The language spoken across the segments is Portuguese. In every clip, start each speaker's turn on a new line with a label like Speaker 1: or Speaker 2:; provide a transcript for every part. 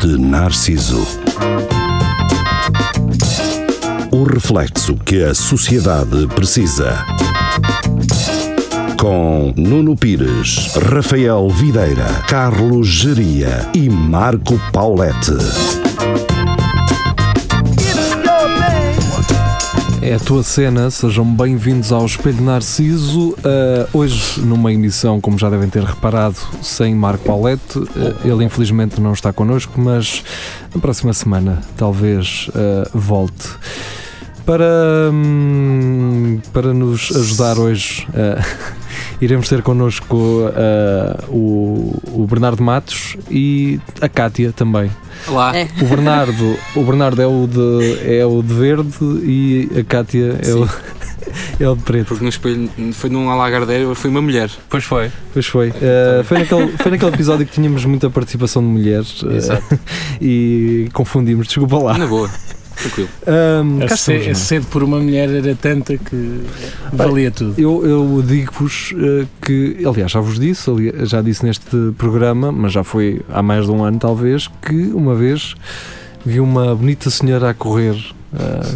Speaker 1: de Narciso. O reflexo que a sociedade precisa. Com Nuno Pires, Rafael Videira, Carlos Geria e Marco Paulette.
Speaker 2: É a tua cena, sejam bem-vindos ao Espelho Narciso. Ah, hoje, numa emissão, como já devem ter reparado, sem Marco Paulette. Ah, ele infelizmente não está connosco, mas na próxima semana talvez ah, volte. Para, hum, para nos ajudar hoje, ah, iremos ter connosco ah, o, o Bernardo Matos e a Cátia também.
Speaker 3: Lá.
Speaker 4: É.
Speaker 2: O Bernardo, o Bernardo é, o de, é o de verde e a Cátia é o, é o de preto.
Speaker 3: Porque no espelho foi num alagardeiro, foi uma mulher.
Speaker 5: Pois foi.
Speaker 2: Pois foi. Uh, foi, naquele, foi naquele episódio que tínhamos muita participação de mulheres uh, e confundimos, desculpa lá.
Speaker 3: Na boa. Tranquilo.
Speaker 2: Um, cá
Speaker 5: A se- a
Speaker 2: estamos, mano.
Speaker 5: sede é por uma mulher era tanta que valia tudo.
Speaker 2: eu, eu digo-vos uh, que, aliás, já vos disse, ali- já disse neste programa, mas já foi há mais de um ano talvez, que uma vez vi uma bonita senhora a correr uh,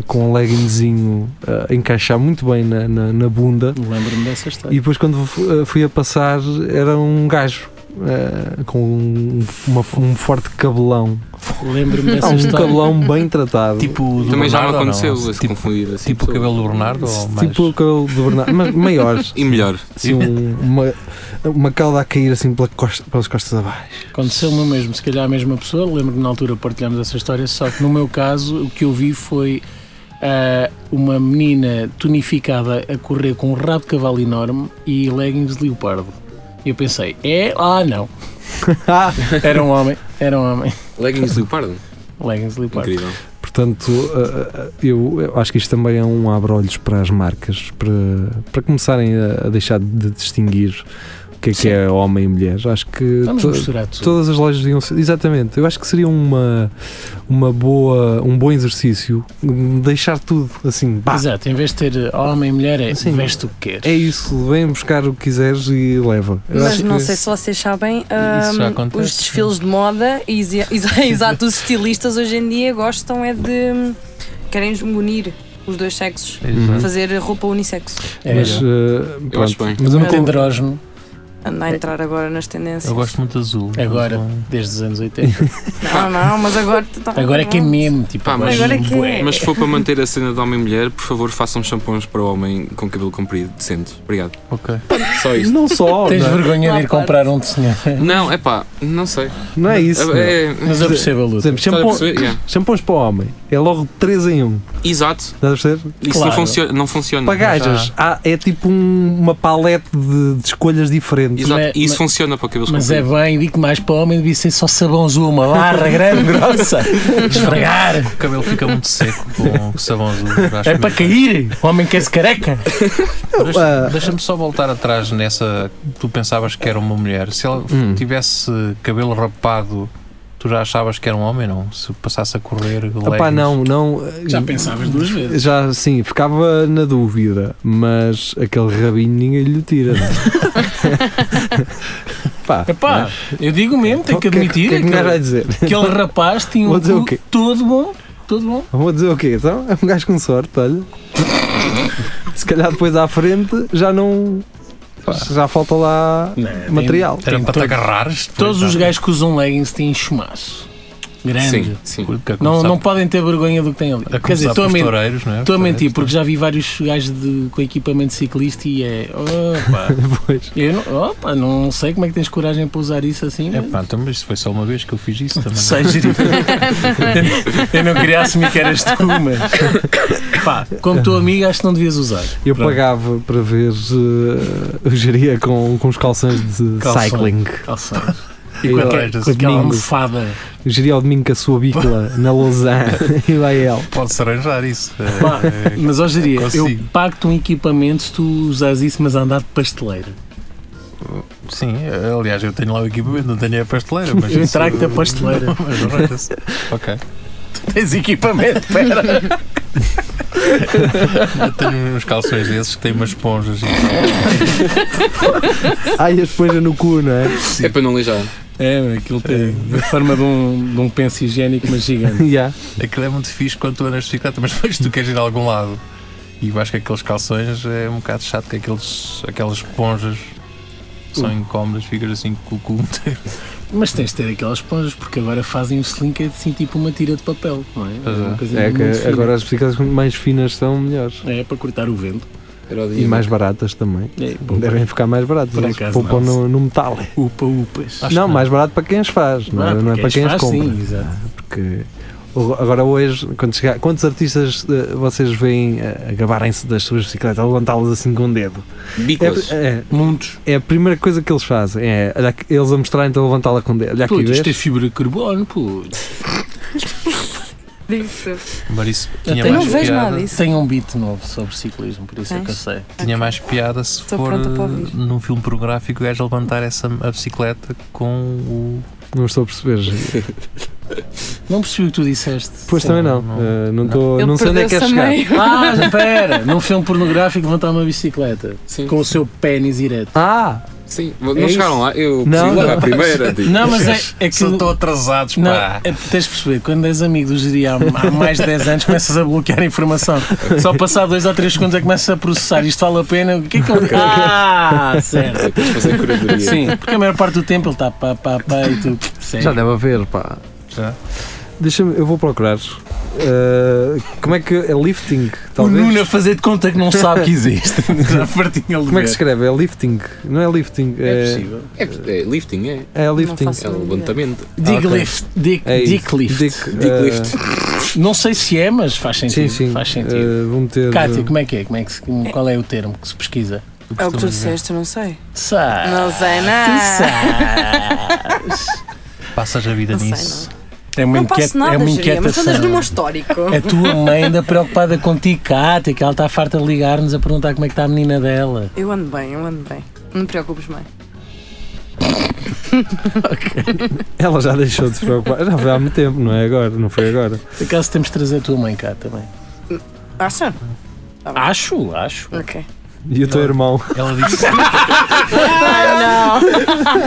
Speaker 2: com um leggingzinho uh, a encaixar muito bem na- na- na bunda.
Speaker 5: Lembro-me
Speaker 2: E
Speaker 5: dessa história.
Speaker 2: depois quando fu- eh, fui a passar era um gajo eh, com um, uma- um forte cabelão.
Speaker 5: Lembro-me
Speaker 2: Ah,
Speaker 5: dessa
Speaker 2: um
Speaker 5: história.
Speaker 2: cabelão bem tratado.
Speaker 5: Tipo o do
Speaker 3: Também já me
Speaker 5: Bernardo, ou não?
Speaker 3: aconteceu esse
Speaker 5: Tipo,
Speaker 3: confundido assim.
Speaker 5: tipo o
Speaker 3: pessoa.
Speaker 5: cabelo do Bernardo ou mais?
Speaker 2: Tipo o cabelo do Bernardo, mas maior.
Speaker 3: E melhor.
Speaker 2: Assim, um- uma, uma cauda a cair assim pela costa, pelas costas abaixo.
Speaker 5: Aconteceu-me o mesmo, se calhar a mesma pessoa. Lembro-me na altura partilhamos essa história, só que no meu caso o que eu vi foi ah, uma menina tonificada a correr com um rabo de cavalo enorme e leggings de leopardo. E eu pensei, é? Ah, não.
Speaker 2: Ah,
Speaker 5: Era um homem, era um homem.
Speaker 3: Leggings de leopardo.
Speaker 5: Leggings de leopardo.
Speaker 3: Incrível.
Speaker 2: portanto, eh, eh, eu, eu acho que isto também é um abre-olhos para as marcas, para, para começarem a, a deixar de distinguir o que é que
Speaker 5: Sim.
Speaker 2: é homem e mulher. Acho que
Speaker 5: Vamos
Speaker 2: to-
Speaker 5: misturar tudo.
Speaker 2: Todas as lojas deviam ser. Exatamente. Eu acho que seria uma, uma boa, um bom exercício hum, deixar tudo assim. pá,
Speaker 5: Exato, em vez de ter homem e mulher, é
Speaker 2: Sim.
Speaker 5: veste o que queres.
Speaker 2: é isso, vem buscar o que quiseres e leva. Eu
Speaker 4: Mas
Speaker 2: acho
Speaker 4: não
Speaker 2: que-
Speaker 4: sei se vocês sabem,
Speaker 5: Isso já
Speaker 4: hum,
Speaker 5: acontece,
Speaker 4: os desfiles de moda, e exa- exa- exato, os estilistas hoje em dia gostam é de. hum, querem unir os dois sexos,
Speaker 2: Uhum.
Speaker 4: fazer roupa unissexo.
Speaker 5: É,
Speaker 2: Mas,
Speaker 5: eu-
Speaker 2: eh, pronto.
Speaker 3: acho bem.
Speaker 2: Mas eu não
Speaker 5: muito
Speaker 2: con-
Speaker 5: andrógeno
Speaker 4: Anda a entrar agora nas tendências.
Speaker 6: Eu gosto muito de azul.
Speaker 5: Agora.
Speaker 2: Uhum.
Speaker 6: Azul.
Speaker 5: desde os anos 80.
Speaker 4: Não, não, mas agora. tá-
Speaker 5: Agora é
Speaker 2: Uhum.
Speaker 5: que é meme, tipo,
Speaker 2: Ah,
Speaker 3: Pá, mas-
Speaker 4: Agora é que é.
Speaker 5: bué.
Speaker 3: Mas se for para manter a cena de homem e mulher, por favor, façam shampoos para homem com cabelo comprido, decentes. Obrigado.
Speaker 6: Ok.
Speaker 3: Só isto.
Speaker 2: Não só,
Speaker 5: Tens
Speaker 2: não, é?
Speaker 5: vergonha de
Speaker 4: Lá
Speaker 5: ir
Speaker 4: para.
Speaker 5: comprar um de senhor.
Speaker 3: Não, é pá, não sei.
Speaker 2: não é isso. não.
Speaker 3: É, é,
Speaker 5: Mas eu percebo a
Speaker 2: Por
Speaker 5: luta.
Speaker 2: exemplo,
Speaker 3: estás a
Speaker 2: shampoo-
Speaker 3: perceber? Yeah.
Speaker 2: shampoos para o homem. É logo 3 em 1.
Speaker 3: Exato.
Speaker 2: Estás a perceber?
Speaker 3: Isso
Speaker 5: Claro.
Speaker 3: não funciona. Não funciona.
Speaker 2: Para gajas, há- é tipo um- uma palete de, de escolhas diferentes.
Speaker 3: Exato.
Speaker 5: Mas-
Speaker 3: E isso
Speaker 5: mas-
Speaker 3: funciona para cabelos
Speaker 5: Mas é
Speaker 3: compridos.
Speaker 5: bem, digo mais para o homem devia ser só sabãozinho, uma barra grande, grossa, esfregar.
Speaker 6: O cabelo fica muito seco com o sabão azul. Eu acho
Speaker 5: É para
Speaker 6: mesmo.
Speaker 5: cair, o homem quer-se careca.
Speaker 2: Ah.
Speaker 6: Deixa- Deixa-me só voltar atrás nessa. Tu pensavas que era uma mulher. Se ela
Speaker 2: Hum.
Speaker 6: tivesse cabelo rapado, tu já achavas que era um homem, não? Se passasse a correr.
Speaker 2: Epá,
Speaker 6: leggings.
Speaker 2: não, não. eh,
Speaker 5: pensavas duas vezes.
Speaker 2: Já sim, ficava na dúvida, mas aquele rabinho ninguém lhe tira. não é? Pá, não
Speaker 5: Epá,
Speaker 2: é?
Speaker 5: eu digo mesmo, tenho que
Speaker 2: O é
Speaker 5: admitir
Speaker 2: o que é que um gajo vai
Speaker 5: aquele,
Speaker 2: dizer?
Speaker 5: aquele rapaz tinha
Speaker 2: Vou
Speaker 5: um
Speaker 2: dizer o
Speaker 5: cu
Speaker 2: quê?
Speaker 5: todo bom, todo bom.
Speaker 2: Vou dizer o quê? Então é um gajo com sorte, olha. Se calhar depois à frente já não. Já falta lá material.
Speaker 6: Era
Speaker 5: Tem
Speaker 6: para te
Speaker 5: todo-
Speaker 6: agarrares. depois,
Speaker 5: Todos os
Speaker 6: tá?
Speaker 5: gajos que usam leggings têm chumaço. Grande.
Speaker 3: Sim, sim.
Speaker 6: Porque a
Speaker 5: Não,
Speaker 6: começar-
Speaker 5: não podem ter vergonha do que têm ali. Quer
Speaker 6: a
Speaker 5: dizer,
Speaker 6: começar
Speaker 5: estou a,
Speaker 6: pelos
Speaker 5: men-
Speaker 6: toureiros, não é?
Speaker 5: estou a mentir,
Speaker 6: Toureiros,
Speaker 5: porque já vi vários gajos de- com equipamento ciclista e é. Opa,
Speaker 2: Pois.
Speaker 5: eu não, opa, não sei como é que tens coragem para usar isso assim.
Speaker 6: É pá, então, mas isso foi só uma vez que eu fiz isso também. não é?
Speaker 5: Sei, giro. eu não queria assumir que eras tu, mas. Pá, como tua amiga, acho que não devias usar.
Speaker 2: Eu
Speaker 5: Pronto.
Speaker 2: pagava para ver eh, o geria com, com os calções de
Speaker 5: Calções.
Speaker 2: cycling.
Speaker 5: Calções.
Speaker 2: E
Speaker 5: Com
Speaker 2: eu-
Speaker 5: aquela-
Speaker 6: Toureiros,
Speaker 5: com aquela
Speaker 2: domingo.
Speaker 5: almofada.
Speaker 2: eu geria ao domingo com a sua bícola na Lausanne e vai ele.
Speaker 6: Pode-se arranjar isso. É,
Speaker 5: Pá,
Speaker 6: é,
Speaker 5: Mas hoje diria, eu
Speaker 6: Consigo.
Speaker 5: pago-te um equipamento se tu usares isso, mas a andar de pasteleiro.
Speaker 6: é, Sim, aliás, eu tenho lá o equipamento, não tenho a pasteleira. Mas
Speaker 5: Eu
Speaker 6: isso-
Speaker 5: trago-te a pasteleira.
Speaker 6: Mas arranja-se. ok.
Speaker 5: Tens equipamento, pera.
Speaker 6: Eu tenho uns calções desses que têm umas esponjas. E...
Speaker 7: Ai, a esponja no cu, não é?
Speaker 3: É para não lijar.
Speaker 5: É, aquilo tem a forma de um, de um penso higiênico, mas gigante.
Speaker 7: Yeah.
Speaker 6: Aquilo é muito fixe quando tu andas de bicicleta, mas depois tu queres ir a algum lado. E eu acho que aqueles calções é um bocado chato, que aqueles, aquelas esponjas são incómodas, ficas assim com o cu inteiro.
Speaker 5: Mas tens de ter aquelas esponjas, porque agora fazem o slinker assim, tipo uma tira de papel, não é?
Speaker 6: Pois é.
Speaker 5: uma coisa
Speaker 2: É
Speaker 5: muito
Speaker 2: que
Speaker 5: fina.
Speaker 2: agora as bicicletas quanto mais finas são, melhores.
Speaker 5: É, para cortar o vento.
Speaker 2: E mais baratas também.
Speaker 5: É,
Speaker 2: Devem ficar mais baratas.
Speaker 5: Por
Speaker 2: eles
Speaker 5: acaso
Speaker 2: Poupam
Speaker 5: não.
Speaker 2: no, no metal.
Speaker 5: Upa-upas.
Speaker 6: Acho
Speaker 2: não,
Speaker 6: que
Speaker 2: mais barato para quem as faz, não,
Speaker 5: Ah,
Speaker 2: é- não é para quem as
Speaker 5: faz,
Speaker 2: compra.
Speaker 5: Sim, exato.
Speaker 2: Porque o- agora hoje, quando chegar, quantos artistas eh, vocês veem eh, a gabarem-se das suas bicicletas, a levantá-las assim com o dedo? É,
Speaker 3: Bicos.
Speaker 2: é,
Speaker 5: Muitos.
Speaker 2: é a primeira coisa que eles fazem, é olha aqui, eles a mostrarem-te a levantá-la com o dedo. Olha
Speaker 5: Pô,
Speaker 2: aqui,
Speaker 5: isto é
Speaker 2: vês?
Speaker 5: fibra de carbono, pô.
Speaker 4: Disso.
Speaker 6: Mas isso
Speaker 5: Eu
Speaker 6: tinha
Speaker 4: Eu
Speaker 5: Tem
Speaker 4: não
Speaker 6: mais
Speaker 5: um
Speaker 4: vejo
Speaker 6: piada.
Speaker 4: nada disso.
Speaker 5: Tem um beat novo sobre ciclismo, por isso é que eu
Speaker 4: Tens?
Speaker 5: sei.
Speaker 6: Tinha mais piada se
Speaker 4: Estou
Speaker 6: for
Speaker 4: pronta para
Speaker 6: eh,
Speaker 4: ouvir.
Speaker 6: num filme pornográfico o gajo levantar essa a bicicleta com o.
Speaker 2: Não estou a perceber.
Speaker 5: Não percebi o que tu disseste.
Speaker 2: Pois
Speaker 6: Sim,
Speaker 2: também não.
Speaker 6: não.
Speaker 2: Eh, Não, tô-
Speaker 4: Ele
Speaker 2: não sei onde é que é
Speaker 4: perdeu-se a
Speaker 2: chegar.
Speaker 4: meio.
Speaker 5: Ah, já pera! Num filme pornográfico levantar uma bicicleta
Speaker 3: Sim.
Speaker 5: com o seu pênis ereto.
Speaker 2: Ah!
Speaker 3: Sim. Não
Speaker 5: É
Speaker 3: chegaram
Speaker 5: isso?
Speaker 3: lá. Eu
Speaker 2: Não,
Speaker 3: não,
Speaker 2: não.
Speaker 3: lá à primeira. tipo, digo.
Speaker 5: Não, mas é, é que.
Speaker 6: Só estão atrasados,
Speaker 5: Não,
Speaker 6: pá!
Speaker 5: é- tens de perceber, quando és amigo do Giri há, há mais de 10 anos, começas a bloquear a informação. Só passar 2 ou 3 segundos é que começas a processar. Isto vale a pena? O que é que ele. Ah, certo.
Speaker 3: Depois é fazer curadoria.
Speaker 5: Sim, porque a maior parte do tempo ele está pá, pá, pá e tu. Sério?
Speaker 2: Já deve haver, pá.
Speaker 6: Já.
Speaker 2: Deixa-me, eu vou procurar. Eh, como é que é lifting?
Speaker 5: O
Speaker 2: Talvez.
Speaker 5: Nuno a fazer de conta que não sabe que existe. Já fartinho ele de
Speaker 2: Como é que se
Speaker 5: ver.
Speaker 2: escreve? É lifting? Não é lifting?
Speaker 5: É possível.
Speaker 3: É, é lifting, é.
Speaker 2: É lifting.
Speaker 4: Não faço
Speaker 3: É levantamento.
Speaker 5: Dick
Speaker 2: ok.
Speaker 5: lift. Dick,
Speaker 2: É isso.
Speaker 5: dick lift.
Speaker 2: Dick,
Speaker 3: Dick
Speaker 2: eh,
Speaker 3: lift.
Speaker 5: Não sei se é, mas faz
Speaker 2: Sim,
Speaker 5: sentido.
Speaker 2: sim.
Speaker 5: Faz sentido.
Speaker 2: Eh, vou meter.
Speaker 5: Cátia, como é que é? Como é que se- qual é o termo que se pesquisa?
Speaker 4: É o que tu disseste, eu não sei.
Speaker 5: Sabe.
Speaker 4: Não sei
Speaker 5: Tu
Speaker 4: nada.
Speaker 5: sabes.
Speaker 6: Passas a vida
Speaker 4: Não sei,
Speaker 6: nisso.
Speaker 5: É uma
Speaker 4: Não
Speaker 5: inquieta-
Speaker 4: passo nada,
Speaker 5: é uma
Speaker 4: Jeria, mas tu andas
Speaker 5: inquietação. É
Speaker 4: no meu histórico.
Speaker 5: A tua mãe ainda preocupada contigo, Cátia, que ela está farta de ligar-nos a perguntar como é que está a menina dela.
Speaker 4: Eu ando bem, eu ando bem. Não te preocupes, mãe.
Speaker 2: Ela já deixou de se preocupar. Já foi há muito tempo, não é agora? Não foi agora.
Speaker 5: Por acaso temos de trazer a tua mãe cá também?
Speaker 4: Acha?
Speaker 5: Acho, acho.
Speaker 4: Ok.
Speaker 2: E o teu irmão?
Speaker 6: Ela disse
Speaker 4: Ah,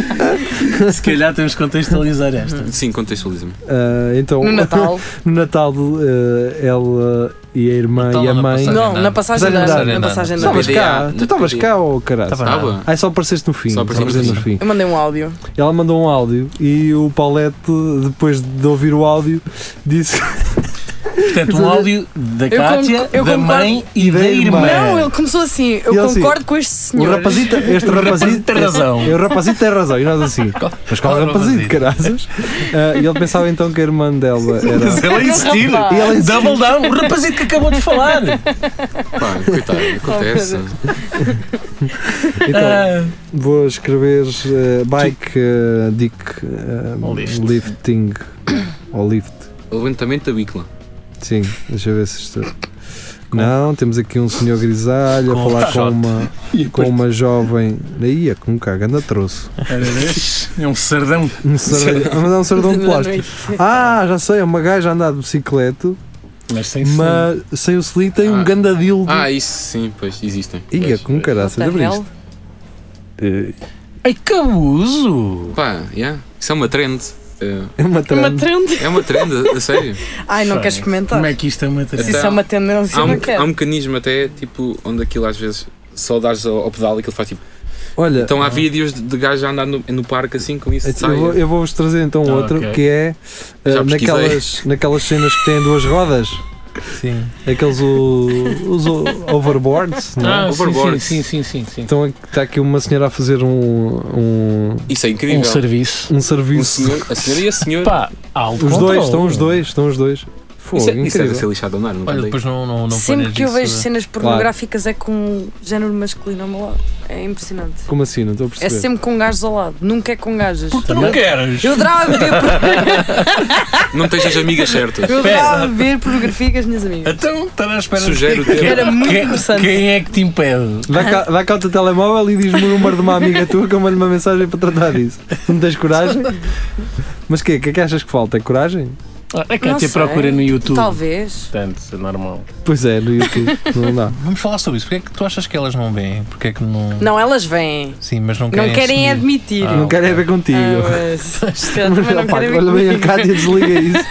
Speaker 5: Se calhar temos de contextualizar esta.
Speaker 3: Sim, contextualiza-me.
Speaker 2: Eh, então,
Speaker 4: não. No Natal.
Speaker 2: no Natal, eh, ela e a irmã
Speaker 5: Então
Speaker 6: Natal
Speaker 2: e a
Speaker 6: ou na
Speaker 2: mãe.
Speaker 6: passagem?
Speaker 4: Não, na
Speaker 2: Passagem
Speaker 4: passagem da
Speaker 2: de
Speaker 4: ano.
Speaker 6: ano.
Speaker 4: Na passagem de ano.
Speaker 2: Estavas
Speaker 3: PDA,
Speaker 2: cá?
Speaker 3: na
Speaker 2: Tu estavas
Speaker 3: PDA.
Speaker 2: cá ou
Speaker 5: Tá
Speaker 2: caralho?
Speaker 6: Estava.
Speaker 3: Estava?
Speaker 2: Ah, só apareceste no fim.
Speaker 3: Só apareci no
Speaker 2: apareceste
Speaker 3: fim.
Speaker 4: Eu mandei um áudio.
Speaker 2: Ela mandou um áudio e o Paulette, depois de ouvir o áudio, disse.
Speaker 5: Portanto, um áudio da
Speaker 4: Eu
Speaker 5: Cátia,
Speaker 4: concordo- eu
Speaker 5: da
Speaker 4: concordo.
Speaker 5: mãe e da
Speaker 2: da
Speaker 5: irmã.
Speaker 2: irmã.
Speaker 4: Não,
Speaker 5: É.
Speaker 4: ele começou assim. Eu
Speaker 2: E ele assim,
Speaker 4: concordo com este
Speaker 2: O
Speaker 4: senhor.
Speaker 2: rapazito, este
Speaker 5: O rapazito
Speaker 2: rapazito.
Speaker 5: tem razão.
Speaker 2: É, o rapazito tem razão. E nós assim. Mas qual
Speaker 6: qual é
Speaker 2: rapazito,
Speaker 6: rapazito?
Speaker 2: caraças? Ah, e ele pensava então que a irmã dela era.
Speaker 5: Mas ela insistir.
Speaker 2: E ela insistiu.
Speaker 5: Double down, o rapazito que acabou de falar.
Speaker 3: Pá, coitado, acontece.
Speaker 2: Então,
Speaker 5: Ah,
Speaker 2: vou escrever eh, bike, eh, dick, eh,
Speaker 5: Lift.
Speaker 2: lifting. Ou lift.
Speaker 3: Levantamento da bicla.
Speaker 2: Sim, deixa eu ver se estou. Não, temos aqui um senhor grisalho a
Speaker 6: Com
Speaker 2: falar com
Speaker 6: shot.
Speaker 2: uma, com uma jovem. Aí é com caga, anda trouxe.
Speaker 5: é um sardão.
Speaker 2: Um sardão, mas é um sardão de
Speaker 4: Da
Speaker 2: plástico.
Speaker 4: noite.
Speaker 2: Ah, já sei, é uma gaja a andar de bicicleta,
Speaker 5: Mas sem
Speaker 2: mas sem o selim tem um
Speaker 3: Ah.
Speaker 2: gandadil.
Speaker 3: Ah, é. isso sim, pois, existem.
Speaker 2: Ia,
Speaker 3: Pois,
Speaker 2: é com
Speaker 3: pois.
Speaker 2: caraças,
Speaker 4: Nota
Speaker 2: abriste.
Speaker 4: mel.
Speaker 5: Ai, cabuso!
Speaker 3: Pá, yeah. isso é uma trend. É-
Speaker 2: É uma
Speaker 4: Uma
Speaker 2: trama.
Speaker 4: trend.
Speaker 3: É uma trend, a- a sério.
Speaker 4: Ai, não
Speaker 5: Fai,
Speaker 4: quero experimentar.
Speaker 5: Como é que isto é uma
Speaker 4: Se
Speaker 5: tarefa?
Speaker 4: isso é uma tendência,
Speaker 3: Há
Speaker 4: eu
Speaker 3: um,
Speaker 4: não
Speaker 3: há um
Speaker 4: quero.
Speaker 3: mecanismo até, tipo, onde aquilo às vezes só dares ao, ao pedal e aquilo faz tipo.
Speaker 2: Olha, é
Speaker 3: Então há vídeos de- de gajo a andar no, no parque assim com isso. de
Speaker 2: Ah. eu
Speaker 3: saia.
Speaker 2: vou- eu vou-vos trazer então
Speaker 5: Ah,
Speaker 2: outro
Speaker 5: ok.
Speaker 2: que é eh,
Speaker 3: Já pesquisei.
Speaker 2: naquelas, naquelas cenas que têm duas rodas,
Speaker 6: sim.
Speaker 2: aqueles o, os o- overboards, não é?
Speaker 5: Ah,
Speaker 3: Overboard.
Speaker 5: sim, sim, sim, sim, sim.
Speaker 2: Então está aqui uma senhora a fazer um, um,
Speaker 3: Isso é incrível.
Speaker 5: Um serviço.
Speaker 2: um
Speaker 3: O
Speaker 2: serviço.
Speaker 3: senhor, a senhora e a senhora.
Speaker 5: Pá, alto
Speaker 2: os
Speaker 5: controle.
Speaker 2: dois, estão os dois, estão os dois. Fogo,
Speaker 3: isso, é, isso é
Speaker 2: incrível.
Speaker 3: de ser lixado a andar, não
Speaker 6: Olha,
Speaker 3: tem?
Speaker 6: depois não, não, não
Speaker 4: Sempre
Speaker 6: ponhas
Speaker 4: que eu
Speaker 6: isso,
Speaker 4: vejo
Speaker 6: eh,
Speaker 4: cenas pornográficas é com género masculino ao meu lado. É impressionante.
Speaker 2: Como assim? Não estou a
Speaker 4: É
Speaker 2: perceber.
Speaker 4: sempre com gajos ao lado, nunca é com gajas.
Speaker 5: Tu não queres?
Speaker 4: Eu adorava ver,
Speaker 3: Não tens as amigas certas.
Speaker 4: eu
Speaker 5: Espera.
Speaker 4: adorava ver pornografia com as minhas amigas.
Speaker 5: Então, está na espera
Speaker 3: Sugero ter.
Speaker 4: Era muito
Speaker 5: quem,
Speaker 4: interessante.
Speaker 5: Quem é que te impede?
Speaker 2: Dá cá, dá cá o teu telemóvel e diz-me o número de uma amiga tua que eu mando uma mensagem para tratar disso. Não tens coragem? Mas o quê? O que é que achas que falta? É coragem?
Speaker 5: Ah, A
Speaker 4: Não
Speaker 5: Cátia
Speaker 4: sei.
Speaker 5: procura no YouTube.
Speaker 4: Talvez.
Speaker 5: Portanto, é normal.
Speaker 2: Pois é, no YouTube. não dá.
Speaker 6: Vamos falar sobre isso. Porquê é que tu achas que elas não veem? Porquê é que não.
Speaker 4: Não, elas vêm.
Speaker 6: Sim, mas não querem.
Speaker 4: Não querem
Speaker 6: é assumir.
Speaker 4: admitir.
Speaker 6: Ah,
Speaker 2: não quero é ver contigo.
Speaker 4: Ah, mas- se calhar
Speaker 2: Mas,
Speaker 4: também não
Speaker 2: opá,
Speaker 4: querem
Speaker 2: olha bem a
Speaker 4: ver comigo.
Speaker 2: Cátia desliga isso.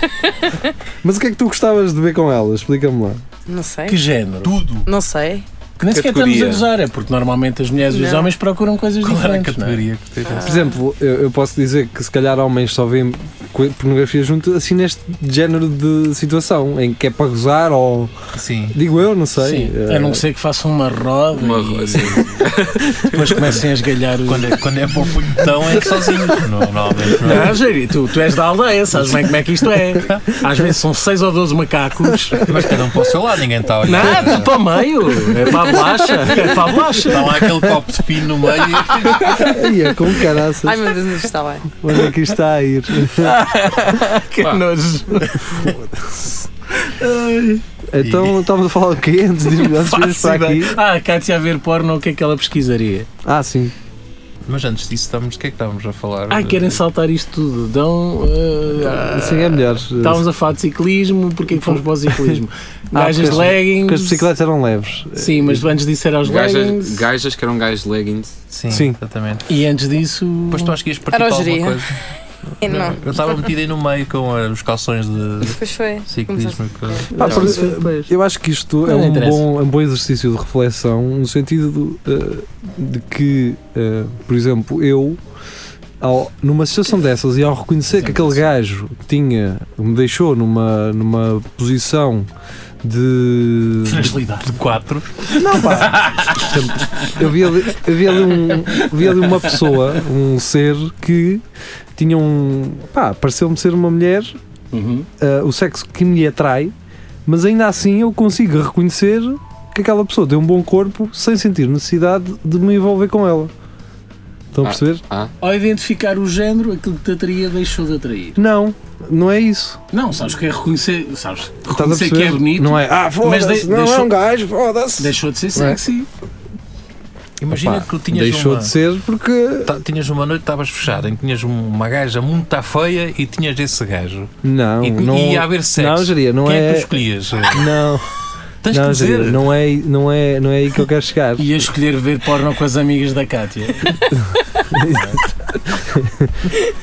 Speaker 2: Mas o que é que tu gostavas de ver com elas? Explica-me lá.
Speaker 4: Não sei.
Speaker 5: Que género?
Speaker 6: Tudo.
Speaker 4: Não sei.
Speaker 5: Que nem sequer estamos a
Speaker 3: categoria?
Speaker 5: gozar, é porque normalmente as mulheres e os
Speaker 4: Não.
Speaker 5: homens procuram coisas
Speaker 6: Qual era a
Speaker 5: diferentes. não é?
Speaker 6: categoria que tens?
Speaker 4: Ah.
Speaker 2: Por exemplo, eu, eu posso dizer que se calhar homens só veem co- pornografia junto assim neste género de situação em que é para gozar ou
Speaker 6: Ah, Sim.
Speaker 2: digo eu, não sei.
Speaker 5: Sim,
Speaker 2: eh,
Speaker 5: a não ser que façam uma roda
Speaker 3: Uma
Speaker 5: e
Speaker 3: ro- assim,
Speaker 5: depois comecem a esgalhar os...
Speaker 6: Quando é, quando é para o punhetão é sozinho. Não, normalmente não.
Speaker 5: Não, Jerry, tu, tu és da aldeia, sabes bem como é que isto é. Às vezes são 6 ou 12 macacos.
Speaker 6: Mas cada um para o seu lado, ninguém está a
Speaker 5: Não,
Speaker 6: olhar.
Speaker 5: é para- para o meio, é para a bolacha, é para a bolacha.
Speaker 6: Está lá aquele copo de pino no meio e
Speaker 2: Aí é com caraças.
Speaker 4: Ai meu Deus, não está bem.
Speaker 2: Onde é que isto está a ir?
Speaker 5: Que nojo.
Speaker 2: Então estávamos a falar o quê? Antes de antes de irmos para aqui.
Speaker 5: Ah, a Cátia a ver porno, o que é que ela pesquisaria?
Speaker 2: Ah, sim.
Speaker 6: Mas antes disso, estamos, o que é que estávamos a falar?
Speaker 5: Ah, querem saltar isto tudo. Dão. ah,
Speaker 2: Assim é melhor.
Speaker 5: Estávamos a falar de ciclismo, porque é que fomos para o ciclismo?
Speaker 2: Ah, porque
Speaker 5: Gajas
Speaker 2: as-
Speaker 5: leggings.
Speaker 2: Porque as bicicletas eram leves.
Speaker 5: Sim, mas antes disso era os
Speaker 3: gajas,
Speaker 5: leggings.
Speaker 3: gajas que eram gajos leggings.
Speaker 6: Sim,
Speaker 2: Sim.
Speaker 6: exatamente.
Speaker 5: E antes disso.
Speaker 6: Depois tu acho que ias partir
Speaker 4: Era
Speaker 6: para alguma
Speaker 4: ojeria.
Speaker 6: coisa.
Speaker 4: E Não.
Speaker 6: Eu estava metido aí no meio com eh, os calções de
Speaker 4: Pois foi.
Speaker 6: ciclismo. e coisa.
Speaker 2: Pá, Ah,
Speaker 3: Não,
Speaker 2: por-
Speaker 3: isso
Speaker 2: eu acho que isto é
Speaker 5: Não
Speaker 2: um
Speaker 5: interessa.
Speaker 2: bom, é um bom exercício de reflexão, no sentido do, eh, de que, eh, por exemplo, eu, ao- numa situação dessas e ao reconhecer que aquele gajo tinha, me deixou numa, numa posição de.
Speaker 5: Fragilidade.
Speaker 6: De quatro.
Speaker 2: Não, pá! Eu vi ali, eu vi ali, um- vi ali uma pessoa, um ser que tinha um. pá, pareceu-me ser uma mulher
Speaker 5: Uhum.
Speaker 2: uh, o sexo que me atrai, mas ainda assim eu consigo reconhecer que aquela pessoa tem um bom corpo sem sentir necessidade de me envolver com ela. Estão a
Speaker 3: Ah.
Speaker 2: perceber?
Speaker 5: Ao identificar o género, aquilo que te atraía deixou de atrair.
Speaker 2: Não, não é isso.
Speaker 5: Não, sabes que é reconhecer. Sabes?
Speaker 2: Estás a
Speaker 5: Reconhecer
Speaker 2: perceber?
Speaker 5: que é bonito.
Speaker 2: Não é, ah,
Speaker 5: Mas
Speaker 2: foda-se,
Speaker 5: de-
Speaker 2: não é
Speaker 5: deixou-
Speaker 2: um gajo, foda-se.
Speaker 5: Deixou de ser
Speaker 2: Não é?
Speaker 5: sexy.
Speaker 6: Imagina
Speaker 2: Opa,
Speaker 6: que tu tinhas
Speaker 2: Deixou
Speaker 6: uma...
Speaker 2: de ser porque.
Speaker 6: ta- Tá, Tinhas uma noite, estavas fechado, em que tinhas um- uma gaja muito tá feia e tinhas esse gajo.
Speaker 2: Não,
Speaker 6: e,
Speaker 2: não.
Speaker 6: e ia haver sexo.
Speaker 2: Não, Jeria, não
Speaker 6: Quem é...
Speaker 2: é.
Speaker 6: que tu escolhias?
Speaker 2: Não,
Speaker 6: Tens que
Speaker 2: não,
Speaker 6: dizer.
Speaker 2: Jeria, não é, não, é, não é aí que eu quero chegar.
Speaker 5: E a escolher ver porno com as amigas da Cátia.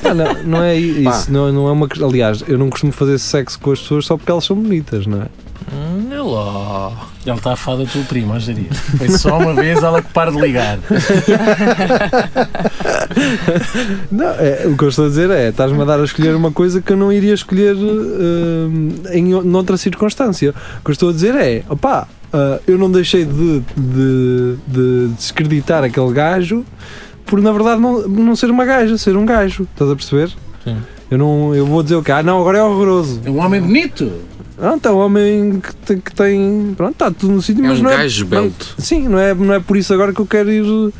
Speaker 2: Ah, não, não é isso.
Speaker 3: Pá.
Speaker 2: Não, não é uma, que- aliás, eu não costumo fazer sexo com as pessoas só porque elas são bonitas, não é?
Speaker 6: Hum, é lá.
Speaker 5: Ela está a falar da tua prima, hoje diria. Foi só uma vez ela que para de ligar.
Speaker 2: Não, é, o que eu estou a dizer é, estás-me a dar a escolher uma coisa que eu não iria escolher hum, em o- noutra circunstância. O que eu estou a dizer é, opá, ah, eu não deixei de, de- de descreditar aquele gajo por na verdade não, não ser uma gaja, ser um gajo. Estás a perceber?
Speaker 6: Sim.
Speaker 2: Eu, não, eu vou dizer o que Ah, não, agora é horroroso.
Speaker 5: É um homem bonito.
Speaker 2: Ah, então, homem que, te- que tem. Pronto, está tudo no sítio,
Speaker 3: É
Speaker 2: mas
Speaker 3: um
Speaker 2: não é.
Speaker 3: gajo belto.
Speaker 2: Sim, não é, não é por isso agora que eu quero ir.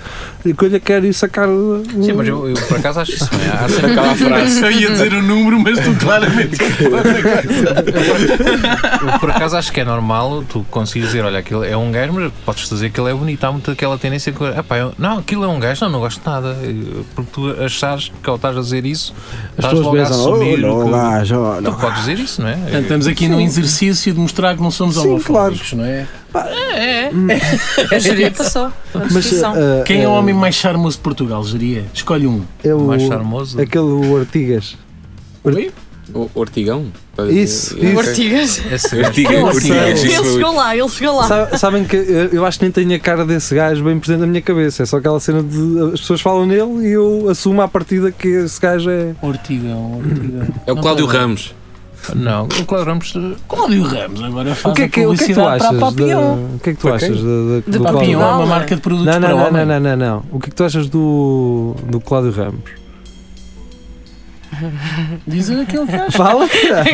Speaker 2: que eu lhe quero ir sacar. um-
Speaker 6: Sim, mas eu, eu por acaso acho isso bem. Há sempre
Speaker 3: Aquela frase.
Speaker 5: Eu ia dizer o número, mas tu claramente.
Speaker 6: Eu, por acaso acho que é normal tu conseguires dizer, olha, aquilo é um gajo, mas podes dizer que ele é bonito. Há muito aquela tendência que, epá, eu- não, aquilo é um gajo, não, não gosto de nada. Eh, Porque tu achares que ao estás a dizer isso,
Speaker 2: As
Speaker 6: estás
Speaker 2: pessoas
Speaker 6: logo a
Speaker 2: pensam, "Oh,
Speaker 6: assumir.
Speaker 2: olha o
Speaker 6: que-
Speaker 2: gajo, olha
Speaker 6: Tu podes dizer isso, não é?
Speaker 2: Então,
Speaker 5: Portanto, estamos aqui num exercício de mostrar que não somos
Speaker 2: Sim, Hum.
Speaker 5: homofóbicos, não é?
Speaker 4: A júria passou. A
Speaker 2: Mas,
Speaker 4: discussão.
Speaker 2: ah,
Speaker 5: Quem é
Speaker 2: ah,
Speaker 5: o homem mais charmoso de Portugal, geria? Escolhe um.
Speaker 2: É o,
Speaker 6: mais charmoso.
Speaker 2: aquele o Artigas.
Speaker 5: Oi?
Speaker 3: O Ortigão?
Speaker 2: Isso, é isso.
Speaker 3: Eh,
Speaker 2: É
Speaker 4: Ortigas.
Speaker 6: Esse gajo.
Speaker 3: Ortigão. Ortigão.
Speaker 4: Ele
Speaker 3: isso.
Speaker 4: chegou lá, ele chegou lá.
Speaker 2: Sa- Sabem que eu eu acho que nem tenho a cara desse gajo bem presente na minha cabeça. É só aquela cena de as pessoas falam nele e eu assumo à partida que esse gajo é.
Speaker 5: Ortigão, Ortigão.
Speaker 3: É o
Speaker 5: Não
Speaker 3: Cláudio
Speaker 5: tá bem.
Speaker 3: Ramos.
Speaker 6: Não, o Cláudio Ramos. eh,
Speaker 5: Cláudio Ramos agora
Speaker 2: O
Speaker 5: faz
Speaker 2: que é que,
Speaker 5: a
Speaker 2: o que é que tu
Speaker 5: publicidade
Speaker 2: achas?
Speaker 5: para a Papillon.
Speaker 2: da- o que é que tu
Speaker 3: Para quem?
Speaker 2: achas da- da-
Speaker 4: De
Speaker 2: do
Speaker 4: Papillon.
Speaker 5: Papillon
Speaker 2: Cláudio Ramos?
Speaker 5: é uma
Speaker 4: Portugal,
Speaker 5: marca de produtos
Speaker 2: Não,
Speaker 5: para
Speaker 2: não, não,
Speaker 5: homem.
Speaker 2: não, não, não, não. O que é que tu achas do, do Cláudio Ramos?
Speaker 5: Diz aquele que acha.
Speaker 2: Fala, cara.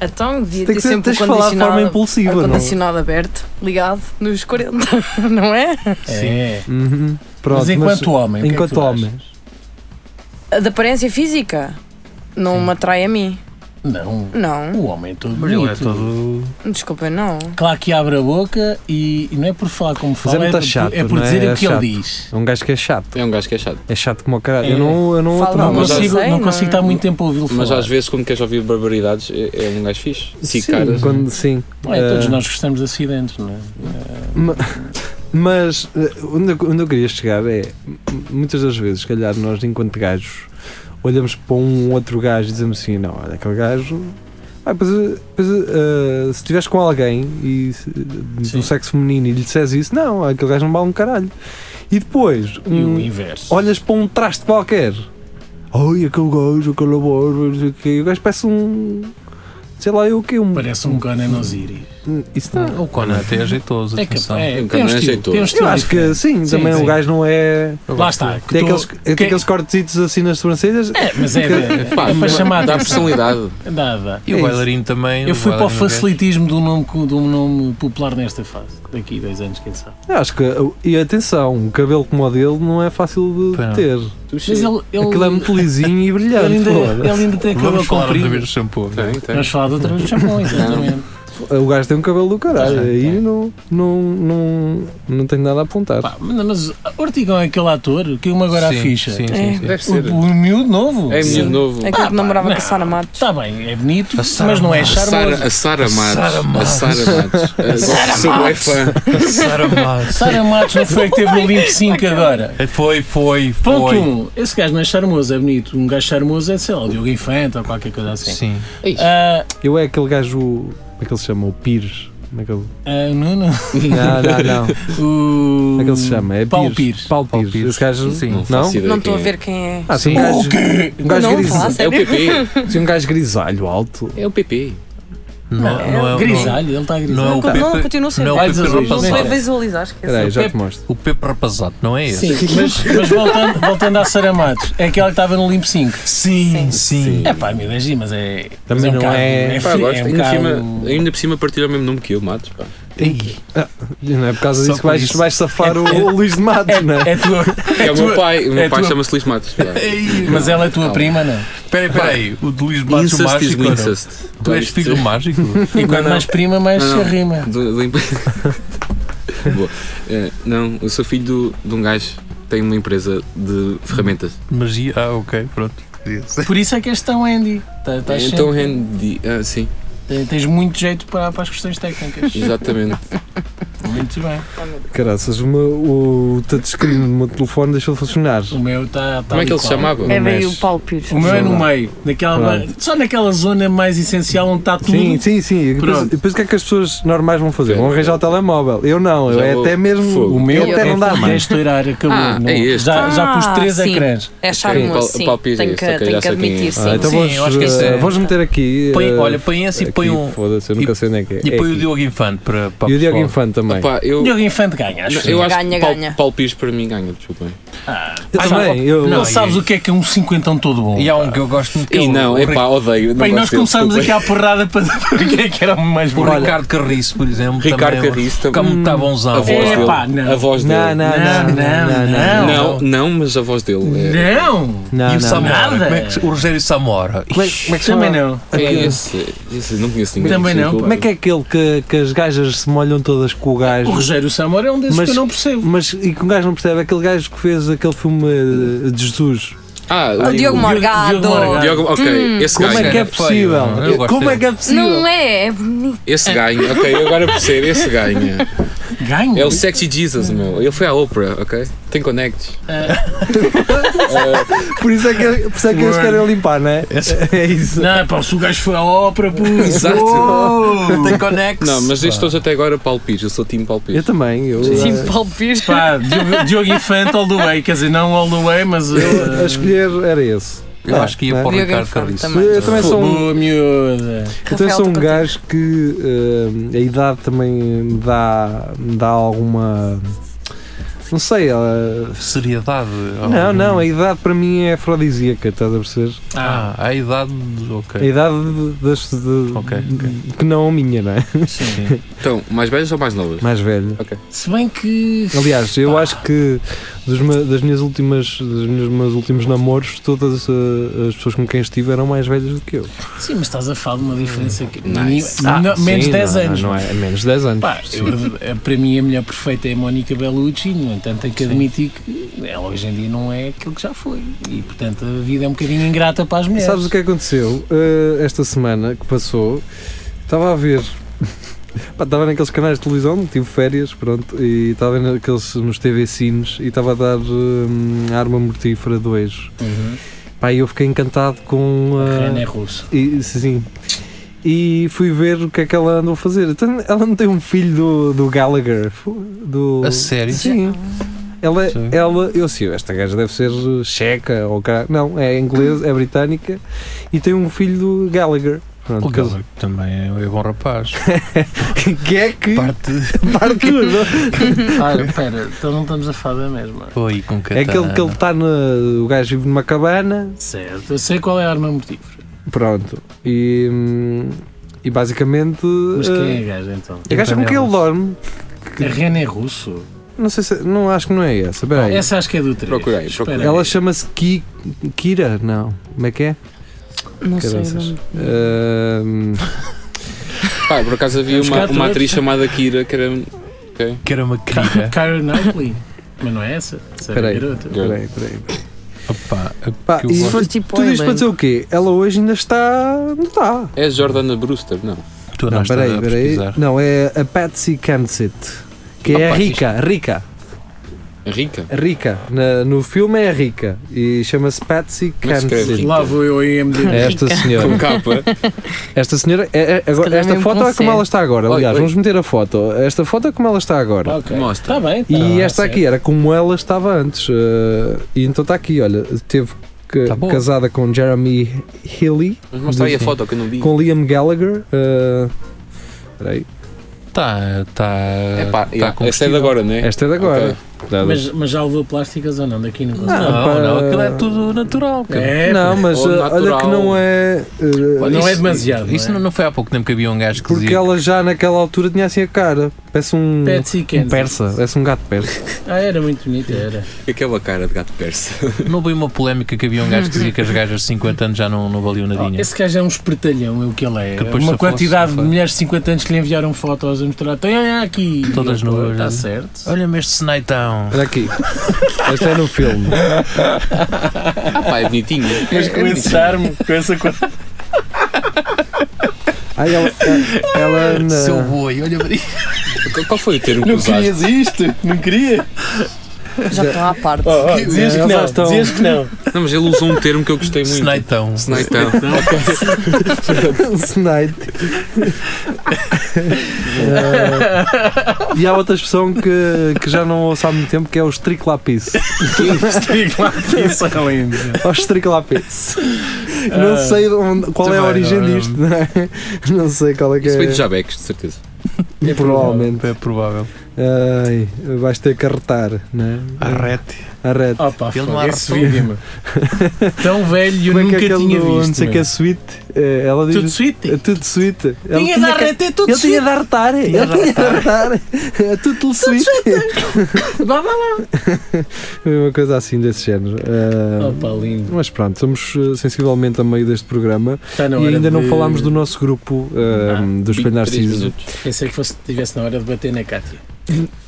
Speaker 4: Então devia
Speaker 2: Tem
Speaker 4: ter
Speaker 2: que ser,
Speaker 4: sempre
Speaker 2: tens
Speaker 4: o
Speaker 2: de falar de forma
Speaker 4: condicionado.
Speaker 2: impulsiva, não?
Speaker 4: Ar-condicionado aberto, ligado, nos 40, não é?
Speaker 5: É.
Speaker 2: Uhum. Pronto,
Speaker 5: Mas enquanto homem. o que é que
Speaker 2: enquanto
Speaker 5: tu
Speaker 2: homem.
Speaker 5: achas?
Speaker 4: A De aparência física, não me atrai a mim.
Speaker 5: Não,
Speaker 4: Não,
Speaker 5: o homem é todo
Speaker 6: Mas ele é
Speaker 5: bonito.
Speaker 6: todo.
Speaker 4: desculpa, não.
Speaker 5: Claro que abre a boca e, e não é por falar como fala,
Speaker 2: é muito
Speaker 5: por-
Speaker 2: chato,
Speaker 5: é por
Speaker 2: não é?
Speaker 5: dizer
Speaker 2: É
Speaker 5: o que
Speaker 2: chato.
Speaker 5: ele didiz.
Speaker 2: É um gajo que é chato.
Speaker 3: É um gajo que é chato.
Speaker 2: É chato como o caralho. Eu
Speaker 5: É.
Speaker 2: não, eu não
Speaker 4: Fala
Speaker 5: Não,
Speaker 2: atraso.
Speaker 4: mas-
Speaker 5: consigo,
Speaker 4: sei,
Speaker 5: não
Speaker 4: não-
Speaker 5: consigo estar muito tempo a ouvi-lo falar.
Speaker 3: Mas às vezes, quando queres ouvir barbaridades, é, é um gajo fixe. Sim,
Speaker 2: Sim,
Speaker 3: caras.
Speaker 2: quando, sim.
Speaker 5: Não é, todos
Speaker 2: Eh,
Speaker 5: nós gostamos de acidentes, não é?
Speaker 2: Ma- Mas eh, onde eu, onde eu queria chegar é m- muitas das vezes, se calhar, nós, enquanto gajos, olhamos para um outro gajo e dizemos assim: não, olha, aquele gajo. Ah, pois, eh, pois, eh, se estiveres com alguém e, se-
Speaker 5: Sim.
Speaker 2: do sexo feminino e lhe disseres isso, não, aquele gajo não vale um caralho. E depois,
Speaker 5: E o
Speaker 2: um,
Speaker 5: inverso.
Speaker 2: olhas para um traste qualquer. Ai, aquele gajo, aquele aborto, não sei o quê. E O gajo parece um. Sei lá, eu o quê? Um,
Speaker 5: Parece um Conan Osiris.
Speaker 2: Isso não.
Speaker 6: O Conan até é jeitoso.
Speaker 5: É,
Speaker 6: atenção.
Speaker 5: capaz-
Speaker 3: Um
Speaker 5: é, tem um
Speaker 3: Conan
Speaker 5: estilo,
Speaker 3: jeitoso.
Speaker 5: tem um
Speaker 3: Eu
Speaker 5: estilo
Speaker 2: Eu acho que
Speaker 5: diferente.
Speaker 2: sim,
Speaker 5: Sim,
Speaker 2: também
Speaker 5: sim.
Speaker 2: o gajo não é.
Speaker 5: Lá está. que
Speaker 2: Tem
Speaker 5: tu-
Speaker 2: aqueles, tem
Speaker 5: que-
Speaker 2: aqueles cortezitos assim nas sobrancelhas.
Speaker 5: É, mas é, é,
Speaker 3: Pá,
Speaker 5: para chamar
Speaker 3: dá
Speaker 5: a atenção.
Speaker 3: personalidade.
Speaker 5: Dá, dá.
Speaker 6: E
Speaker 2: É
Speaker 6: o
Speaker 2: isso.
Speaker 6: bailarino também.
Speaker 5: Eu
Speaker 6: o
Speaker 5: fui para o
Speaker 6: bailarino é-
Speaker 5: facilitismo de um nome, co- de um nome popular nesta fase. Daqui a 10 anos, quem sabe.
Speaker 2: Eu acho que. uh, E atenção, um cabelo como o dele não é fácil de
Speaker 6: Pois não.
Speaker 2: ter.
Speaker 3: Tu
Speaker 5: Mas
Speaker 3: sim.
Speaker 5: ele, ele,
Speaker 2: Aquilo é muito lisinho e
Speaker 5: ele,
Speaker 2: brilhante.
Speaker 5: ainda,
Speaker 2: foda.
Speaker 5: ele ainda tem cabelo
Speaker 6: Vamos falar outra vez
Speaker 5: comprido.
Speaker 6: do shampoo. não é?
Speaker 3: Tem, tem.
Speaker 5: Vamos falar de outra vez do shampoo, exatamente.
Speaker 2: O gajo tem um cabelo do caralho.
Speaker 5: Tem,
Speaker 2: Aí
Speaker 5: tem.
Speaker 2: não, não, não, não tenho nada a apontar.
Speaker 5: Pá, mas o Ortigão é aquele ator que me agora
Speaker 6: Sim,
Speaker 5: a ficha.
Speaker 6: Sim,
Speaker 4: É.
Speaker 6: sim, sim.
Speaker 3: Deve
Speaker 5: O,
Speaker 3: ser.
Speaker 5: o miúdo novo.
Speaker 3: É
Speaker 5: Sim.
Speaker 3: menino novo.
Speaker 4: É
Speaker 5: Ah,
Speaker 4: que
Speaker 5: pá,
Speaker 4: namorava com
Speaker 5: não.
Speaker 4: a Sara Matos.
Speaker 5: Está bem, é bonito,
Speaker 6: A Sara
Speaker 5: mas não é
Speaker 3: A Sara,
Speaker 5: charmoso.
Speaker 3: a Sara
Speaker 6: Sara
Speaker 3: Matos. A
Speaker 6: Matos.
Speaker 3: Sara Matos. A Sou é fã.
Speaker 6: Sara Matos.
Speaker 5: Sara Matos não foi a que teve no Limp 5 agora.
Speaker 6: Foi, foi, foi.
Speaker 5: Ponto 1. Um, esse gajo não é charmoso, é bonito. Um gajo charmoso é, sei lá, o Diogo Infante ou qualquer coisa assim.
Speaker 6: Sim.
Speaker 5: Ah,
Speaker 2: Eu é aquele gajo. Como é que ele se chama? O Pires. Como é que ele-
Speaker 5: ah, não, não.
Speaker 2: Não, não, não. Como
Speaker 5: O...
Speaker 2: é que ele se chama? É
Speaker 5: Paulo Pires.
Speaker 2: Paulo
Speaker 6: Paulo
Speaker 2: Pires.
Speaker 6: Pires.
Speaker 2: Esse gajo.
Speaker 6: Sim.
Speaker 2: Não?
Speaker 3: faço
Speaker 5: tá,
Speaker 3: ideia
Speaker 4: Não
Speaker 3: quem
Speaker 4: estou a
Speaker 3: é.
Speaker 4: ver quem é.
Speaker 2: Ah, sim, um gajo, um gajo
Speaker 4: Não,
Speaker 2: gris-
Speaker 4: vá a
Speaker 3: É o
Speaker 4: sério.
Speaker 3: PP.
Speaker 2: sim, um gajo grisalho alto.
Speaker 3: É o PP.
Speaker 6: Não,
Speaker 5: É,
Speaker 6: não é, não,
Speaker 5: grisalho, ele está grisalho.
Speaker 6: não é o
Speaker 4: Não,
Speaker 5: tá.
Speaker 6: Pepe.
Speaker 4: continua a ser.
Speaker 6: Não é o
Speaker 5: Olhos
Speaker 6: Pepe
Speaker 5: azuis,
Speaker 4: Não estou a
Speaker 5: Sim.
Speaker 6: Rapazado.
Speaker 4: visualizar, esquece.
Speaker 2: Espera aí, já
Speaker 5: Pepe-
Speaker 2: te mostro.
Speaker 6: é O Pepe Rapazado, não é esse?
Speaker 5: Sim, mas, mas voltando, voltando à Sara Matos, é aquela que estava no Limp 5.
Speaker 6: Sim, sim.
Speaker 5: É pá, meu Deus, mas é. mas
Speaker 2: Também
Speaker 5: um
Speaker 2: não
Speaker 5: bocado-
Speaker 2: é-
Speaker 3: Pá,
Speaker 5: fri-
Speaker 3: gosto.
Speaker 5: é um
Speaker 3: ainda, por
Speaker 5: bocado-
Speaker 3: cima, ainda por cima partilha o mesmo nome que eu, Matos. Pá.
Speaker 2: Não é por causa
Speaker 6: Só
Speaker 2: disso que
Speaker 6: por
Speaker 2: vais,
Speaker 6: isso.
Speaker 2: vais safar o, o Luís de Matos, não é?
Speaker 5: É tua,
Speaker 3: É, o meu
Speaker 5: tua-
Speaker 3: pai. O meu
Speaker 5: é
Speaker 3: pai
Speaker 5: tua-
Speaker 3: chama-se Luís Matos. pá.
Speaker 5: mas ela é tua
Speaker 3: Calma.
Speaker 5: prima, não?
Speaker 6: Espera aí, espera aí. O de Luís Matos, o
Speaker 3: Incest is
Speaker 6: mágico. ou não?
Speaker 3: incest.
Speaker 6: Tu és filho do mágico?
Speaker 5: E quanto mais prima, mais
Speaker 3: Não,
Speaker 5: se
Speaker 3: não.
Speaker 5: arrima.
Speaker 3: Do- do em- Boa. Eh, não, eu sou filho do- de um gajo que tem uma empresa de ferramentas.
Speaker 6: Magia. Ah, ok, pronto.
Speaker 5: Por isso é que és tão Andy. Tá-
Speaker 3: Eh,
Speaker 5: estás
Speaker 3: então,
Speaker 5: sempre-
Speaker 3: Randy. Ah, sim,
Speaker 5: te- Tens muito jeito para, para as questões técnicas.
Speaker 3: exatamente.
Speaker 5: Muito bem.
Speaker 2: Caraças, o, meu- o touchscreen do meu telefone deixou de funcionar.
Speaker 5: O meu está.
Speaker 3: Como é que ele se chamava?
Speaker 4: É
Speaker 2: Não
Speaker 4: meio
Speaker 2: mexe.
Speaker 4: o Paulo Pires.
Speaker 5: O meu é no
Speaker 2: Sei lá.
Speaker 5: meio. Naquela,
Speaker 2: Pronto.
Speaker 5: só naquela zona mais essencial onde está tudo.
Speaker 2: Sim, sim, sim. E Depois,
Speaker 5: Pronto.
Speaker 2: depois o que é que as pessoas normais vão fazer? Vão
Speaker 3: Pera,
Speaker 2: arranjar o telemóvel. Eu não, eu
Speaker 3: Já
Speaker 2: é
Speaker 3: vou-
Speaker 2: até mesmo.
Speaker 3: Fogo.
Speaker 5: O meu
Speaker 2: até
Speaker 5: é-
Speaker 2: não dá
Speaker 5: é
Speaker 2: mais.
Speaker 5: estourar, acabou.
Speaker 3: Ah,
Speaker 5: Não-
Speaker 3: é este.
Speaker 5: já, já pus
Speaker 4: Ah,
Speaker 5: três
Speaker 4: sim.
Speaker 5: ecrãs.
Speaker 4: É
Speaker 3: Paulo-
Speaker 4: charmoso, sim.
Speaker 3: Paulo Pires é
Speaker 4: Tenho
Speaker 3: esse,
Speaker 4: que,
Speaker 3: ok,
Speaker 4: tenho
Speaker 3: já
Speaker 4: que
Speaker 3: sei quem é.
Speaker 4: admitir, sim.
Speaker 2: Ah, então
Speaker 4: sim.
Speaker 2: vamos,
Speaker 6: eu acho que esse é-
Speaker 2: vamos meter aqui.
Speaker 6: Põe-
Speaker 2: eh,
Speaker 6: olha, põe esse e põe
Speaker 2: aqui,
Speaker 6: um.
Speaker 2: Foda-se, eu nunca
Speaker 6: e-
Speaker 2: sei nem que é.
Speaker 6: E
Speaker 2: É
Speaker 6: põe o
Speaker 2: aqui.
Speaker 6: Diogo Infante para, para
Speaker 2: E o Diogo
Speaker 6: pessoal.
Speaker 2: Infante também.
Speaker 3: Pá, eu,
Speaker 5: Diogo Infante ganha, acho.
Speaker 3: eu acho
Speaker 4: Ganha,
Speaker 3: que Paulo,
Speaker 4: ganha.
Speaker 3: Paulo Pires para mim ganha, desculpem.
Speaker 2: Eu
Speaker 5: Ah,
Speaker 2: também. Eu,
Speaker 5: Não,
Speaker 6: Não,
Speaker 5: sabes
Speaker 6: e-
Speaker 5: o que é que é um cinquentão todo bom?
Speaker 6: E há um que eu gosto muito. que é
Speaker 3: E
Speaker 6: o-
Speaker 3: não,
Speaker 6: o
Speaker 3: é pá, odeio. não
Speaker 5: Bem, nós
Speaker 3: gosto dele,
Speaker 5: começámos aqui
Speaker 3: desculpem.
Speaker 5: à porrada para para quem é que era o mais
Speaker 6: O
Speaker 5: bom.
Speaker 6: Ricardo Carriço, por exemplo.
Speaker 3: Ricardo
Speaker 6: também, é-
Speaker 3: Carriço também.
Speaker 6: Como está bonzão.
Speaker 3: A voz
Speaker 5: É,
Speaker 3: dele.
Speaker 5: pá, não.
Speaker 3: A voz dele.
Speaker 2: não, não, não,
Speaker 5: Não, não, não.
Speaker 3: Não, não, mas a voz dele. É,
Speaker 5: Não!
Speaker 2: Não,
Speaker 6: E
Speaker 2: não, não.
Speaker 6: o Samora?
Speaker 5: Nada.
Speaker 6: Como é que se- o Rogério Samora?
Speaker 2: Como é- como é que se
Speaker 5: Também
Speaker 2: chama?
Speaker 5: não.
Speaker 3: é
Speaker 2: Aquele-
Speaker 3: esse, esse. Não conheço ninguém.
Speaker 5: Também não,
Speaker 3: desculpa.
Speaker 2: Como é que é aquele que, que as gajas se molham todas com o
Speaker 5: O
Speaker 2: gajo?
Speaker 5: Rogério Samora é um desses
Speaker 2: Mas-
Speaker 5: que eu não percebo.
Speaker 2: Mas e que um gajo não percebe? Aquele gajo que fez aquele filme eh, de Jesus.
Speaker 3: Ah,
Speaker 4: O Diogo Morgado.
Speaker 5: Diogo Morgado.
Speaker 3: Diogo, ok, esse
Speaker 2: Como é
Speaker 3: ganha.
Speaker 2: que é
Speaker 6: Feio,
Speaker 2: possível?
Speaker 6: não, eu gosto
Speaker 2: Como é
Speaker 6: dele.
Speaker 2: que é possível?
Speaker 4: Não é, é bonito.
Speaker 3: Esse ganha, ok, eu agora percebo, esse ganha.
Speaker 5: Ganho?
Speaker 3: É o Sexy Jesus, meu. Ele foi à Oprah, ok? Tem connects.
Speaker 2: É. Por isso é que, por isso é que eles querem limpar, não é? É isso.
Speaker 5: Não, pá, se o gajo foi à ópera, pô.
Speaker 3: Exato.
Speaker 6: Tem Conex.
Speaker 3: Não, mas estes todos até agora Paulo Pires, eu sou time Paulo
Speaker 2: Eu
Speaker 3: Pires.
Speaker 2: também. Eu,
Speaker 4: Sim,
Speaker 2: eh,
Speaker 4: Paulo Pires.
Speaker 5: Pá, Diogo, Diogo Infante all the way, quer dizer, não all the way, mas. Uh,
Speaker 2: eh, a escolher era esse.
Speaker 6: Eu acho que ia para o
Speaker 4: Diogo
Speaker 6: Ricardo
Speaker 4: Infante
Speaker 6: Carriço.
Speaker 4: também.
Speaker 2: Eu também sou um,
Speaker 5: Boa miúda.
Speaker 2: eu também sou
Speaker 4: Rafael, tu
Speaker 2: um
Speaker 4: contigo.
Speaker 2: gajo que eh, a idade também me dá, me dá alguma. Não sei. eh,
Speaker 6: Seriedade.
Speaker 2: não, não, é a idade para mim é afrodisíaca, estás a perceber?
Speaker 5: Ah,
Speaker 6: Ah, a idade. Ok.
Speaker 2: A idade das, de-
Speaker 6: Ok, ok.
Speaker 2: que não a minha, não é?
Speaker 5: sim.
Speaker 3: Então, mais velhas ou mais novas?
Speaker 2: Mais velho.
Speaker 5: Se bem que.
Speaker 2: Aliás, eu acho que dos me- das minhas últimas, dos meus, meus últimos namoros, todas eh, as pessoas com quem estive eram mais velhas do que eu.
Speaker 5: Sim, mas estás a falar de uma diferença que.
Speaker 3: Nice.
Speaker 5: Mini- não,
Speaker 2: Ah, sim,
Speaker 5: menos
Speaker 2: não,
Speaker 5: 10
Speaker 2: não,
Speaker 5: anos.
Speaker 2: Não, é, é menos 10 anos.
Speaker 5: Pá,
Speaker 2: sim.
Speaker 5: eu- a- para mim a mulher perfeita é a Mónica Bellucci, no entanto tenho que admitir que ela hoje em dia não é aquilo que já foi. E portanto a vida é um bocadinho ingrata para as mulheres.
Speaker 2: Sabes o que é? aconteceu? Eh, esta semana que passou, estava a ver. Pá, Estava naqueles canais de televisão, tive férias, pronto, e estava naqueles, nos TV Cines e estava a dar hum, Arma Mortífera 2.
Speaker 5: Uhum.
Speaker 2: Pá, e eu fiquei encantado com eh,
Speaker 5: A
Speaker 2: a.
Speaker 5: Rihanna é russa.
Speaker 2: E, sim. E fui ver o que é que ela andou a fazer. Então, ela não tem um filho do, do Gallagher. Do...
Speaker 6: A sério?
Speaker 2: Sim. Ela,
Speaker 6: Sim.
Speaker 2: ela, eu sei, esta gaja deve ser checa ou cá. Não, é inglesa, é britânica e tem um filho do Gallagher. Pronto,
Speaker 6: O
Speaker 2: é que-
Speaker 6: Gallagher também é,
Speaker 2: um
Speaker 6: é bom rapaz.
Speaker 2: que é que
Speaker 6: Parte.
Speaker 2: parte tudo.
Speaker 5: Ah, espera, então não estamos a falar da mesma.
Speaker 6: Foi com
Speaker 2: É aquele que ele está na. O gajo vive numa cabana.
Speaker 5: Certo, eu sei qual é a arma mortífera.
Speaker 2: Pronto. E, hum, e basicamente.
Speaker 5: Mas quem é
Speaker 2: eh,
Speaker 5: a gaja então?
Speaker 2: a gaja
Speaker 6: é
Speaker 2: com quem ele dorme.
Speaker 5: A Rihanna é russo?
Speaker 2: Não sei se. Não acho que não é essa. Espera aí.
Speaker 5: Essa acho que é do 3.
Speaker 3: Procurei, procurei.
Speaker 2: Ela chama-se Ki- Kira, não. Como é que é?
Speaker 4: Não sei o
Speaker 2: Caraças.
Speaker 4: nome.
Speaker 2: Ahm,
Speaker 3: Pá, por acaso havia
Speaker 5: Vamos
Speaker 3: uma,
Speaker 5: cá, tu
Speaker 3: uma
Speaker 5: és-
Speaker 3: atriz chamada Kira que era. Ok.
Speaker 6: Que era uma querida.
Speaker 5: Kyra Knightley. Mas não é essa? Essa
Speaker 2: Peraí.
Speaker 5: é garota.
Speaker 2: peraí, peraí.
Speaker 6: Opa,
Speaker 2: Pá,
Speaker 6: que eu
Speaker 2: isso
Speaker 6: gosto.
Speaker 2: foi,
Speaker 4: Mas tipo
Speaker 2: tudo isto
Speaker 4: Oiler.
Speaker 2: para dizer o quê? Ela hoje ainda está. Não está.
Speaker 3: É a Jordana Brewster, não.
Speaker 6: Tu
Speaker 2: Não,
Speaker 6: andaste
Speaker 2: peraí,
Speaker 6: a
Speaker 2: peraí.
Speaker 6: pesquisar.
Speaker 2: Não, é a Patsy Kensit. Que é
Speaker 6: Opa,
Speaker 2: rica, rica,
Speaker 3: É rica.
Speaker 2: rica. Na- no filme é rica. E chama-se Patsy
Speaker 3: Como é que se escreve
Speaker 2: Kensit.
Speaker 3: rica?
Speaker 5: Lá vou eu a IMDb.
Speaker 2: É esta
Speaker 3: Com
Speaker 2: senhora.
Speaker 3: capa.
Speaker 2: Esta senhora. é- é- agora-
Speaker 4: calhar
Speaker 2: esta
Speaker 4: mesmo
Speaker 2: foto
Speaker 4: com
Speaker 2: é como
Speaker 4: C.
Speaker 2: ela está agora.
Speaker 3: Oi,
Speaker 2: Aliás,
Speaker 3: oi.
Speaker 2: vamos meter a foto. Esta foto é como ela está agora.
Speaker 5: Ok.
Speaker 3: Mostra.
Speaker 5: Está bem. tá
Speaker 2: E
Speaker 5: bem,
Speaker 2: esta
Speaker 5: certo.
Speaker 2: aqui era como ela estava antes. eh, e então está aqui, olha, teve que-
Speaker 6: Tá bom.
Speaker 2: casada com Jeremy Healy,
Speaker 3: Mas mostra aí a
Speaker 2: Sim.
Speaker 3: foto que eu não vi.
Speaker 2: com Liam Gallagher. eh, peraí,
Speaker 6: Tá, tá.
Speaker 3: É pá,
Speaker 6: tá
Speaker 3: yeah,
Speaker 6: com
Speaker 3: essa é de
Speaker 6: vestido.
Speaker 3: agora, não é?
Speaker 2: esta é de agora. Da-
Speaker 5: Mas, mas já levou plásticas ou não? Daqui não
Speaker 6: Não,
Speaker 5: consigo.
Speaker 2: Opa.
Speaker 6: não, aquilo é tudo natural. cara.
Speaker 5: Ah, É,
Speaker 2: não, mas
Speaker 3: ou
Speaker 2: eh, olha
Speaker 3: natural.
Speaker 2: que não é. eh,
Speaker 5: Olha, não é demasiado,
Speaker 6: Isso
Speaker 5: não
Speaker 6: não,
Speaker 5: é?
Speaker 6: foi há pouco tempo que havia um gajo que
Speaker 2: porque
Speaker 6: dizia.
Speaker 2: ela já naquela altura tinha assim a cara. Parece um.
Speaker 5: Patsy
Speaker 2: um
Speaker 5: Kensit.
Speaker 2: persa, parece um gato persa.
Speaker 5: Ah, era muito bonita, era.
Speaker 3: Aquela cara de gato persa.
Speaker 6: Não houve uma polémica que havia um gajo que dizia que as gajas de 50 anos já não, não valiam nadinha.
Speaker 5: Esse gajo é um espertalhão, é o que ele é.
Speaker 6: Que depois
Speaker 5: Uma
Speaker 6: safou-se,
Speaker 5: quantidade de
Speaker 6: safou.
Speaker 5: mulheres de 50 anos que lhe enviaram fotos a mostrar. Tem olha aqui. Tá
Speaker 6: Todas
Speaker 5: E ele,
Speaker 6: nuas,
Speaker 5: Está
Speaker 6: né?
Speaker 5: certo.
Speaker 6: Olha-me este senaitão.
Speaker 2: Olha aqui. Esta é no filme.
Speaker 3: Ah pá, é bonitinho.
Speaker 5: Mas com esse charme, com essa coisa.
Speaker 2: Ah, ela. ela, ela na-
Speaker 6: Seu boi, olha para isso.
Speaker 3: Qu- Qual foi o termo que usaste?
Speaker 5: isto? Não queria?
Speaker 4: Já estão à parte.
Speaker 6: Oh.
Speaker 2: dizias que não, dizias
Speaker 5: que não.
Speaker 3: Não, mas ele usou um termo que eu gostei muito.
Speaker 6: Senaitão.
Speaker 3: Snaitão.
Speaker 2: Snipe. Eh, e há outra expressão que, que já não ouço há muito tempo que é os triclapice.
Speaker 5: Isso é lindo.
Speaker 2: Os triclapice. Não
Speaker 5: Ah,
Speaker 2: sei de onde- qual é a
Speaker 6: também
Speaker 2: origem
Speaker 6: não-
Speaker 2: disto, não é? Não sei qual é que
Speaker 3: Isso veio
Speaker 2: é.
Speaker 3: de Jabex, de certeza.
Speaker 2: Provavelmente.
Speaker 6: É provável.
Speaker 2: Ai, vais ter que arretar, né?
Speaker 6: Arrete.
Speaker 2: Arrete.
Speaker 5: Opa,
Speaker 6: Ele
Speaker 5: Ah, fogo,
Speaker 6: não
Speaker 5: esse
Speaker 6: arretou.
Speaker 5: vídeo. meu. Tão velho, eu
Speaker 2: Como é que é
Speaker 5: nunca
Speaker 2: aquele
Speaker 5: tinha
Speaker 2: do- não
Speaker 5: visto.
Speaker 2: sei que é
Speaker 5: meu.
Speaker 2: suite? Eh, Ela
Speaker 5: Tudo
Speaker 2: diz.
Speaker 5: suíte.
Speaker 2: É tudo de suite. Ele
Speaker 5: Tinha de
Speaker 2: tinha que-
Speaker 5: arreter tudo
Speaker 2: Ele tinha
Speaker 5: suíte.
Speaker 2: de arretar. Ele
Speaker 5: Tinha de
Speaker 2: tinha de arretar. É tudo de suite.
Speaker 5: Vá, vá, vá.
Speaker 2: Uma coisa assim desse género. Ah,
Speaker 5: Opa, lindo.
Speaker 2: mas pronto, estamos eh, sensivelmente a meio deste programa
Speaker 5: Está na
Speaker 2: e
Speaker 5: hora
Speaker 2: ainda não
Speaker 5: de-
Speaker 2: falámos do nosso grupo ah, do Espelho
Speaker 3: 23
Speaker 2: Narciso.
Speaker 3: minutos.
Speaker 5: Pensei que fosse tivesse na hora de bater na Cátia.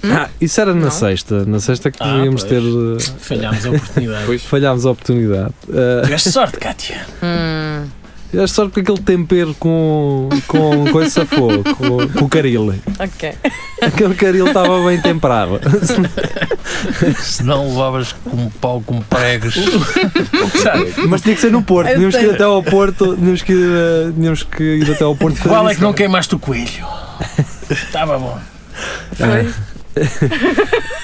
Speaker 2: Ah, isso era na
Speaker 4: Não.
Speaker 2: sexta. Na sexta que
Speaker 5: Ah,
Speaker 2: devíamos
Speaker 5: pois.
Speaker 2: ter. eh,
Speaker 5: Falhámos a oportunidade.
Speaker 3: Pois.
Speaker 2: falhámos a oportunidade. Ah,
Speaker 5: Tiveste sorte, Cátia.
Speaker 4: Hum.
Speaker 2: é só porque aquele tempero com. com coisa safou, com, com o caril.
Speaker 4: Ok.
Speaker 2: Aquele caril estava bem temperado.
Speaker 6: Se não levavas com pau com pregos.
Speaker 2: Mas tinha que ser no Porto.
Speaker 4: Eu
Speaker 2: Tínhamos que ir
Speaker 4: tenho-
Speaker 2: até ao Porto. Tínhamos que ir, eh, tínhamos que ir até ao Porto e fazer
Speaker 5: Qual é
Speaker 2: isso.
Speaker 5: que não queimaste o coelho? Estava bom.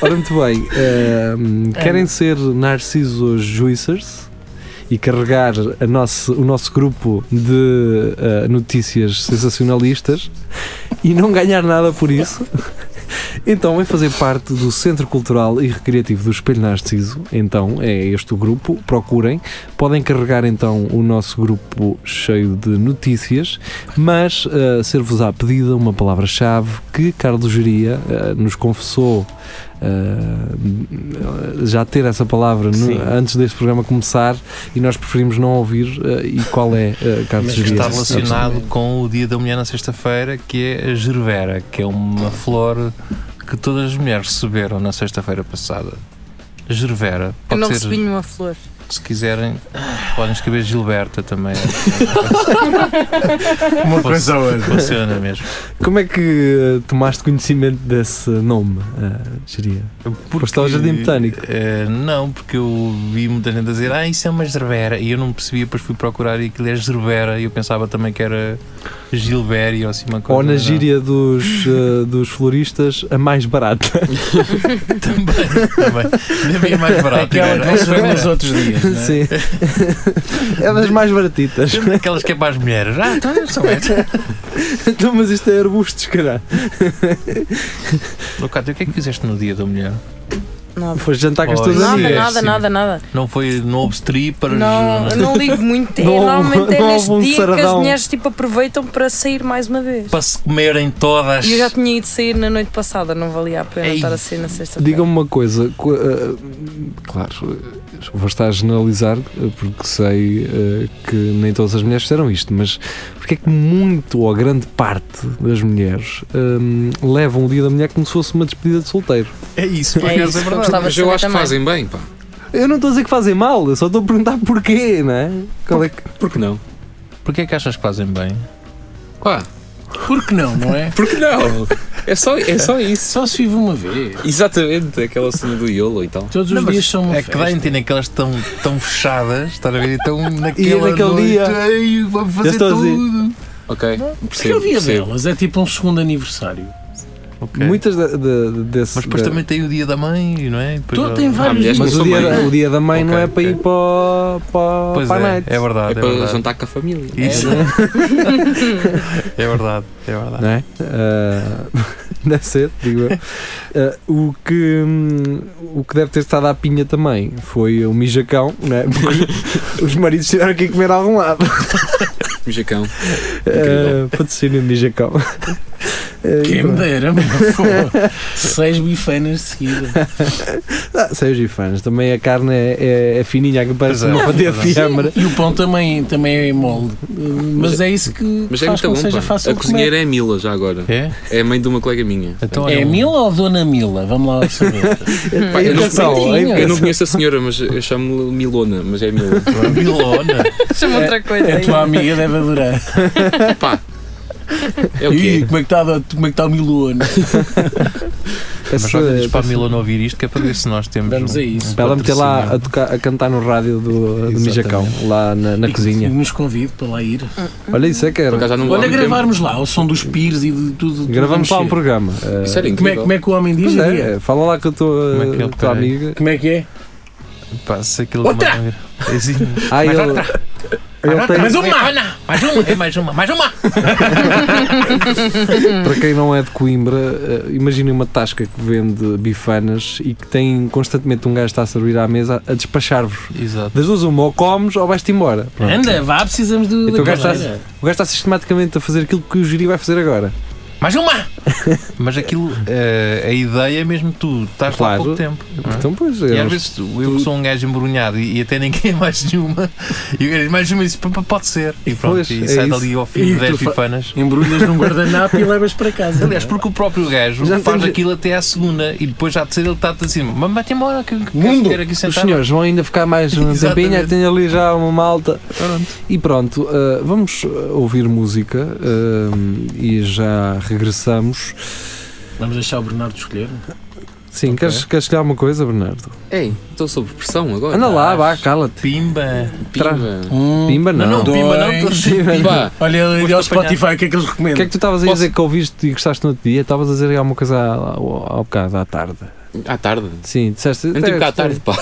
Speaker 2: Ora, muito bem. ehm,
Speaker 5: É.
Speaker 2: querem ser Narcisos Juicers e carregar a nosso- o nosso grupo de eh, notícias sensacionalistas e não ganhar nada por isso? Então, vem fazer parte do Centro Cultural e Recreativo do Espelho Narciso. Então, é este o grupo. Procurem. Podem carregar então o nosso grupo cheio de notícias, mas eh, ser-vos-á pedida uma palavra-chave que Carlos Geria eh, nos confessou ah, já ter essa palavra no-
Speaker 7: Sim.
Speaker 2: antes deste programa começar e nós preferimos não ouvir ah, e qual é, ah, Carlos
Speaker 5: Mas
Speaker 6: que
Speaker 2: Geria?
Speaker 6: está
Speaker 5: Sim,
Speaker 6: relacionado
Speaker 5: absolutamente.
Speaker 6: com o Dia da Mulher na sexta-feira, que é a gervera, que é uma flor que todas as mulheres receberam na sexta-feira passada. Gervera,
Speaker 4: Eu
Speaker 6: pode
Speaker 4: não
Speaker 6: ser,
Speaker 4: recebi nenhuma flor.
Speaker 6: se quiserem, podem escrever Gilberta também.
Speaker 7: Uma
Speaker 6: coisa
Speaker 7: ou outra.
Speaker 6: Funciona mesmo.
Speaker 2: Como é que ah, tomaste conhecimento desse nome, ah, Geria? Foste ao Jardim Botânico.
Speaker 6: Eh, não, porque eu vi muita gente a dizer, ah, isso é uma gervera, e eu não percebia, depois fui procurar e aquilo é gervera, e eu pensava também que era Gilbério ou assim uma coisa.
Speaker 2: Ou na
Speaker 6: mas não.
Speaker 2: gíria dos, ah, dos floristas, a mais barata.
Speaker 6: Também, também. Nem bem é mais barato.
Speaker 5: Aquela que
Speaker 6: era.
Speaker 5: se vê nos outros dias. não é?
Speaker 2: Sim. é das mais baratitas.
Speaker 6: Aquelas que é para as mulheres. Ah, então eu sou
Speaker 2: Então, mas isto é arbustos, caralho.
Speaker 6: Locato, o que é que fizeste no dia da mulher?
Speaker 4: Nada,
Speaker 2: Foste jantar com as
Speaker 6: Pois.
Speaker 2: tuas
Speaker 6: Não,
Speaker 4: nada,
Speaker 2: amigas.
Speaker 6: é
Speaker 4: nada,
Speaker 6: assim.
Speaker 4: nada, nada.
Speaker 6: Não foi no obstrippers?
Speaker 4: Não, eu não ligo muito. É,
Speaker 2: Não houve-
Speaker 4: normalmente é
Speaker 2: não houve
Speaker 4: neste
Speaker 2: um
Speaker 4: dia que as
Speaker 2: saradão.
Speaker 4: mulheres tipo, aproveitam para sair mais uma vez.
Speaker 6: Para se comerem todas.
Speaker 4: E eu já tinha ido sair na noite passada, não valia a pena
Speaker 6: Ei.
Speaker 4: estar a sair na sexta-feira.
Speaker 2: Diga-me uma coisa, co- eh, claro, eh, vou estar a generalizar eh, porque sei eh, que nem todas as mulheres fizeram isto, mas porque é que muito ou a grande parte das mulheres hum, levam o dia da mulher como se fosse uma despedida de solteiro?
Speaker 6: É isso, por
Speaker 4: É
Speaker 6: acaso
Speaker 4: isso,
Speaker 6: é verdade.
Speaker 4: gostava
Speaker 3: Mas
Speaker 4: de
Speaker 3: eu
Speaker 4: saber
Speaker 3: acho que
Speaker 4: também.
Speaker 3: fazem bem, pá.
Speaker 2: Eu não estou a dizer que fazem mal, eu só estou a perguntar porquê, não é? Qual é que-
Speaker 3: Por que não?
Speaker 6: Porquê é que achas que fazem bem?
Speaker 3: Pá,
Speaker 5: Por que não, não é?
Speaker 3: por que não? É só, é só isso.
Speaker 5: Só se vive uma vez.
Speaker 3: Exatamente, aquela cena do Iolo e tal.
Speaker 5: Todos os
Speaker 6: Não, mas
Speaker 5: dias são uma
Speaker 6: é que dá a
Speaker 5: festa.
Speaker 6: entender que elas estão tão fechadas, estás a ver? E estão naquela
Speaker 2: naquele
Speaker 6: noite,
Speaker 2: dia.
Speaker 6: "Ei, vamos fazer
Speaker 2: estou a dizer.
Speaker 6: tudo.
Speaker 3: Ok,
Speaker 5: Porque é
Speaker 3: percebo.
Speaker 5: o dia
Speaker 3: percebo.
Speaker 5: delas, é tipo um segundo aniversário.
Speaker 6: Ok.
Speaker 2: Muitas da, da- desses-
Speaker 6: Mas depois
Speaker 2: da-
Speaker 6: também tem o dia da mãe, não é? Depois
Speaker 5: Todo
Speaker 6: há-
Speaker 5: tem vários
Speaker 3: mulheres
Speaker 5: dias.
Speaker 3: que
Speaker 2: mas
Speaker 3: não
Speaker 2: o
Speaker 3: sou
Speaker 2: dia,
Speaker 3: mãe.
Speaker 2: o dia da mãe não
Speaker 6: Ok,
Speaker 2: é para ir
Speaker 6: ok.
Speaker 2: para, o- para,
Speaker 6: Pois
Speaker 2: para a
Speaker 6: é,
Speaker 2: night.
Speaker 6: é verdade,
Speaker 3: É
Speaker 6: é,
Speaker 3: para
Speaker 6: verdade.
Speaker 3: jantar com a família.
Speaker 6: Isso.
Speaker 3: É,
Speaker 6: É verdade, é verdade.
Speaker 2: não é? Ah, deve ser, digo eu. Ah, o, que, hum, o que deve ter estado à pinha também foi o mijacão, não é? Porque os maridos tiveram que ir comer a algum lado
Speaker 3: Mijacão.
Speaker 2: Ah, patrocínio de mijacão. Ah, e
Speaker 5: Quem me
Speaker 2: pronto.
Speaker 5: dera, meu, pô. Seis bifanas de seguida.
Speaker 2: ah, sei os bifanas, também a carne é, é, é fininha, que parece
Speaker 6: Pois é,
Speaker 2: uma fatia de
Speaker 6: pois é.
Speaker 2: fiambre.
Speaker 5: E o pão também, também é molde. Mas é isso que
Speaker 3: Mas é muito
Speaker 5: faz com
Speaker 3: bom,
Speaker 5: que seja
Speaker 3: pá.
Speaker 5: fácil Então,
Speaker 3: A
Speaker 5: de
Speaker 3: cozinheira é a Mila já agora.
Speaker 6: É?
Speaker 3: É a mãe de uma colega minha.
Speaker 6: Então
Speaker 5: comer. É
Speaker 6: um-
Speaker 5: Mila ou Dona Mila? Vamos lá saber.
Speaker 2: A
Speaker 3: Pá,
Speaker 5: é
Speaker 3: eu não-
Speaker 2: educação, a
Speaker 5: eu não-
Speaker 3: Eu não
Speaker 2: educação.
Speaker 3: conheço a senhora, mas eu chamo-lhe Milona, mas é Mila.
Speaker 6: um- Milona.
Speaker 4: Chama outra coisa.
Speaker 3: É
Speaker 4: É
Speaker 5: A
Speaker 4: aí.
Speaker 5: tua amiga deve adorar.
Speaker 3: Pá, é o
Speaker 5: Ih,
Speaker 3: quê?
Speaker 5: como é que está como é que tá o Milone?
Speaker 6: Mas
Speaker 2: Essa-
Speaker 6: só que diz para a Milona ouvir isto, que é para ver se nós temos.
Speaker 5: Vamos
Speaker 6: um-
Speaker 5: a isso.
Speaker 2: Para ela meter lá a,
Speaker 6: patrocínio.
Speaker 2: tocar, a cantar no rádio do, do
Speaker 6: Exatamente.
Speaker 2: Mijacão, lá na, na
Speaker 5: E- E
Speaker 2: cozinha.
Speaker 5: nos convido para lá ir.
Speaker 3: Ah,
Speaker 2: Olha, isso é que
Speaker 3: Por
Speaker 2: era.
Speaker 3: acaso já não me
Speaker 5: Olha,
Speaker 3: lembro.
Speaker 5: gravarmos lá o som dos pires e de tudo. tudo
Speaker 2: Gravamos lá um
Speaker 5: mexer.
Speaker 2: programa. Ah,
Speaker 3: Isso era
Speaker 5: Como é,
Speaker 3: incrível.
Speaker 5: como é que o homem diz?
Speaker 2: Pois
Speaker 5: Diria?
Speaker 2: é, fala lá com a tua,
Speaker 6: Como é que ele-
Speaker 2: tua
Speaker 6: peraí.
Speaker 2: amiga.
Speaker 5: Como é que é?
Speaker 6: Pá, se aquilo não
Speaker 5: Outra!
Speaker 6: maneira. É assim.
Speaker 2: Ah, ele, ele tem- um
Speaker 5: Mais uma!
Speaker 6: Mais uma, é mais uma, mais uma!
Speaker 2: para quem não é de Coimbra, eh, imaginem uma tasca que vende bifanas e que tem constantemente um gajo que está a servir à mesa a despachar-vos.
Speaker 6: Exato.
Speaker 2: Das duas, uma, ou comes ou vais-te embora. Pronto.
Speaker 5: Anda, vá, precisamos do.
Speaker 2: Então
Speaker 5: da
Speaker 2: gasta-
Speaker 5: cadeira.
Speaker 2: O gajo está sistematicamente a fazer aquilo que o Jiri vai fazer agora.
Speaker 6: Mais uma! Mas aquilo, eh, a ideia é mesmo tu, estás lá há
Speaker 2: Claro.
Speaker 6: pouco tempo. não é?
Speaker 2: Então, pois,
Speaker 6: E
Speaker 2: é,
Speaker 6: às vezes tu- eu que sou um gajo embrunhado e, e até ninguém é mais nenhuma, e o gajo diz mais uma e diz, "P- p- pode ser. E pronto,
Speaker 2: Pois,
Speaker 6: e
Speaker 2: é
Speaker 6: sai
Speaker 2: isso.
Speaker 6: dali ao
Speaker 5: E
Speaker 6: fim de
Speaker 5: tu
Speaker 6: 10
Speaker 5: fa-
Speaker 6: pifanas.
Speaker 5: Embrulhas num guardanapo e levas para casa.
Speaker 6: Aliás, porque o próprio gajo
Speaker 2: Já
Speaker 6: faz
Speaker 2: temos-
Speaker 6: aquilo até à segunda e depois já de ser ele está-te assim, mas vai-te embora, que, que
Speaker 2: Mundo!
Speaker 6: quero aqui
Speaker 2: Os
Speaker 6: sentar.
Speaker 2: senhores vão ainda ficar mais um
Speaker 6: Exatamente.
Speaker 2: tempinho, tem ali já uma malta.
Speaker 6: Pronto.
Speaker 2: E pronto, uh, vamos uh, ouvir música um, e já regressamos.
Speaker 5: Vamos deixar o Bernardo escolher.
Speaker 2: Sim, queres, queres chegar uma coisa, Bernardo?
Speaker 3: Ei, estou sob pressão agora.
Speaker 2: Anda lá, vá, cala-te.
Speaker 6: Pimba!
Speaker 3: Pimba.
Speaker 5: Um,
Speaker 2: Pimba não.
Speaker 6: Não, não, pimba não, estou a dizer
Speaker 2: Dois.
Speaker 6: pimba.
Speaker 3: Pá,
Speaker 5: Olha, ele
Speaker 6: Foste
Speaker 5: ao Spotify, o que é que eles
Speaker 2: O que é
Speaker 5: recomendam?
Speaker 2: que tu estavas a
Speaker 3: Posso-
Speaker 2: dizer que ouviste e gostaste no outro dia? Estavas a dizer alguma coisa ao, ao bocado, à tarde.
Speaker 3: à tarde.
Speaker 2: Sim, disseste.
Speaker 3: Não tive
Speaker 2: "É,
Speaker 3: cá à
Speaker 2: gostei."
Speaker 3: tarde, pá.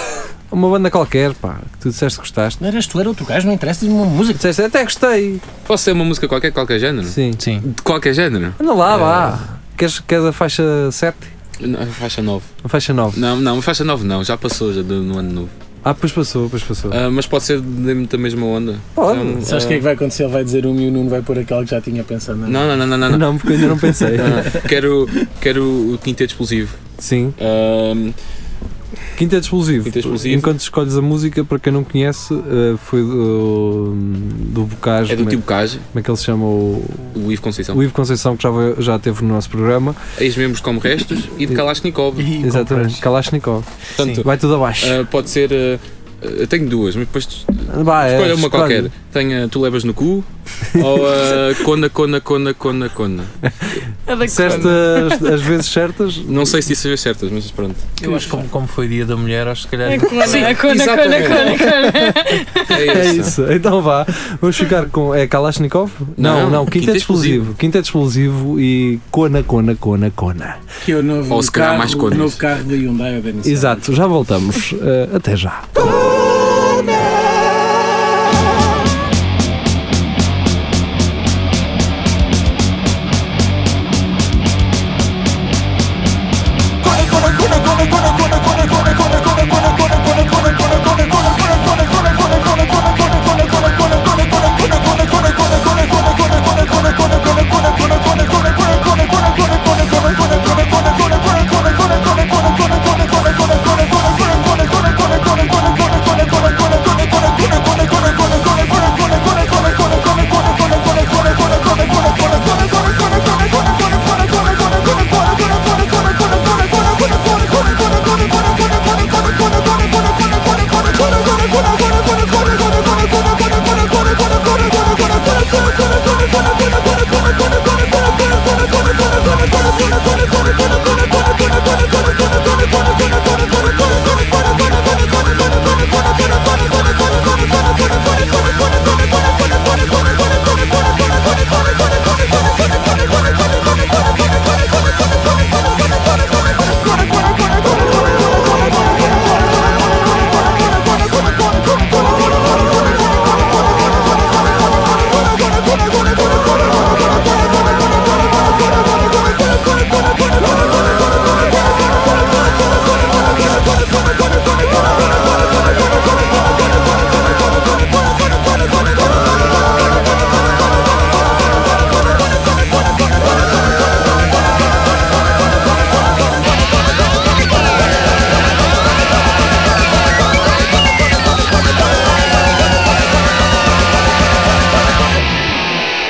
Speaker 2: Uma banda qualquer, pá, que tu disseste que gostaste.
Speaker 5: Não eras tu, era outro gajo, não interessa, diz-me uma música.
Speaker 2: Disseste, até gostei.
Speaker 3: Posso ser uma música qualquer, qualquer género?
Speaker 2: Sim.
Speaker 6: Sim.
Speaker 3: De qualquer género?
Speaker 2: Anda lá, vá.
Speaker 3: É.
Speaker 2: Queres, queres a faixa 7?
Speaker 3: Não, é Faixa 9.
Speaker 2: A faixa 9?
Speaker 3: Não, não, faixa 9 não, já passou já do, no ano novo.
Speaker 2: Ah, pois passou, pois passou.
Speaker 3: Ah, mas pode ser de- da mesma onda.
Speaker 2: Pode.
Speaker 3: Então,
Speaker 5: Sabes o
Speaker 3: ah,
Speaker 5: que é que vai acontecer? Ele vai dizer um e o Nuno vai pôr aquele que já tinha pensado. Não,
Speaker 3: Não, não, não, não, não. não.
Speaker 2: Não, porque eu ainda não pensei.
Speaker 3: Ah, quero, quero o quinteto explosivo. Ah,
Speaker 2: Sim.
Speaker 3: Ahm,
Speaker 2: Quinteto Explosivo.
Speaker 3: Quinteto Explosivo.
Speaker 2: Enquanto escolhes a música, para quem não conhece, eh, foi do, do Bocage,
Speaker 3: é do
Speaker 2: como, é-
Speaker 3: tipo Cage,
Speaker 2: como é que ele se chama? O,
Speaker 3: o Ivo Conceição.
Speaker 2: o Ivo Conceição, que já, veio- já teve no nosso programa.
Speaker 3: Ex-membros como restos e de Kalashnikov.
Speaker 6: E
Speaker 2: Exatamente. Kalashnikov.
Speaker 3: Portanto,
Speaker 2: Vai tudo abaixo.
Speaker 3: ah, pode ser. ah, eu tenho duas, mas depois tu-
Speaker 2: Vai,
Speaker 3: escolha
Speaker 2: eh,
Speaker 3: uma qualquer. Tenha Tu Levas no Cu ou ah, Cona, Cona, Cona, Cona, Cona.
Speaker 2: Disseste as- as vezes certas.
Speaker 3: Não sei se isso sejam certas, mas pronto.
Speaker 6: Eu acho que como, como foi dia da mulher, acho que se calhar.
Speaker 4: É Cona, cona, cona, cona, cona.
Speaker 3: É
Speaker 2: É
Speaker 3: isso.
Speaker 2: isso, então vá. Vamos ficar com. É Kalashnikov? Não, não,
Speaker 3: Não,
Speaker 2: quinteto
Speaker 3: Quinteto
Speaker 2: explosivo. Quinteto explosivo e Kona, Kona, Kona, Kona.
Speaker 5: Que é o novo
Speaker 3: Ou se calhar
Speaker 5: carro,
Speaker 3: mais
Speaker 5: o
Speaker 3: coisas.
Speaker 5: novo carro da Hyundai ou da Nissan.
Speaker 2: Exato, já voltamos. Eh, até já.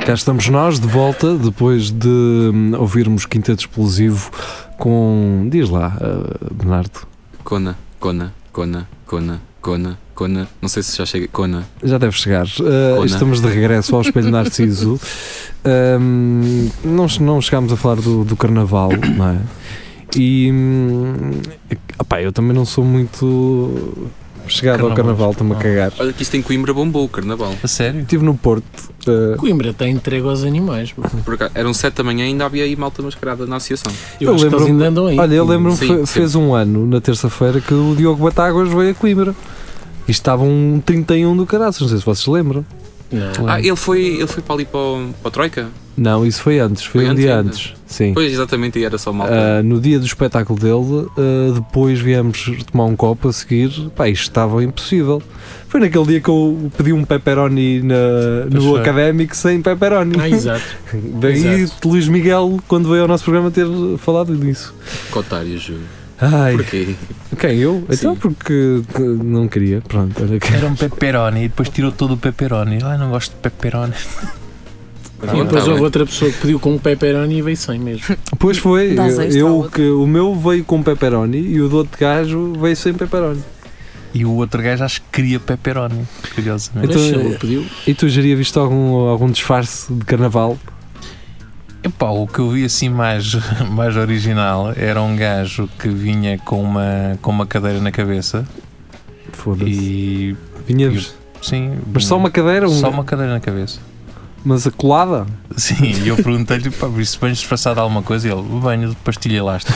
Speaker 2: Cá estamos nós de volta depois de hum, ouvirmos quinteto explosivo com. Diz lá, eh, Bernardo.
Speaker 3: Cona, Cona, Cona, Cona, Cona, Cona. Não sei se já chega. Cona.
Speaker 2: Já deve chegar. Eh,
Speaker 3: Kona.
Speaker 2: estamos de regresso ao Espelho Narciso. Hum, não, não chegámos a falar do, do carnaval, não é? E. hum, opá, eu também não sou muito chegado ao carnaval,
Speaker 6: Carnaval.
Speaker 2: estou-me a cagar.
Speaker 3: Olha que isto em Coimbra bombou o carnaval.
Speaker 6: A sério?
Speaker 2: Estive no Porto. eh,
Speaker 5: Coimbra tem entrega aos animais. pô.
Speaker 3: Por acaso, eram 7 da manhã e ainda havia aí malta mascarada na associação.
Speaker 5: Eu,
Speaker 2: Eu
Speaker 5: acho que eles
Speaker 2: lembro-me-
Speaker 5: ainda andam aí.
Speaker 2: olha, eu lembro-me,
Speaker 3: Sim,
Speaker 2: fe-
Speaker 3: sim.
Speaker 2: fez um ano, na terça-feira, que o Diogo Batáguas veio a Coimbra. E estava um 31 do caraças, não sei se vocês se lembram.
Speaker 5: Não.
Speaker 3: Ah, ele foi, ele foi para ali para, o- para a Troika?
Speaker 2: Não, isso foi antes, foi,
Speaker 3: Foi
Speaker 2: um
Speaker 3: antes
Speaker 2: dia
Speaker 3: ainda.
Speaker 2: antes. Sim.
Speaker 3: Pois, exatamente, e era só malta.
Speaker 2: Ah, no dia do espetáculo dele, ah, depois viemos tomar um copo a seguir. Pá, isto estava impossível. Foi naquele dia que eu pedi um pepperoni na-
Speaker 6: Pois
Speaker 2: no
Speaker 6: foi.
Speaker 2: académico sem pepperoni.
Speaker 5: Ah, exato.
Speaker 2: Daí
Speaker 5: exato.
Speaker 2: Luís Miguel, quando veio ao nosso programa, ter falado disso.
Speaker 3: Cotário, juro.
Speaker 2: Ai,
Speaker 3: Porquê?
Speaker 2: Ah, quem? Eu? Então porque eh, não queria. Pronto, olha que.
Speaker 6: Era um pepperoni e depois tirou todo o pepperoni. Ah, não gosto de pepperoni.
Speaker 5: E depois
Speaker 3: Tá bem.
Speaker 5: houve outra pessoa que pediu com um pepperoni e veio sem mesmo.
Speaker 2: Pois foi,
Speaker 4: Dás
Speaker 2: eu,
Speaker 4: extra ao
Speaker 2: eu
Speaker 4: outro.
Speaker 2: que o meu veio com pepperoni e o do outro gajo veio sem pepperoni.
Speaker 6: E o outro gajo acho que queria pepperoni, curiosamente.
Speaker 5: Mas
Speaker 2: Então,
Speaker 5: se ele pediu.
Speaker 2: E tu já visto algum, algum disfarce de carnaval?
Speaker 6: Epá, o que eu vi assim mais, mais original era um gajo que vinha com uma, com uma cadeira na cabeça
Speaker 2: Foda-se.
Speaker 6: e
Speaker 2: Vinha.
Speaker 6: sim.
Speaker 2: Mas só
Speaker 3: Hum.
Speaker 2: uma cadeira? Um,
Speaker 6: só uma cadeira na cabeça.
Speaker 2: Mas a colada?
Speaker 6: Sim, e eu perguntei-lhe, pá, se vens disfarçado de alguma coisa, e ele, banho de pastilha elástica.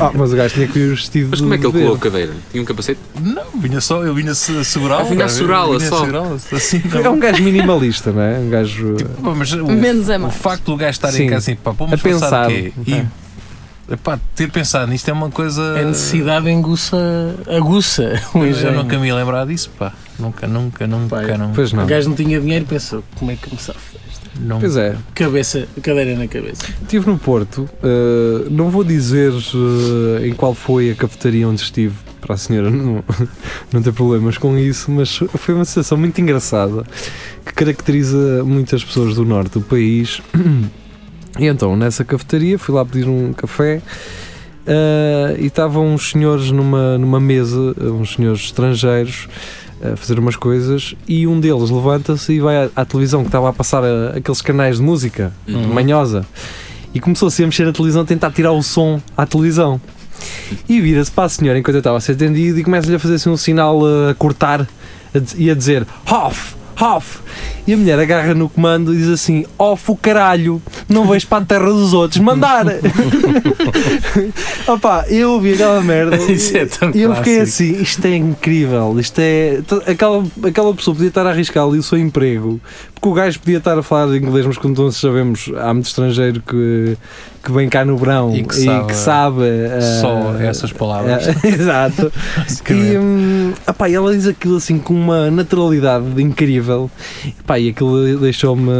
Speaker 2: Ah, mas o gajo tinha que ir vestido
Speaker 3: Mas como é que ele
Speaker 2: de
Speaker 3: colou a
Speaker 2: verde.
Speaker 3: cadeira? Tinha um capacete?
Speaker 6: Não, vinha só, eu vinha se- segurá-la.
Speaker 3: Ah, vinha a
Speaker 6: estás
Speaker 3: segurá-la
Speaker 6: Vinha a
Speaker 3: só.
Speaker 6: segurá-la, Assim,
Speaker 2: É
Speaker 6: não.
Speaker 2: um gajo minimalista, não é? Um gajo.
Speaker 6: Tipo, pá, mas o,
Speaker 4: Menos a
Speaker 6: o
Speaker 4: mais.
Speaker 6: facto do gajo estar
Speaker 2: Sim.
Speaker 6: em casa assim, pá,
Speaker 2: A
Speaker 6: vamos disfarçar de
Speaker 2: pensar.
Speaker 6: quê? E Epá, ter pensado nisto é uma coisa.
Speaker 5: A necessidade enguça, aguça o
Speaker 6: Eu
Speaker 5: engenho.
Speaker 6: nunca me ia lembrar disso, pá. Nunca, nunca, nunca.
Speaker 5: Pá,
Speaker 6: nunca,
Speaker 2: é. Pois
Speaker 3: um
Speaker 2: não.
Speaker 5: O gajo não tinha dinheiro e pensou, como é que começava?
Speaker 6: nunca.
Speaker 2: Pois é,
Speaker 5: Cabeça, cadeira na cabeça.
Speaker 2: estive no Porto, eh, não vou dizer eh, em qual foi a cafetaria onde estive, para a senhora não, não ter problemas com isso, mas foi uma sensação muito engraçada que caracteriza muitas pessoas do norte do país. E então, nessa cafetaria, fui lá pedir um café eh, e estavam uns senhores numa, numa mesa, eh, uns senhores estrangeiros, a fazer umas coisas e um deles levanta-se e vai à, à televisão que estava a passar a- aqueles canais de música
Speaker 3: Uhum.
Speaker 2: manhosa. E começou-se a mexer na televisão, a tentar tirar o som à televisão. E vira-se para a senhora enquanto eu estava a ser atendido e começa-lhe a fazer assim um sinal uh, a cortar a diz- e a dizer off, off. E a mulher agarra no comando e diz assim: off o caralho, não vais para a terra dos outros mandar. Opa, eu ouvi aquela merda.
Speaker 5: Isso é tão
Speaker 2: E eu fiquei
Speaker 5: clássico.
Speaker 2: assim, isto é incrível, isto é. t- Aquela, aquela pessoa podia estar a arriscar ali o seu emprego, porque o gajo podia estar a falar inglês, mas como todos sabemos, há muito estrangeiro que, que vem cá no verão
Speaker 6: E que sabe- eh,
Speaker 2: ah,
Speaker 6: Só essas palavras.
Speaker 2: ah, exato. E, hum, opá, e ela diz aquilo assim com uma naturalidade incrível. Epá, e aquilo deixou-me.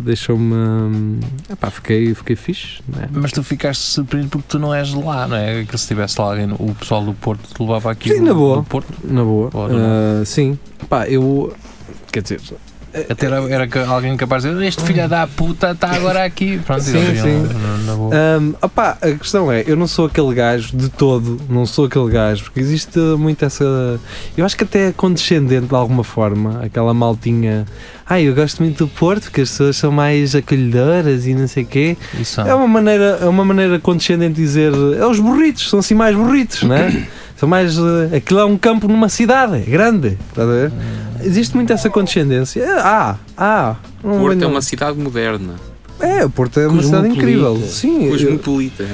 Speaker 2: Deixou-me. hum, epá, fiquei, fiquei fixe. não é?
Speaker 6: Mas tu ficaste surpreendido porque tu não és de lá, não é? Que se tivesse lá alguém, o pessoal do Porto te levava aqui
Speaker 2: Sim,
Speaker 6: do,
Speaker 2: na boa.
Speaker 6: do Porto.
Speaker 2: Na boa.
Speaker 6: Ora,
Speaker 2: Ah, sim. Epá, eu. Quer dizer.
Speaker 6: Até era, era ca- alguém capaz de dizer: Este filho da puta está agora aqui. Pronto,
Speaker 2: Sim,
Speaker 6: eles iam
Speaker 2: sim.
Speaker 6: Na, na boa.
Speaker 2: Hum, opá, a questão é, eu não sou aquele gajo de todo, não sou aquele gajo, porque existe muito essa. Eu acho que até é condescendente de alguma forma, aquela maltinha. Ai, eu gosto muito do Porto, porque as pessoas são mais acolhedoras e não sei o quê.
Speaker 6: Isso
Speaker 3: Ah.
Speaker 2: É uma maneira, é uma maneira condescendente de dizer. É os burritos, são assim mais burritos, não é? São mais. eh, aquilo é um campo numa cidade, é grande, estás a ver?
Speaker 3: Ah.
Speaker 2: Existe muito essa condescendência. Ah, ah. Não
Speaker 3: Porto é
Speaker 2: venham-
Speaker 3: uma cidade moderna,
Speaker 2: é, o Porto é uma cidade
Speaker 5: Cosmopolita.
Speaker 2: incrível. Sim, eu-
Speaker 3: cosmopolita.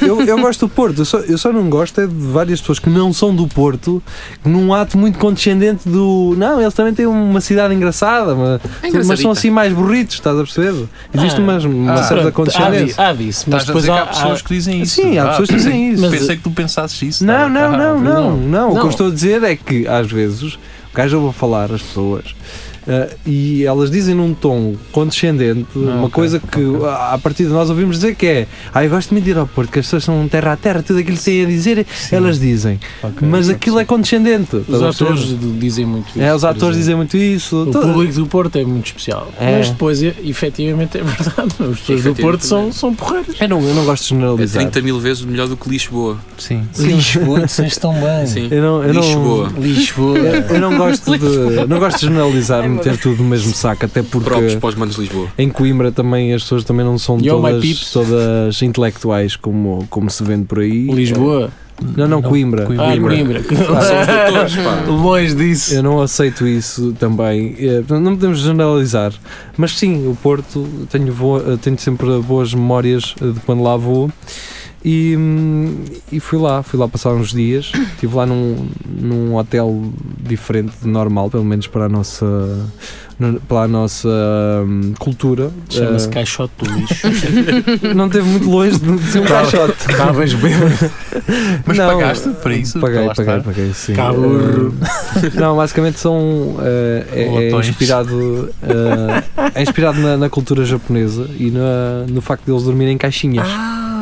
Speaker 2: eu, eu gosto do Porto, eu só, eu só não gosto é de várias pessoas que não são do Porto, num ato muito condescendente do. Não, eles também têm uma cidade engraçada, mas, mas são
Speaker 3: engraçadita.
Speaker 2: assim mais burritos, estás a perceber? Existe
Speaker 5: Ah,
Speaker 2: uma, uma
Speaker 6: ah,
Speaker 2: certa
Speaker 5: Pronto, há, di-
Speaker 2: condescendência.
Speaker 5: há disso, mas
Speaker 6: Estás a
Speaker 5: depois
Speaker 6: dizer que
Speaker 5: há,
Speaker 6: há pessoas que dizem isso.
Speaker 2: Sim, há pessoas que dizem isso.
Speaker 6: Mas pensei que tu pensasses isso.
Speaker 2: Não,
Speaker 6: tá?
Speaker 2: não,
Speaker 6: Ah,
Speaker 2: não, não,
Speaker 5: não.
Speaker 2: não. O que eu
Speaker 5: Não.
Speaker 2: estou a dizer é que às vezes o gajo ouve falar as pessoas ah, e elas dizem num tom condescendente uma
Speaker 6: ok,
Speaker 2: coisa que a a partir de nós ouvimos dizer que é ah, eu gosto muito de ir ao Porto, que as pessoas são um terra a terra, tudo aquilo que têm a dizer, elas dizem.
Speaker 6: ok.
Speaker 2: Mas aquilo é condescendente.
Speaker 5: Os
Speaker 2: estás a perceber?
Speaker 5: atores d- dizem muito isso.
Speaker 2: É, os
Speaker 5: por
Speaker 2: atores
Speaker 5: exemplo.
Speaker 2: dizem muito isso.
Speaker 5: O
Speaker 2: Toda-
Speaker 5: público do Porto é muito especial.
Speaker 2: É.
Speaker 5: Mas depois, e- efetivamente, é verdade. As pessoas do
Speaker 3: Efetivamente.
Speaker 5: Porto são, são porreiras.
Speaker 2: Eu, não, eu não gosto de
Speaker 3: É
Speaker 2: generalizar.
Speaker 3: 30 mil vezes melhor do que Lisboa.
Speaker 2: é-
Speaker 6: Sim.
Speaker 5: Lisboa, vocês estão bem.
Speaker 3: Sim.
Speaker 2: Eu não, É. eu não-
Speaker 3: Lisboa.
Speaker 5: Lisboa.
Speaker 2: eu não gosto de não gosto de generalizar,
Speaker 4: É
Speaker 2: meter tudo no mesmo saco, até porque
Speaker 3: Próprios para os manos de Lisboa.
Speaker 2: Em Coimbra também as pessoas também não são
Speaker 5: Yo, é my
Speaker 2: todas,
Speaker 5: peeps.
Speaker 2: todas intelectuais como, como se vende por aí.
Speaker 5: Lisboa.
Speaker 2: Não, não, Coimbra.
Speaker 5: Ah,
Speaker 6: Coimbra.
Speaker 5: Coimbra.
Speaker 3: São os doutores, pá.
Speaker 5: Longe disso.
Speaker 2: Eu não aceito isso também. Eh, portanto, Não podemos generalizar. Mas sim, o Porto, tenho, vo- eh, tenho sempre boas memórias eh, de quando lá vou. E, hum, e fui lá, fui lá passar uns dias. Estive lá num, num hotel diferente de normal, pelo menos para a nossa, no- para a nossa hum, cultura.
Speaker 5: Chama-se
Speaker 2: Eh,
Speaker 5: Caixote do Lixo.
Speaker 2: não esteve muito longe de de ser um caixote.
Speaker 5: Estavas bêbado.
Speaker 6: Ah, Mas
Speaker 2: Não,
Speaker 6: pagaste para isso? para
Speaker 2: Paguei,
Speaker 6: lá
Speaker 2: paguei,
Speaker 6: estar?
Speaker 2: paguei, sim.
Speaker 5: Caburro.
Speaker 2: Eh, não, basicamente são. eh, é, é
Speaker 6: Latões.
Speaker 2: inspirado, eh, é inspirado na, na cultura japonesa e na- no facto deles dormirem em caixinhas.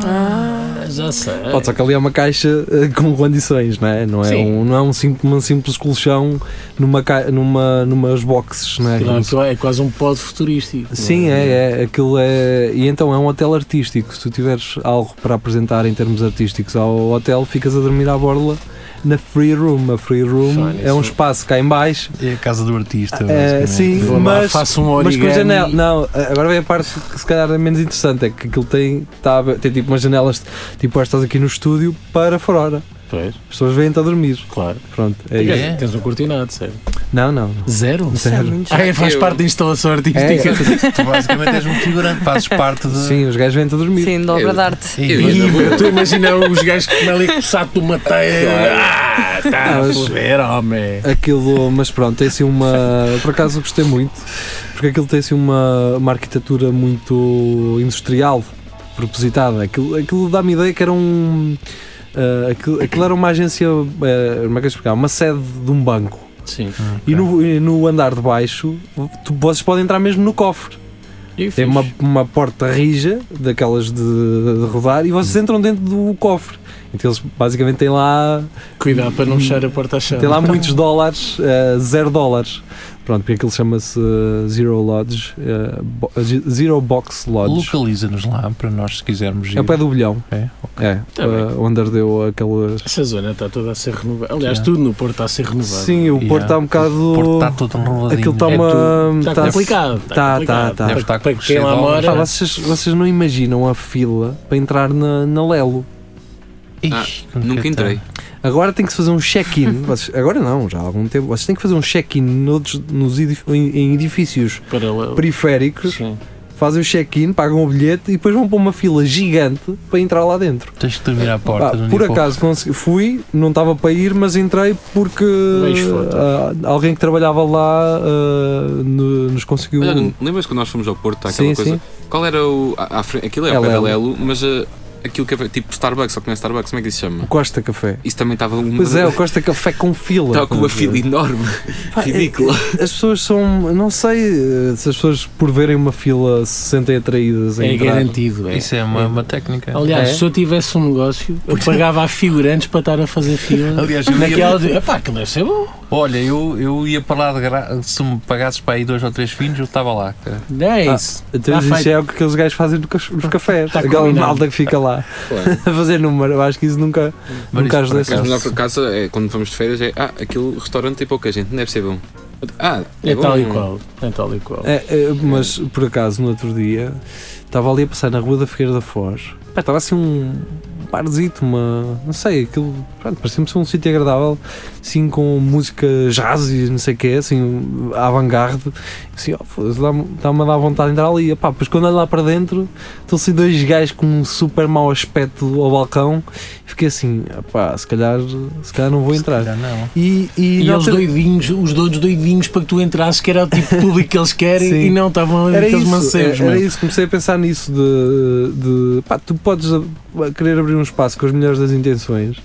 Speaker 5: Ah, já sei.
Speaker 2: Pode só que ali é uma caixa eh, com condições, não é? Não é,
Speaker 5: Sim.
Speaker 2: um, não é um, sim- um simples colchão numa, ca- numa, numas boxes, não é?
Speaker 5: Aquilo
Speaker 2: Como
Speaker 5: é
Speaker 2: se-
Speaker 5: co- é quase um pod futurístico.
Speaker 2: Sim, é, é, aquilo é. E então é um hotel artístico. Se tu tiveres algo para apresentar em termos artísticos ao hotel, ficas a dormir à borla na Free Room. A Free Room
Speaker 5: Fine,
Speaker 2: é um
Speaker 5: isso.
Speaker 2: espaço cá em baixo.
Speaker 6: É a casa do artista.
Speaker 2: É,
Speaker 6: basicamente.
Speaker 2: sim,
Speaker 5: Vou lá,
Speaker 2: mas,
Speaker 5: faço um
Speaker 2: mas
Speaker 5: origami.
Speaker 2: com janela. Não, agora vem a parte que se calhar é menos interessante. É que aquilo tem, tá, tem tipo umas janelas, tipo estas aqui no estúdio, para fora.
Speaker 5: Pois,
Speaker 2: As pessoas vêm-te a dormir.
Speaker 5: claro.
Speaker 2: Pronto, é
Speaker 5: Quer
Speaker 2: isso.
Speaker 5: dizer, Tens um cortinado, sério.
Speaker 2: Não, não. não.
Speaker 5: Zero?
Speaker 2: Zero.
Speaker 5: Ah, é, faz
Speaker 3: Eu-
Speaker 5: parte da instalação artística.
Speaker 2: É,
Speaker 6: Tu basicamente és um figurante, fazes parte de. É
Speaker 2: sim, os gajos vêm-te a dormir.
Speaker 4: Sim, dobra de arte.
Speaker 6: Sim,
Speaker 3: Eu
Speaker 6: mas-
Speaker 3: ia na boa.
Speaker 5: Ih, tu imagina os gajos que comem ali com o saco de uma teia. Ah, tá
Speaker 2: Ah,
Speaker 5: a
Speaker 2: mas-
Speaker 5: foder, homem.
Speaker 2: Aquilo, mas pronto, tem assim uma. Por acaso gostei muito, porque aquilo tem assim uma, uma arquitetura muito industrial. propositada. Aquilo, aquilo dá-me ideia que era um. ah, aquilo, aquilo era uma agência. ah, como é que eu explicar? Uma sede de um banco.
Speaker 5: Sim.
Speaker 2: E, no, e no andar de baixo, tu, vocês podem entrar mesmo no cofre.
Speaker 5: E
Speaker 2: Tem uma, uma porta rija, daquelas de, de rodar, e
Speaker 5: Hum.
Speaker 2: vocês entram dentro do cofre. Então eles basicamente têm lá
Speaker 5: Cuidado para não fechar a porta achada.
Speaker 2: Tem lá muitos dólares, eh, zero dólares. Pronto, porque aquilo chama-se eh, Zero Lodge, eh, bo- Zero Box Lodge.
Speaker 6: Localiza-nos lá para nós, se quisermos ir.
Speaker 2: É o pé do bilhão.
Speaker 6: É,
Speaker 2: É,
Speaker 5: Tá
Speaker 2: eh,
Speaker 5: bem.
Speaker 2: onde ardeu aquela.
Speaker 5: Essa zona está toda a ser renovada. Aliás,
Speaker 6: Yeah.
Speaker 5: tudo no Porto está a ser renovado.
Speaker 2: Sim, o
Speaker 6: Yeah.
Speaker 2: Porto está um bocado.
Speaker 6: O Porto está todo enroladinho.
Speaker 2: Aquilo está
Speaker 5: É
Speaker 2: uma.
Speaker 5: Está
Speaker 2: tá-
Speaker 5: complicado.
Speaker 2: tá,
Speaker 5: Está complicado.
Speaker 2: tá, tá.
Speaker 6: Deve estar
Speaker 5: Para,
Speaker 6: com
Speaker 5: para quem
Speaker 6: cheio
Speaker 5: lá
Speaker 6: de
Speaker 5: mora.
Speaker 2: Pá, vocês, vocês não imaginam a fila para entrar na, na Lelo.
Speaker 6: Ixi, como
Speaker 3: Nunca
Speaker 6: que é que tá?
Speaker 3: entrei.
Speaker 2: Agora tem que se fazer um check-in. Vocês- Agora não, já há algum tempo. Vocês têm que fazer um check-in noutros- nos edif- em- em edifícios
Speaker 5: Para lá.
Speaker 2: periféricos
Speaker 5: Sim.
Speaker 2: fazem o check-in, pagam o bilhete e depois vão para uma fila gigante para entrar lá dentro.
Speaker 6: Tens que dormir à porta.
Speaker 2: Pá,
Speaker 6: de um
Speaker 2: Ah, por
Speaker 6: dia para o
Speaker 2: acaso consegui- fui, não estava para ir, mas entrei porque
Speaker 5: Vejo fotos.
Speaker 2: ah, alguém que trabalhava lá ah, no- nos conseguiu.
Speaker 3: Olha, lembras quando nós fomos ao Porto, aquela
Speaker 2: Sim,
Speaker 3: coisa?
Speaker 2: sim.
Speaker 3: Qual era o. a- à frente- aquilo é o
Speaker 2: É
Speaker 3: pé da
Speaker 2: Lelo.
Speaker 3: Lelo, mas ah, aquilo que é tipo Starbucks, só que não é Starbucks, como é que isso se
Speaker 2: O
Speaker 3: chama?
Speaker 2: Costa Café.
Speaker 3: Isso também estava uma.
Speaker 2: Pois é, o Costa Café com fila.
Speaker 3: Estava com uma fila enorme,
Speaker 2: Pá,
Speaker 3: ridícula.
Speaker 2: é- As pessoas são. Não sei eh, se as pessoas, por verem uma fila, se sentem atraídas a
Speaker 5: É
Speaker 2: entrar.
Speaker 5: garantido. é.
Speaker 6: Isso é uma, uma técnica.
Speaker 5: Aliás,
Speaker 2: É?
Speaker 5: se eu tivesse um negócio, eu pagava a figurantes para estar a fazer fila.
Speaker 6: Aliás, eu
Speaker 5: Naquela
Speaker 6: ia,
Speaker 5: de. Epá, aquilo deve ser bom.
Speaker 6: olha, eu, eu ia para lá de gra... se me pagasses para aí dois ou três finos, eu estava lá. cara.
Speaker 5: Não é
Speaker 2: Ah,
Speaker 5: isso.
Speaker 2: Então,
Speaker 5: Tá
Speaker 2: isso
Speaker 5: feito.
Speaker 2: é o que aqueles gajos fazem no cas- nos cafés.
Speaker 5: Tá
Speaker 2: Aquela
Speaker 5: combinado.
Speaker 2: malda que fica lá
Speaker 3: Claro.
Speaker 2: a fazer número. Eu acho que isso nunca.
Speaker 6: Mas
Speaker 2: Nunca
Speaker 6: isso,
Speaker 2: as deixas.
Speaker 6: por
Speaker 3: Mas
Speaker 6: acaso,
Speaker 3: melhor por casa, é, quando vamos de férias, é. Ah, aquele restaurante tem pouca gente, não deve ser bom. Ah, é,
Speaker 5: É
Speaker 3: bom.
Speaker 5: tal e qual. É tal e qual.
Speaker 2: É, é, mas por acaso, no outro dia, estava ali a passar na rua da Figueira da Foz. Pá, Estava assim um barzito, uma. Não sei, aquilo. Pronto, parecia-me ser um sítio agradável, assim com música jazz e não sei o que, assim, avant-garde. Assim, ó, foda-se, dá-me dá-me a dar vontade de entrar ali. E, pá, pois quando olho lá para dentro, estão assim dois gajos com um super mau aspecto ao balcão. E fiquei assim, pá, se calhar, se calhar não vou
Speaker 6: se
Speaker 2: entrar.
Speaker 6: calhar não.
Speaker 2: E, e,
Speaker 5: E
Speaker 2: não
Speaker 5: eles
Speaker 2: ter-
Speaker 5: doidinhos, os doidos doidinhos para que tu entrasses, que era o tipo de público que eles querem
Speaker 2: Sim.
Speaker 5: e não estavam ali
Speaker 2: Era
Speaker 5: aqueles
Speaker 2: isso, é,
Speaker 5: mancebos,
Speaker 2: era
Speaker 5: mano.
Speaker 2: isso, comecei a pensar nisso de, de pá, tu podes a- a querer abrir um espaço com as melhores das intenções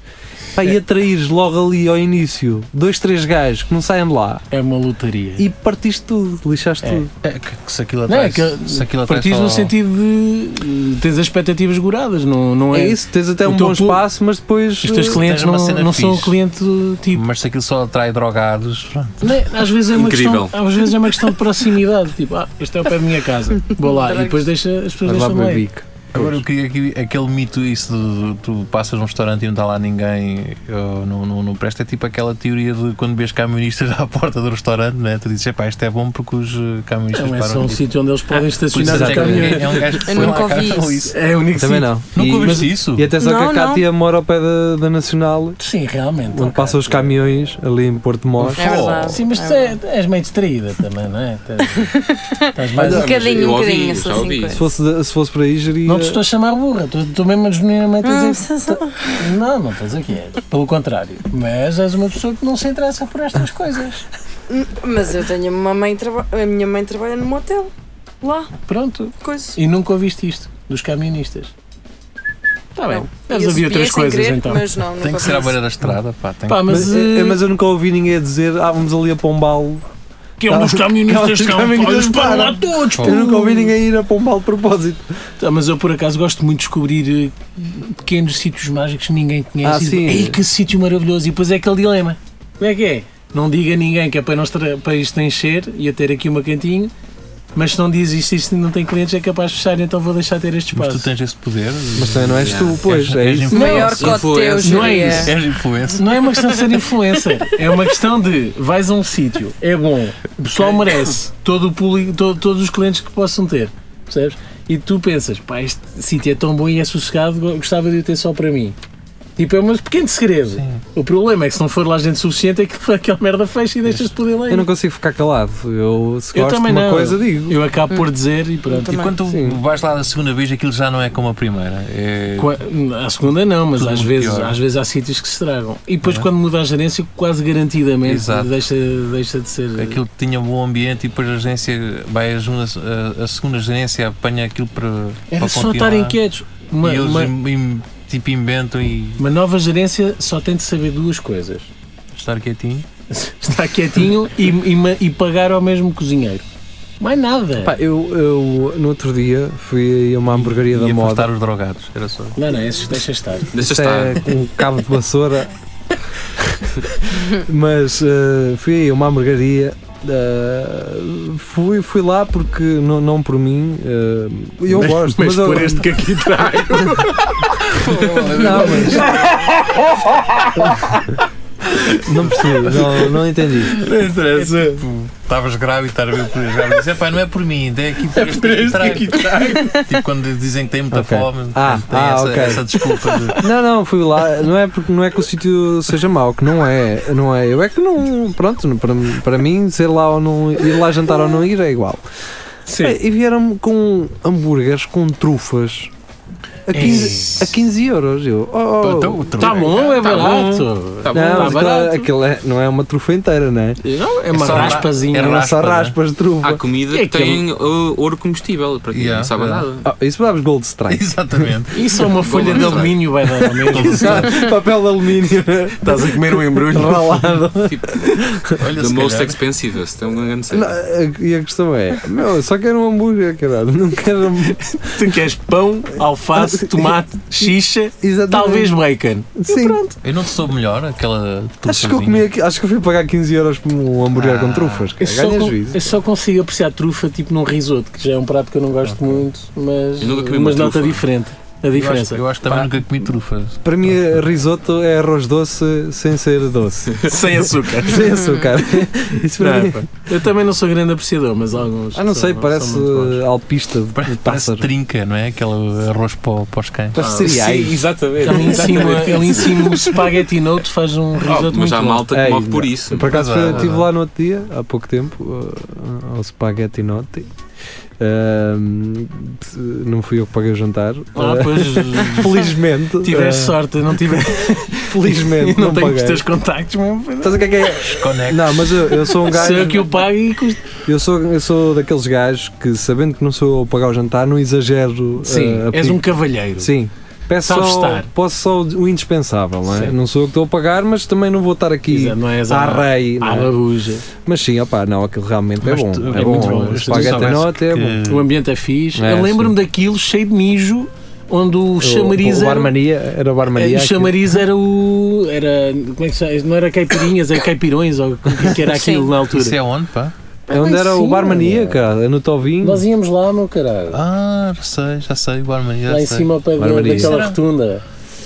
Speaker 2: pá,
Speaker 5: É.
Speaker 2: e atraíres logo ali ao início dois, três gajos que não saem de lá
Speaker 5: É uma lotaria.
Speaker 2: e partiste tudo, lixaste
Speaker 5: É.
Speaker 2: tudo.
Speaker 6: É, que, que se aquilo
Speaker 5: Não, é
Speaker 6: atrás.
Speaker 5: que-
Speaker 6: se aquilo atrás
Speaker 5: Partis
Speaker 6: só-
Speaker 5: no sentido de eh, tens as expectativas goradas, não, não é?
Speaker 2: É isso, tens até
Speaker 5: O
Speaker 2: um
Speaker 5: teu é
Speaker 2: bom
Speaker 5: pu-
Speaker 2: espaço, mas depois
Speaker 5: Os teus
Speaker 2: eh,
Speaker 5: clientes
Speaker 6: uma
Speaker 5: não,
Speaker 6: cena
Speaker 5: não são o
Speaker 6: fixe.
Speaker 5: cliente
Speaker 2: Hum.
Speaker 5: tipo.
Speaker 6: Mas se aquilo só atrai drogados, pronto.
Speaker 5: né, Às vezes, é uma
Speaker 3: Incrível.
Speaker 5: questão, às vezes é uma questão de proximidade. Tipo, ah, este é o pé da minha casa, vou lá. E depois deixa, as pessoas
Speaker 2: Vai lá
Speaker 5: deixam
Speaker 2: para o
Speaker 5: lá. ir. Então,
Speaker 2: bico.
Speaker 6: Agora eu queria que aquele mito, isso de, de- tu passas num restaurante e não está lá ninguém, ou não, não, não presta, é tipo aquela teoria de quando vês camionistas à porta do restaurante, né? tu dizes, "Epá, isto é bom porque os eh, camionistas
Speaker 5: Não é
Speaker 6: param
Speaker 5: só um
Speaker 6: aqui."
Speaker 5: sítio onde eles podem
Speaker 6: Por isso
Speaker 5: estacionar
Speaker 6: é
Speaker 5: os
Speaker 6: que
Speaker 5: caminhões.
Speaker 6: é um gajo que
Speaker 4: Eu
Speaker 6: foi lá
Speaker 4: nunca
Speaker 6: cá
Speaker 4: ouvi
Speaker 6: e falou
Speaker 4: isso.
Speaker 6: isso.
Speaker 5: É o único
Speaker 2: Também
Speaker 5: sítio.
Speaker 2: não.
Speaker 6: Nunca
Speaker 2: E,
Speaker 6: ouviste isso?
Speaker 2: e atenção
Speaker 4: Não,
Speaker 2: que a Cátia mora ao pé da, da Nacional,
Speaker 5: Sim, realmente.
Speaker 2: onde
Speaker 5: ok.
Speaker 2: passam os caminhões, ali em Porto Mós.
Speaker 4: É verdade.
Speaker 5: Sim, mas
Speaker 4: é
Speaker 5: tu
Speaker 4: verdade.
Speaker 5: é- és meio distraída também, não é? Estás- Estás mais
Speaker 4: Um
Speaker 3: Olha,
Speaker 4: bocadinho,
Speaker 3: eu
Speaker 4: um
Speaker 3: ouvi,
Speaker 4: bocadinho, assim,
Speaker 3: já
Speaker 4: essas
Speaker 3: ouvi.
Speaker 2: Se
Speaker 4: cinco
Speaker 2: fosse, de- se fosse por aí, geria.
Speaker 5: Não te estou a chamar burra, estou- estou mesmo genuinamente a
Speaker 4: Hum,
Speaker 5: dizer. Não, não estou a dizer que és. Pelo contrário. Mas és uma pessoa que não se interessa por estas coisas.
Speaker 4: Mas eu tenho uma mãe traba- a minha mãe trabalha num hotel. Lá,
Speaker 5: Pronto.
Speaker 4: coisa.
Speaker 5: E nunca ouviste isto dos camionistas. Está Tá bem.
Speaker 4: Não.
Speaker 5: Mas
Speaker 4: Eu
Speaker 5: havia
Speaker 4: espiei
Speaker 5: outras
Speaker 4: sem
Speaker 5: coisas
Speaker 4: querer,
Speaker 5: então.
Speaker 4: Mas não,
Speaker 6: Tem
Speaker 4: nunca
Speaker 6: que ser à
Speaker 4: fiz.
Speaker 6: beira da estrada, pá. Tem
Speaker 5: Pá, mas,
Speaker 2: Mas,
Speaker 5: eh,
Speaker 2: eh, mas eu nunca ouvi ninguém a dizer, ah, vamos ali a Pombal
Speaker 5: que é um dos
Speaker 2: Aquelas
Speaker 5: camionistas que
Speaker 2: caminhonistas
Speaker 5: olhos para lá
Speaker 2: param.
Speaker 5: todos.
Speaker 6: Eu
Speaker 5: pô.
Speaker 2: Eu nunca ouvi ninguém ir a Pombal de propósito.
Speaker 5: Tá, Mas eu por acaso gosto muito de descobrir eh, pequenos sítios mágicos que ninguém conhece.
Speaker 2: Ah,
Speaker 5: e diz,
Speaker 2: sim.
Speaker 5: Ei, que sítio maravilhoso! E depois é aquele dilema. Como é que é? Não diga a ninguém que é para, nós tra- para isto encher e a ter aqui uma cantinho, mas se não diz isto, isto não tem clientes, é capaz de fechar, então vou deixar ter este
Speaker 6: Mas tu
Speaker 5: espaço.
Speaker 6: tens esse poder.
Speaker 2: Mas também não és
Speaker 3: Yeah.
Speaker 2: tu, pois. É
Speaker 6: És
Speaker 2: isso.
Speaker 4: O maior
Speaker 6: influencer.
Speaker 4: cote teu,
Speaker 3: Influencer.
Speaker 5: Não é
Speaker 4: Júlia.
Speaker 5: isso.
Speaker 6: És influencer.
Speaker 5: Não é uma questão de ser influencer, é uma questão de vais a um sítio, é bom, o pessoal merece, todo o público, to- todos os clientes que possam ter, percebes? E tu pensas, pá, este sítio é tão bom e é sossegado, go- gostava de o ter só para mim. Tipo, é um pequeno segredo. O problema é que se não for lá gente suficiente, é que aquela merda fecha e deixas de poder ler.
Speaker 2: Eu não consigo ficar calado. Eu, se
Speaker 5: Eu
Speaker 2: gosto de
Speaker 5: também
Speaker 2: uma
Speaker 5: não.
Speaker 2: coisa, digo.
Speaker 5: Eu acabo por dizer e pronto.
Speaker 6: E quando tu
Speaker 2: sim.
Speaker 6: vais lá da segunda vez, aquilo já não é como a primeira. É...
Speaker 5: Qua- A segunda não, mas
Speaker 6: Tudo
Speaker 5: às
Speaker 6: muito
Speaker 5: vezes,
Speaker 6: pior.
Speaker 5: às vezes há sítios que se estragam. E depois
Speaker 6: Não é?
Speaker 5: quando muda a gerência, quase garantidamente
Speaker 6: Exato.
Speaker 5: deixa, deixa de ser.
Speaker 6: Aquilo que tinha um bom ambiente e depois a agência vai a, segunda- a- a segunda gerência apanha aquilo para,
Speaker 5: Era
Speaker 6: para
Speaker 5: só
Speaker 6: continuar.
Speaker 5: estarem quietos. Uma,
Speaker 6: e eles
Speaker 5: uma,
Speaker 6: im- tipo inventam e
Speaker 5: uma nova gerência só tem de saber duas coisas:
Speaker 6: estar quietinho.
Speaker 5: estar quietinho e, e ma- e pagar ao mesmo cozinheiro. Mais nada.
Speaker 2: Pá, eu, eu, no outro dia fui a uma hamburgueria da
Speaker 6: e
Speaker 2: moda.
Speaker 6: afastar os drogados. Era só.
Speaker 5: Não, não, esses deixa estar.
Speaker 3: Deixa
Speaker 2: Isto é
Speaker 3: estar.
Speaker 2: com um cabo de vassoura. Mas eh, fui a uma hamburgueria. eh, fui, fui lá porque não, não por mim. eh, eu gosto, mas, eu-
Speaker 5: que aqui traz.
Speaker 2: Não, mas. não percebi, não, não entendi.
Speaker 6: Não interessa. É tipo, Estavas grávida e estar a ver por grávida. Dizes, "Epá, não é por mim, é aqui por este que trai." Tipo quando dizem que têm muita
Speaker 2: Ok.
Speaker 6: fome,
Speaker 2: Ah,
Speaker 6: tem
Speaker 2: ah,
Speaker 6: essa,
Speaker 2: ok.
Speaker 6: essa desculpa. De...
Speaker 2: Não, não, fui lá, não é porque não é que o sítio seja mau, que não é, não é. Eu é que não, pronto, não- para, para mim, ser lá ou não ir lá jantar ou não ir é igual.
Speaker 5: Sim.
Speaker 2: E vieram-me com hambúrgueres com trufas a 15, a 15 euros. Eu, oh,
Speaker 6: Então, o
Speaker 5: Tá
Speaker 6: truque
Speaker 5: bom, é
Speaker 3: Tá bom.
Speaker 5: barato.
Speaker 3: Tá bom.
Speaker 2: não, mas
Speaker 5: tá
Speaker 2: aquela-
Speaker 5: barato.
Speaker 2: aquilo é- não é uma trufa inteira, né?
Speaker 5: Não, é uma
Speaker 6: É só ra-
Speaker 5: raspazinha.
Speaker 6: é
Speaker 2: Não é só
Speaker 6: Raspa, né?
Speaker 2: raspas de
Speaker 3: Há
Speaker 2: trufa.
Speaker 3: comida
Speaker 5: É
Speaker 3: que tem uh, ouro comestível, para quem
Speaker 6: Yeah,
Speaker 3: não sabe
Speaker 6: yeah.
Speaker 3: nada.
Speaker 2: Ah, isso dava Gold Strike.
Speaker 6: Exatamente.
Speaker 5: Isso é uma folha de
Speaker 3: Gosto.
Speaker 5: alumínio, vai dar ao mesmo.
Speaker 2: Papel de alumínio né?
Speaker 6: Estás a comer um embrulho.
Speaker 2: ralado.
Speaker 6: Olha,
Speaker 3: The
Speaker 6: se
Speaker 3: most
Speaker 6: calhar.
Speaker 3: expensivest, é um grande
Speaker 2: Não,
Speaker 3: segredo.
Speaker 2: a- e a questão é: meu, eu só quero um hambúrguer, caralho. Não quero. um-
Speaker 5: Tu queres pão, alface, tomate, xixa,
Speaker 2: Exatamente.
Speaker 5: talvez bacon.
Speaker 2: Sim.
Speaker 6: Eu não te soube melhor aquela
Speaker 2: Acho que eu comi aqui, acho que eu fui pagar 15 euros por um hambúrguer
Speaker 5: Ah,
Speaker 2: com trufas.
Speaker 5: Eu
Speaker 2: cara.
Speaker 5: só,
Speaker 2: Ganha
Speaker 5: con-
Speaker 2: juízo.
Speaker 5: eu só consigo apreciar trufa tipo num risoto, que já é um prato que eu não gosto muito, mas,
Speaker 3: Eu nunca comi
Speaker 5: mas
Speaker 3: uma
Speaker 5: nota
Speaker 3: trufa.
Speaker 5: diferente. A
Speaker 6: Eu acho,
Speaker 5: diferença.
Speaker 6: eu acho que também nunca comi trufas.
Speaker 2: Para mim, risoto é arroz doce sem ser doce.
Speaker 5: Sem açúcar.
Speaker 2: sem açúcar. Isso para mim.
Speaker 5: Eu também não sou grande apreciador, mas alguns.
Speaker 2: Ah, não
Speaker 5: são-
Speaker 2: sei,
Speaker 5: são
Speaker 2: parece
Speaker 5: muito bons.
Speaker 2: eh, alpista de,
Speaker 6: Parece,
Speaker 2: de pássaro.
Speaker 6: trinca, não é? Aquele arroz para, o- para os cães.
Speaker 2: Parece
Speaker 5: Ah,
Speaker 2: cereais.
Speaker 3: exatamente.
Speaker 5: Ali em cima, ali em cima um spaghetti note faz um risoto
Speaker 3: Oh,
Speaker 5: muito
Speaker 3: mas há
Speaker 5: bom.
Speaker 3: malta que
Speaker 2: Ei,
Speaker 3: morre por
Speaker 2: não.
Speaker 3: isso.
Speaker 2: Eu, Por acaso
Speaker 6: Mas é,
Speaker 2: estive
Speaker 6: é.
Speaker 2: lá no outro dia, há pouco tempo, uh, ao Spaghetti Notti. Ahm, se- não fui eu que paguei o jantar.
Speaker 5: Ah,
Speaker 2: Ah,
Speaker 5: pois
Speaker 2: felizmente.
Speaker 5: tiveste
Speaker 2: ah,
Speaker 5: sorte, eu não tiveste.
Speaker 2: felizmente.
Speaker 5: não,
Speaker 2: não
Speaker 5: tenho os
Speaker 2: paguei.
Speaker 5: teus contactos mesmo.
Speaker 2: Estás a que é que é?
Speaker 6: Desconecta.
Speaker 2: Não, mas eu, eu sou um
Speaker 5: Sou eu
Speaker 2: gajo.
Speaker 5: é que eu pago e custa.
Speaker 2: Eu sou, eu sou daqueles gajos que, sabendo que não sou eu a pagar o jantar, não exagero.
Speaker 5: Sim,
Speaker 2: ah, a
Speaker 5: és
Speaker 2: pedir.
Speaker 5: um cavalheiro.
Speaker 2: Sim. Peço
Speaker 5: Sabes
Speaker 2: só,
Speaker 5: estar.
Speaker 2: posso só o indispensável, não é?
Speaker 5: Sim.
Speaker 2: Não sou eu que estou a pagar, mas também não vou estar aqui
Speaker 5: Exato, Ah, não és
Speaker 2: à
Speaker 5: à,
Speaker 2: rei. não
Speaker 5: à
Speaker 2: é?
Speaker 5: babuja.
Speaker 2: Mas sim, opá, não, aquilo realmente é
Speaker 6: Mas
Speaker 2: bom.
Speaker 6: tu-
Speaker 2: é
Speaker 5: é
Speaker 2: bom.
Speaker 5: muito bom.
Speaker 2: O
Speaker 5: Se tu
Speaker 2: espaguete à
Speaker 6: soubesses
Speaker 2: nota é bom.
Speaker 5: O ambiente é fixe.
Speaker 2: É,
Speaker 5: eu lembro-me daquilo cheio de mijo, onde o chamariz
Speaker 2: o, o
Speaker 5: era. eh, É,
Speaker 2: Barmania era o Barmania.
Speaker 5: O
Speaker 2: que-
Speaker 5: chamariz era o. Era, como é que se chama? Não era caipirinhas, era caipirões, ou o que era aquilo
Speaker 4: Sim.
Speaker 5: na
Speaker 6: Isso
Speaker 5: altura.
Speaker 6: é onde, pá?
Speaker 2: É onde era o Barmania, cara, É no Tovinho.
Speaker 5: Nós íamos lá, meu caralho.
Speaker 6: Ah, já sei, já sei, o Armani, já
Speaker 5: lá em
Speaker 6: sei.
Speaker 5: cima ao pé é da-
Speaker 2: Barbaria.
Speaker 5: daquela
Speaker 6: Será?
Speaker 5: rotunda.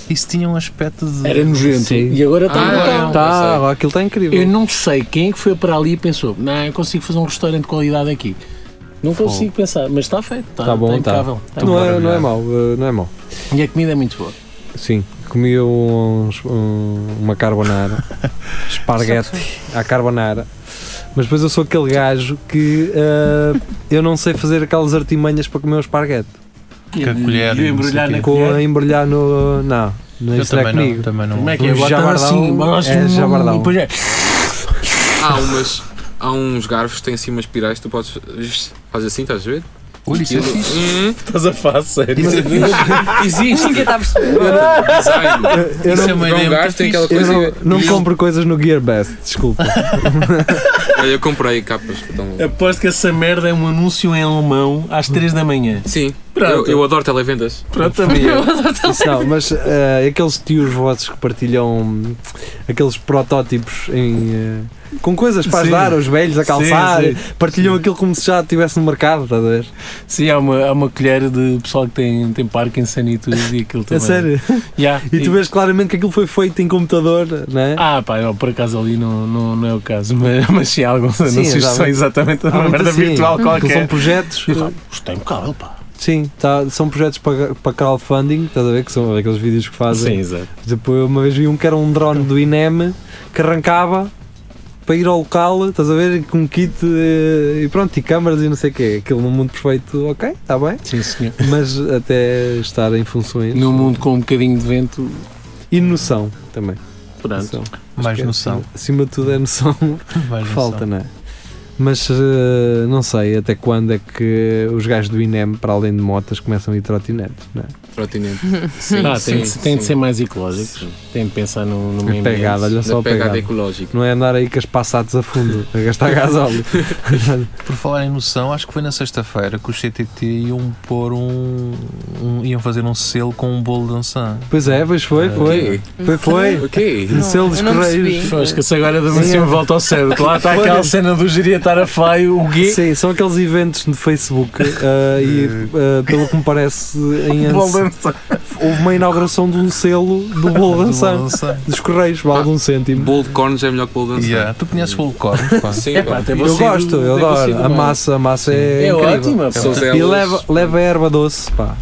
Speaker 6: Isso tinha um aspecto de.
Speaker 5: Era nojento.
Speaker 2: Sim.
Speaker 5: E agora está
Speaker 3: Ah,
Speaker 5: ah,
Speaker 2: Tá, aquilo está incrível.
Speaker 5: Eu não sei quem é que foi para ali e pensou, não, eu consigo fazer um restaurante de qualidade aqui. Não consigo pensar, mas está feito, está
Speaker 2: Tá bom,
Speaker 5: está
Speaker 2: tá.
Speaker 5: impecável. Está
Speaker 2: Não, é,
Speaker 5: impecável.
Speaker 2: não é mau, eh, não é mau.
Speaker 5: E a comida é muito boa.
Speaker 2: Sim, comia uns, um- uma carbonara, esparguete à carbonara. Mas depois eu sou aquele gajo que eh, eu não sei fazer aquelas artimanhas para comer o esparguete.
Speaker 6: Com a colher
Speaker 5: E o
Speaker 6: e não sei
Speaker 5: embrulhar
Speaker 6: o quê.
Speaker 5: na
Speaker 2: Com
Speaker 5: colher.
Speaker 2: a embrulhar no. Não, não
Speaker 6: É Eu
Speaker 2: isso não é
Speaker 6: também
Speaker 2: comigo.
Speaker 6: não, também não.
Speaker 5: Como é que é?
Speaker 2: O
Speaker 5: Bota
Speaker 2: jabardão
Speaker 5: assim, bota
Speaker 2: é jabardão.
Speaker 5: e depois é-
Speaker 3: Há umas. Há uns garfos que têm assim umas pirais, tu podes. Faz assim, estás a ver?
Speaker 6: Olha, isso é
Speaker 3: Aquilo-
Speaker 6: fixe.
Speaker 3: Hum,
Speaker 5: Estás a face, sério.
Speaker 6: Isso é fixe.
Speaker 3: Existe!
Speaker 4: Ninguém está a perceber.
Speaker 3: "Hum, Design.
Speaker 2: Eu
Speaker 6: Isso
Speaker 2: não-
Speaker 6: é
Speaker 3: não
Speaker 6: uma ideia muito
Speaker 3: gasto, tem aquela
Speaker 6: fixe.
Speaker 2: Eu
Speaker 3: coisa-
Speaker 2: não, não compro coisas no Gearbest, desculpa.
Speaker 3: Olha, eu comprei capas. Então...
Speaker 5: Aposto que essa merda é um anúncio em alemão às 3 da manhã.
Speaker 3: Sim, eu,
Speaker 5: Pronto.
Speaker 3: eu adoro televendas.
Speaker 5: Pronto, também.
Speaker 6: é.
Speaker 2: Isso
Speaker 5: Então.
Speaker 2: não, mas eh, aqueles tios vossos que partilham hum, aqueles protótipos em, eh, com coisas para
Speaker 5: Sim.
Speaker 2: ajudar os velhos a calçar,
Speaker 5: Sim, É
Speaker 2: partilham aquilo como se já estivesse no mercado, estás a ver?
Speaker 5: Sim, há uma, há uma colher de pessoal que tem, tem Parkinson e tudo e aquilo
Speaker 2: A
Speaker 5: também.
Speaker 2: sério.
Speaker 5: Yeah.
Speaker 2: E tu vês claramente que aquilo foi feito em computador, não é?
Speaker 5: Ah, pá, eu, por acaso ali não, não, não é o caso, mas, mas sim, há alguns
Speaker 2: Sim,
Speaker 5: anúncios
Speaker 2: já
Speaker 5: que são
Speaker 2: vi.
Speaker 5: exatamente
Speaker 2: Há
Speaker 5: uma
Speaker 2: muito
Speaker 5: merda
Speaker 2: assim,
Speaker 5: virtual
Speaker 2: que São
Speaker 5: qualquer.
Speaker 2: projetos.
Speaker 5: E eu falo, Isto é impecável, pá.
Speaker 2: Sim, tá- são projetos para, para crowdfunding, estás a ver? Que são aqueles vídeos que
Speaker 3: Sim,
Speaker 2: fazem.
Speaker 3: exato.
Speaker 2: Depois uma vez vi um que era um drone do INEM que arrancava para ir ao local, estás a ver? Com um kit eh, e pronto, e câmaras e não sei o quê. Aquilo num mundo perfeito, ok, está bem.
Speaker 5: Sim, senhor.
Speaker 2: Mas até estar em funções.
Speaker 5: Num mundo com um bocadinho de vento,
Speaker 2: E noção também.
Speaker 5: pronto.
Speaker 2: Noção.
Speaker 6: Mais
Speaker 2: Acho que
Speaker 6: noção.
Speaker 2: Acima, acima de tudo é noção
Speaker 6: Mais
Speaker 2: que
Speaker 6: noção.
Speaker 2: falta, não é? Mas eh, não sei até quando é que os gajos do INEM, para além de motas, começam a ir trotinetes, não é?
Speaker 3: Trotinete. Sim,
Speaker 5: Ah, tem, de,
Speaker 3: sim,
Speaker 5: tem de
Speaker 3: sim.
Speaker 5: ser mais ecológicos. Tem de pensar no, no meio
Speaker 2: A pegada,
Speaker 5: ambiente.
Speaker 2: olha é só
Speaker 3: Da
Speaker 2: a
Speaker 3: pegada
Speaker 2: pegada.
Speaker 3: ecológica.
Speaker 2: Não é andar aí com as passadas a fundo, a gastar gasóleo.
Speaker 6: Por falar em noção, acho que foi na sexta-feira que os CTT iam pôr um, um- iam fazer um selo com um bolo de maçã.
Speaker 2: Pois é, pois foi, foi.
Speaker 3: Ok.
Speaker 2: Foi, foi.
Speaker 3: O quê?
Speaker 2: No selo dos
Speaker 4: eu não
Speaker 2: Correios.
Speaker 4: percebi.
Speaker 5: Pô, Esquece agora da
Speaker 2: Sim,
Speaker 5: minha
Speaker 2: é.
Speaker 5: volta ao cérebro. que Lá está aquela cena do geria estar a faio, o guê.
Speaker 2: Sim, são aqueles eventos no Facebook ah, e ah, pelo que me parece em Anse, houve uma inauguração de um selo do bolo
Speaker 6: Do
Speaker 2: dançante
Speaker 6: maçã.
Speaker 2: dos Correios, vale um cêntimo.
Speaker 3: Bolo de cornos é melhor que bolo de dançar.
Speaker 6: Yeah. Tu conheces o bolo de corno? pá?
Speaker 3: Sim,
Speaker 5: Epá,
Speaker 3: pá.
Speaker 5: até vou
Speaker 2: Eu
Speaker 5: ser-
Speaker 2: gosto, eu
Speaker 5: até vou ser
Speaker 2: adoro.
Speaker 5: do
Speaker 2: A
Speaker 5: mal.
Speaker 2: massa, a massa
Speaker 5: É,
Speaker 2: é, incrível.
Speaker 5: ótima. pá.
Speaker 3: São
Speaker 2: E
Speaker 3: zelos.
Speaker 2: leva, leva a erva doce, pá.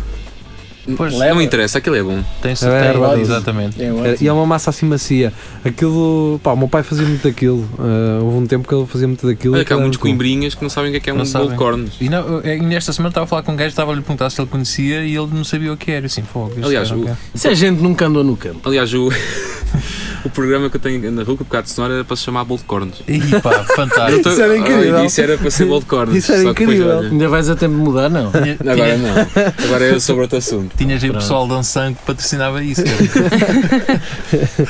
Speaker 6: Pois,
Speaker 5: Leva.
Speaker 3: Não interessa, aquilo é bom.
Speaker 6: tem,
Speaker 2: É
Speaker 6: tem
Speaker 2: verdade.
Speaker 6: exatamente.
Speaker 5: um É
Speaker 2: E
Speaker 5: ótimo.
Speaker 2: é uma massa assim macia. Aquilo, pá, o meu pai fazia muito daquilo. Ah, houve um tempo que ele fazia muito daquilo.
Speaker 3: Olha que há
Speaker 2: aquilo era
Speaker 3: muitos
Speaker 2: muito bom.
Speaker 3: coimbrinhas que não sabem o que é, que é um
Speaker 6: Não
Speaker 3: bolo
Speaker 6: sabem.
Speaker 3: de cornos.
Speaker 6: E, não, eu- e nesta semana estava a falar com um gajo, estava a lhe perguntar se ele conhecia e ele não sabia o que era. Assim, fogo, isto
Speaker 3: Aliás,
Speaker 6: era
Speaker 3: o-
Speaker 6: quê?
Speaker 5: Se a gente nunca andou no campo.
Speaker 3: Aliás, o, o programa que eu tenho na rua, com o bocado de sonora, era para se chamar bolo de cornos.
Speaker 6: Ih, pá, fantástico.
Speaker 2: Isso era
Speaker 3: Ah,
Speaker 2: incrível.
Speaker 3: Isso era para ser bolo de cornos.
Speaker 2: Isso era
Speaker 3: só que depois,
Speaker 2: incrível.
Speaker 3: olha,
Speaker 5: Ainda vais a tempo de mudar, não?
Speaker 3: Agora
Speaker 6: Tinha-
Speaker 3: não. Agora é sobre outro assunto.
Speaker 6: Tinhas aí o pessoal dançando que patrocinava isso. cara.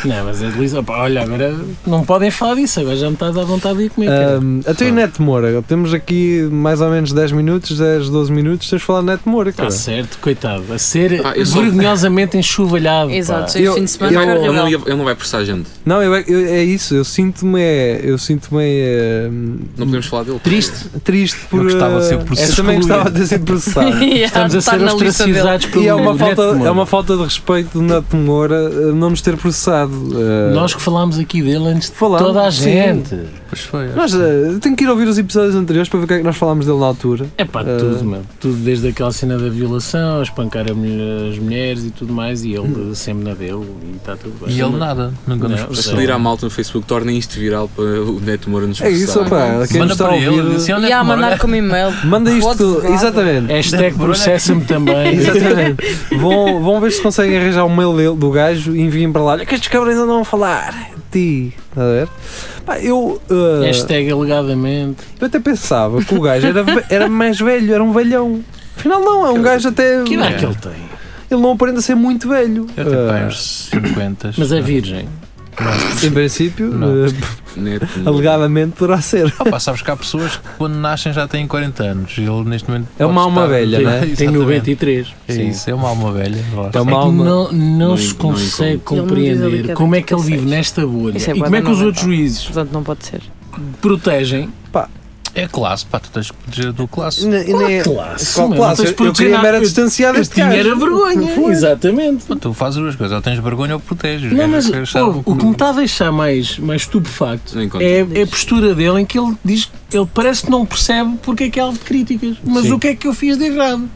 Speaker 5: Não, mas é delícia. Opa, Olha, agora não podem falar disso, agora já me estás à vontade de ir comer. cara.
Speaker 2: Ahm, Ah, até o Neto Moura, temos aqui mais ou menos 10 minutos, 10, 12 minutos, tens de falar de Neto Moura,
Speaker 5: Está
Speaker 2: cara.
Speaker 5: Tá certo, coitado. A ser
Speaker 3: Ah, eu sou-
Speaker 5: vergonhosamente enxovalhado. pá.
Speaker 4: Exato,
Speaker 2: Eu-
Speaker 4: este fim de semana
Speaker 2: eu-
Speaker 4: foi
Speaker 3: Ele não,
Speaker 4: é horrível.
Speaker 3: ia- ele não vai processar a gente.
Speaker 2: Não, eu, é- eu- é isso, eu sinto-me é, eu sinto-me é, hum,
Speaker 3: Não podemos falar dele.
Speaker 5: Triste.
Speaker 2: triste por
Speaker 6: Eu gostava de ser
Speaker 2: ah,
Speaker 6: processado.
Speaker 2: eu também
Speaker 5: Excluído.
Speaker 2: gostava de ter sido processado.
Speaker 5: Estamos a
Speaker 4: Está
Speaker 5: ser
Speaker 4: tá- na lista dele.
Speaker 5: ostracizados pelo
Speaker 2: E é uma,
Speaker 5: Neto
Speaker 2: falta,
Speaker 5: Moura.
Speaker 2: é uma falta de respeito do Neto Moura ah, não nos ter processado. ah.
Speaker 5: Nós que falámos aqui dele antes de
Speaker 2: Falámos,
Speaker 5: toda a
Speaker 2: sim.
Speaker 5: gente.
Speaker 6: Pois foi. é.
Speaker 2: Nós, eh, tenho que ir ouvir os episódios anteriores para ver o que é que nós falámos dele na altura.
Speaker 5: É pá,
Speaker 2: Ah.
Speaker 5: tudo, meu. Tudo desde aquela cena da violação, a espancar a mulher- as mulheres e tudo mais, e ele
Speaker 2: Hum.
Speaker 5: sempre na dele, e está tudo bem.
Speaker 6: E ele nada, nunca nos
Speaker 5: Não,
Speaker 3: Mas
Speaker 5: Sim.
Speaker 3: pedir à malta no Facebook, tornem isto viral para o Neto Moura nos
Speaker 2: É isso,
Speaker 3: processar.
Speaker 2: opa. Quem nos
Speaker 6: Manda
Speaker 2: está a
Speaker 6: para ele,
Speaker 2: ouvir,
Speaker 6: diz assim, "Olha
Speaker 4: E a
Speaker 6: que
Speaker 4: mandar
Speaker 6: maravilha."
Speaker 4: como e-mail.
Speaker 2: manda isto.
Speaker 4: Pode ser.
Speaker 2: Exatamente.
Speaker 5: Hashtag
Speaker 2: é
Speaker 5: processa-me também.
Speaker 2: Exatamente. vão, vão ver se conseguem arranjar o mail dele, do gajo e enviem para lá. Olha que estes cabrões andam a falar. de Ti. Estás a ver? Pá, eu, eh,
Speaker 5: Hashtag alegadamente.
Speaker 2: eu até pensava que o gajo era, ve- era mais velho, era um velhão. Afinal, não, é um gajo até.
Speaker 5: Que idade
Speaker 2: Ele
Speaker 5: é
Speaker 4: Hum.
Speaker 5: que ele tem?
Speaker 2: não aparenta ser muito velho.
Speaker 6: Eu tenho
Speaker 2: Eh,
Speaker 6: pá, uns 50.
Speaker 5: Mas é virgem.
Speaker 2: em princípio,
Speaker 6: Não.
Speaker 2: eh,
Speaker 3: Neto Moura.
Speaker 2: alegadamente poderá ser.
Speaker 6: Ah, pá, sabes que há pessoas que quando nascem já têm 40 anos. Ele neste momento.
Speaker 2: É uma
Speaker 6: pode
Speaker 2: alma
Speaker 6: estar-
Speaker 2: velha,
Speaker 5: Tem-
Speaker 2: não é?
Speaker 5: Tem
Speaker 6: Exatamente.
Speaker 5: 93.
Speaker 6: É
Speaker 5: Sim.
Speaker 6: isso, é uma alma velha. vá.
Speaker 2: É uma
Speaker 5: É que
Speaker 2: alma-
Speaker 5: não, não,
Speaker 3: Não
Speaker 5: se
Speaker 3: en- não
Speaker 5: consegue
Speaker 3: encontro.
Speaker 4: Ele não diz ali
Speaker 5: compreender
Speaker 4: que é
Speaker 5: como é que ele
Speaker 4: 36.
Speaker 5: vive nesta bolha
Speaker 4: Isso é
Speaker 5: e como
Speaker 4: bué
Speaker 5: é
Speaker 4: da
Speaker 5: que os
Speaker 4: nova,
Speaker 5: outros
Speaker 4: pá.
Speaker 5: juízes
Speaker 4: Portanto, não pode ser.
Speaker 5: protegem
Speaker 6: É classe, pá, tu tens que proteger do classe.
Speaker 2: Ne- nem-
Speaker 4: É,
Speaker 5: a classe.
Speaker 2: Qual
Speaker 5: meu,
Speaker 2: classe? Eu-
Speaker 5: não tens
Speaker 2: Eu
Speaker 5: proteger
Speaker 2: queria me
Speaker 5: nada.
Speaker 2: era distanciar
Speaker 5: Eu
Speaker 2: deste
Speaker 5: tinha era
Speaker 2: gajo.
Speaker 5: vergonha.
Speaker 2: Foi.
Speaker 5: Exatamente.
Speaker 6: Pá, tu fazes duas coisas, ou tens vergonha ou proteges. é Os
Speaker 5: Não, mas
Speaker 6: gajos acharam
Speaker 5: ouve, o que
Speaker 2: tá-
Speaker 5: me está a deixar mais, mais estupefacto
Speaker 3: Não encontro.
Speaker 5: é, é a postura dele em que ele diz ele parece que não percebe porque é que é alvo de críticas. Mas
Speaker 2: Sim.
Speaker 5: o que é que eu fiz de errado?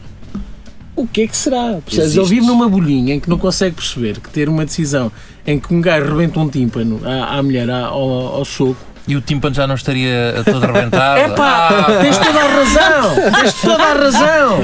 Speaker 5: O que é que será? Percebes? Ele
Speaker 3: Existe.
Speaker 5: vive numa bolinha em que não consegue perceber que ter uma decisão em que um gajo rebenta um tímpano à, à mulher à- ao, ao soco.
Speaker 6: E o tímpano já não estaria todo
Speaker 2: Ah.
Speaker 6: arrebentado.
Speaker 5: É pá, tens toda a razão! Tens toda a razão!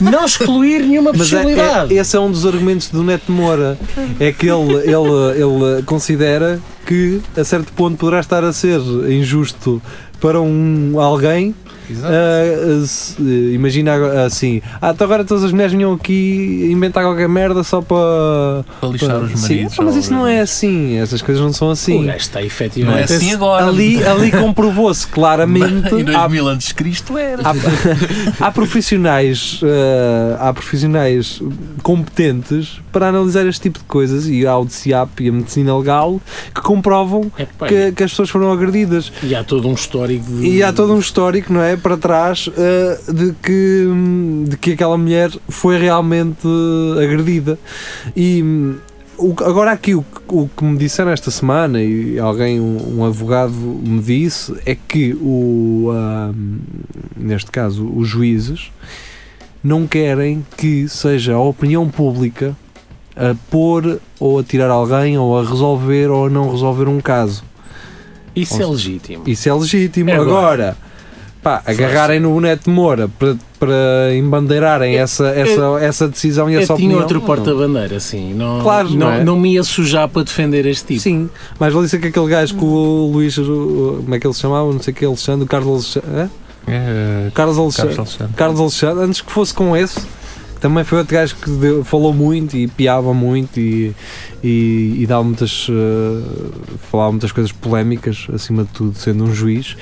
Speaker 5: Não excluir nenhuma
Speaker 2: Mas é- é-
Speaker 5: possibilidade.
Speaker 2: esse é um dos argumentos do Neto Moura. É que ele, ele, ele considera que a certo ponto poderá estar a ser injusto para um alguém.
Speaker 6: Exato.
Speaker 2: Ah, se- eh, imagina agora- assim: ah, então agora todas as mulheres vinham aqui inventar qualquer merda só para.
Speaker 6: Para lixar os
Speaker 2: Ah, Sim,
Speaker 6: maridos.
Speaker 2: ah, mas isso
Speaker 6: ou-
Speaker 2: não é assim. Essas coisas não são
Speaker 5: O
Speaker 2: assim.
Speaker 5: gajo está
Speaker 6: Não é
Speaker 5: efetivamente.
Speaker 6: assim agora.
Speaker 2: Ali, ali comprovou-se claramente
Speaker 6: Em
Speaker 2: à
Speaker 6: 2000 antes de Cristo é. era.
Speaker 2: há, há profissionais eh, há profissionais competentes para analisar este tipo de coisas e há o DCAP e a medicina legal que comprovam
Speaker 5: Epá,
Speaker 2: que, que as pessoas foram agredidas
Speaker 5: E há todo um histórico de.
Speaker 2: e há todo um histórico não é para trás eh, de que hum, de que aquela mulher foi realmente eh, agredida e hum, o que- agora aqui o, que- o que me disseram esta semana e alguém um, um advogado me disse é que o ah, neste caso os juízes não querem que seja a opinião pública a pôr ou a tirar alguém ou a resolver ou a não resolver um caso.
Speaker 5: Isso é
Speaker 2: Ou
Speaker 5: legítimo.
Speaker 2: Isso é legítimo.
Speaker 5: É
Speaker 2: agora, pá, agarrarem no Boneto de Moura para, para embandeirarem essa, essa, essa decisão e
Speaker 5: Eu
Speaker 2: essa
Speaker 5: tinha
Speaker 2: opinião.
Speaker 5: outro porta-bandeira, assim. Não,
Speaker 2: Claro,
Speaker 5: não,
Speaker 2: não é?
Speaker 5: não me ia sujar para defender este tipo.
Speaker 2: Sim, mas vale ser que aquele gajo que o Luís, o- como é que ele se chamava? Não sei o que, Alexandre, o Carlos Alexandre. hã?
Speaker 6: É,
Speaker 2: Carlos
Speaker 6: Carlos
Speaker 2: Alexandre.
Speaker 6: Alexandre.
Speaker 2: Carlos Alexandre, antes que fosse com esse, que também foi outro gajo que deu- falou muito e piava muito e, e, e dava muitas. eh, falava muitas coisas polémicas, acima de tudo, sendo um juiz.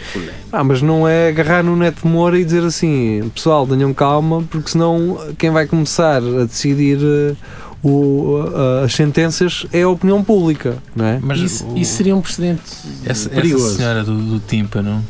Speaker 2: Ah, mas não é agarrar no Neto de Moura e dizer assim: pessoal, tenham calma, porque senão quem vai começar a decidir. eh, o- a- as sentenças é a opinião pública, não é?
Speaker 6: Mas
Speaker 5: isso,
Speaker 6: o-
Speaker 5: isso seria um precedente
Speaker 6: essa, essa
Speaker 5: perigoso.
Speaker 6: senhora do, do tímpano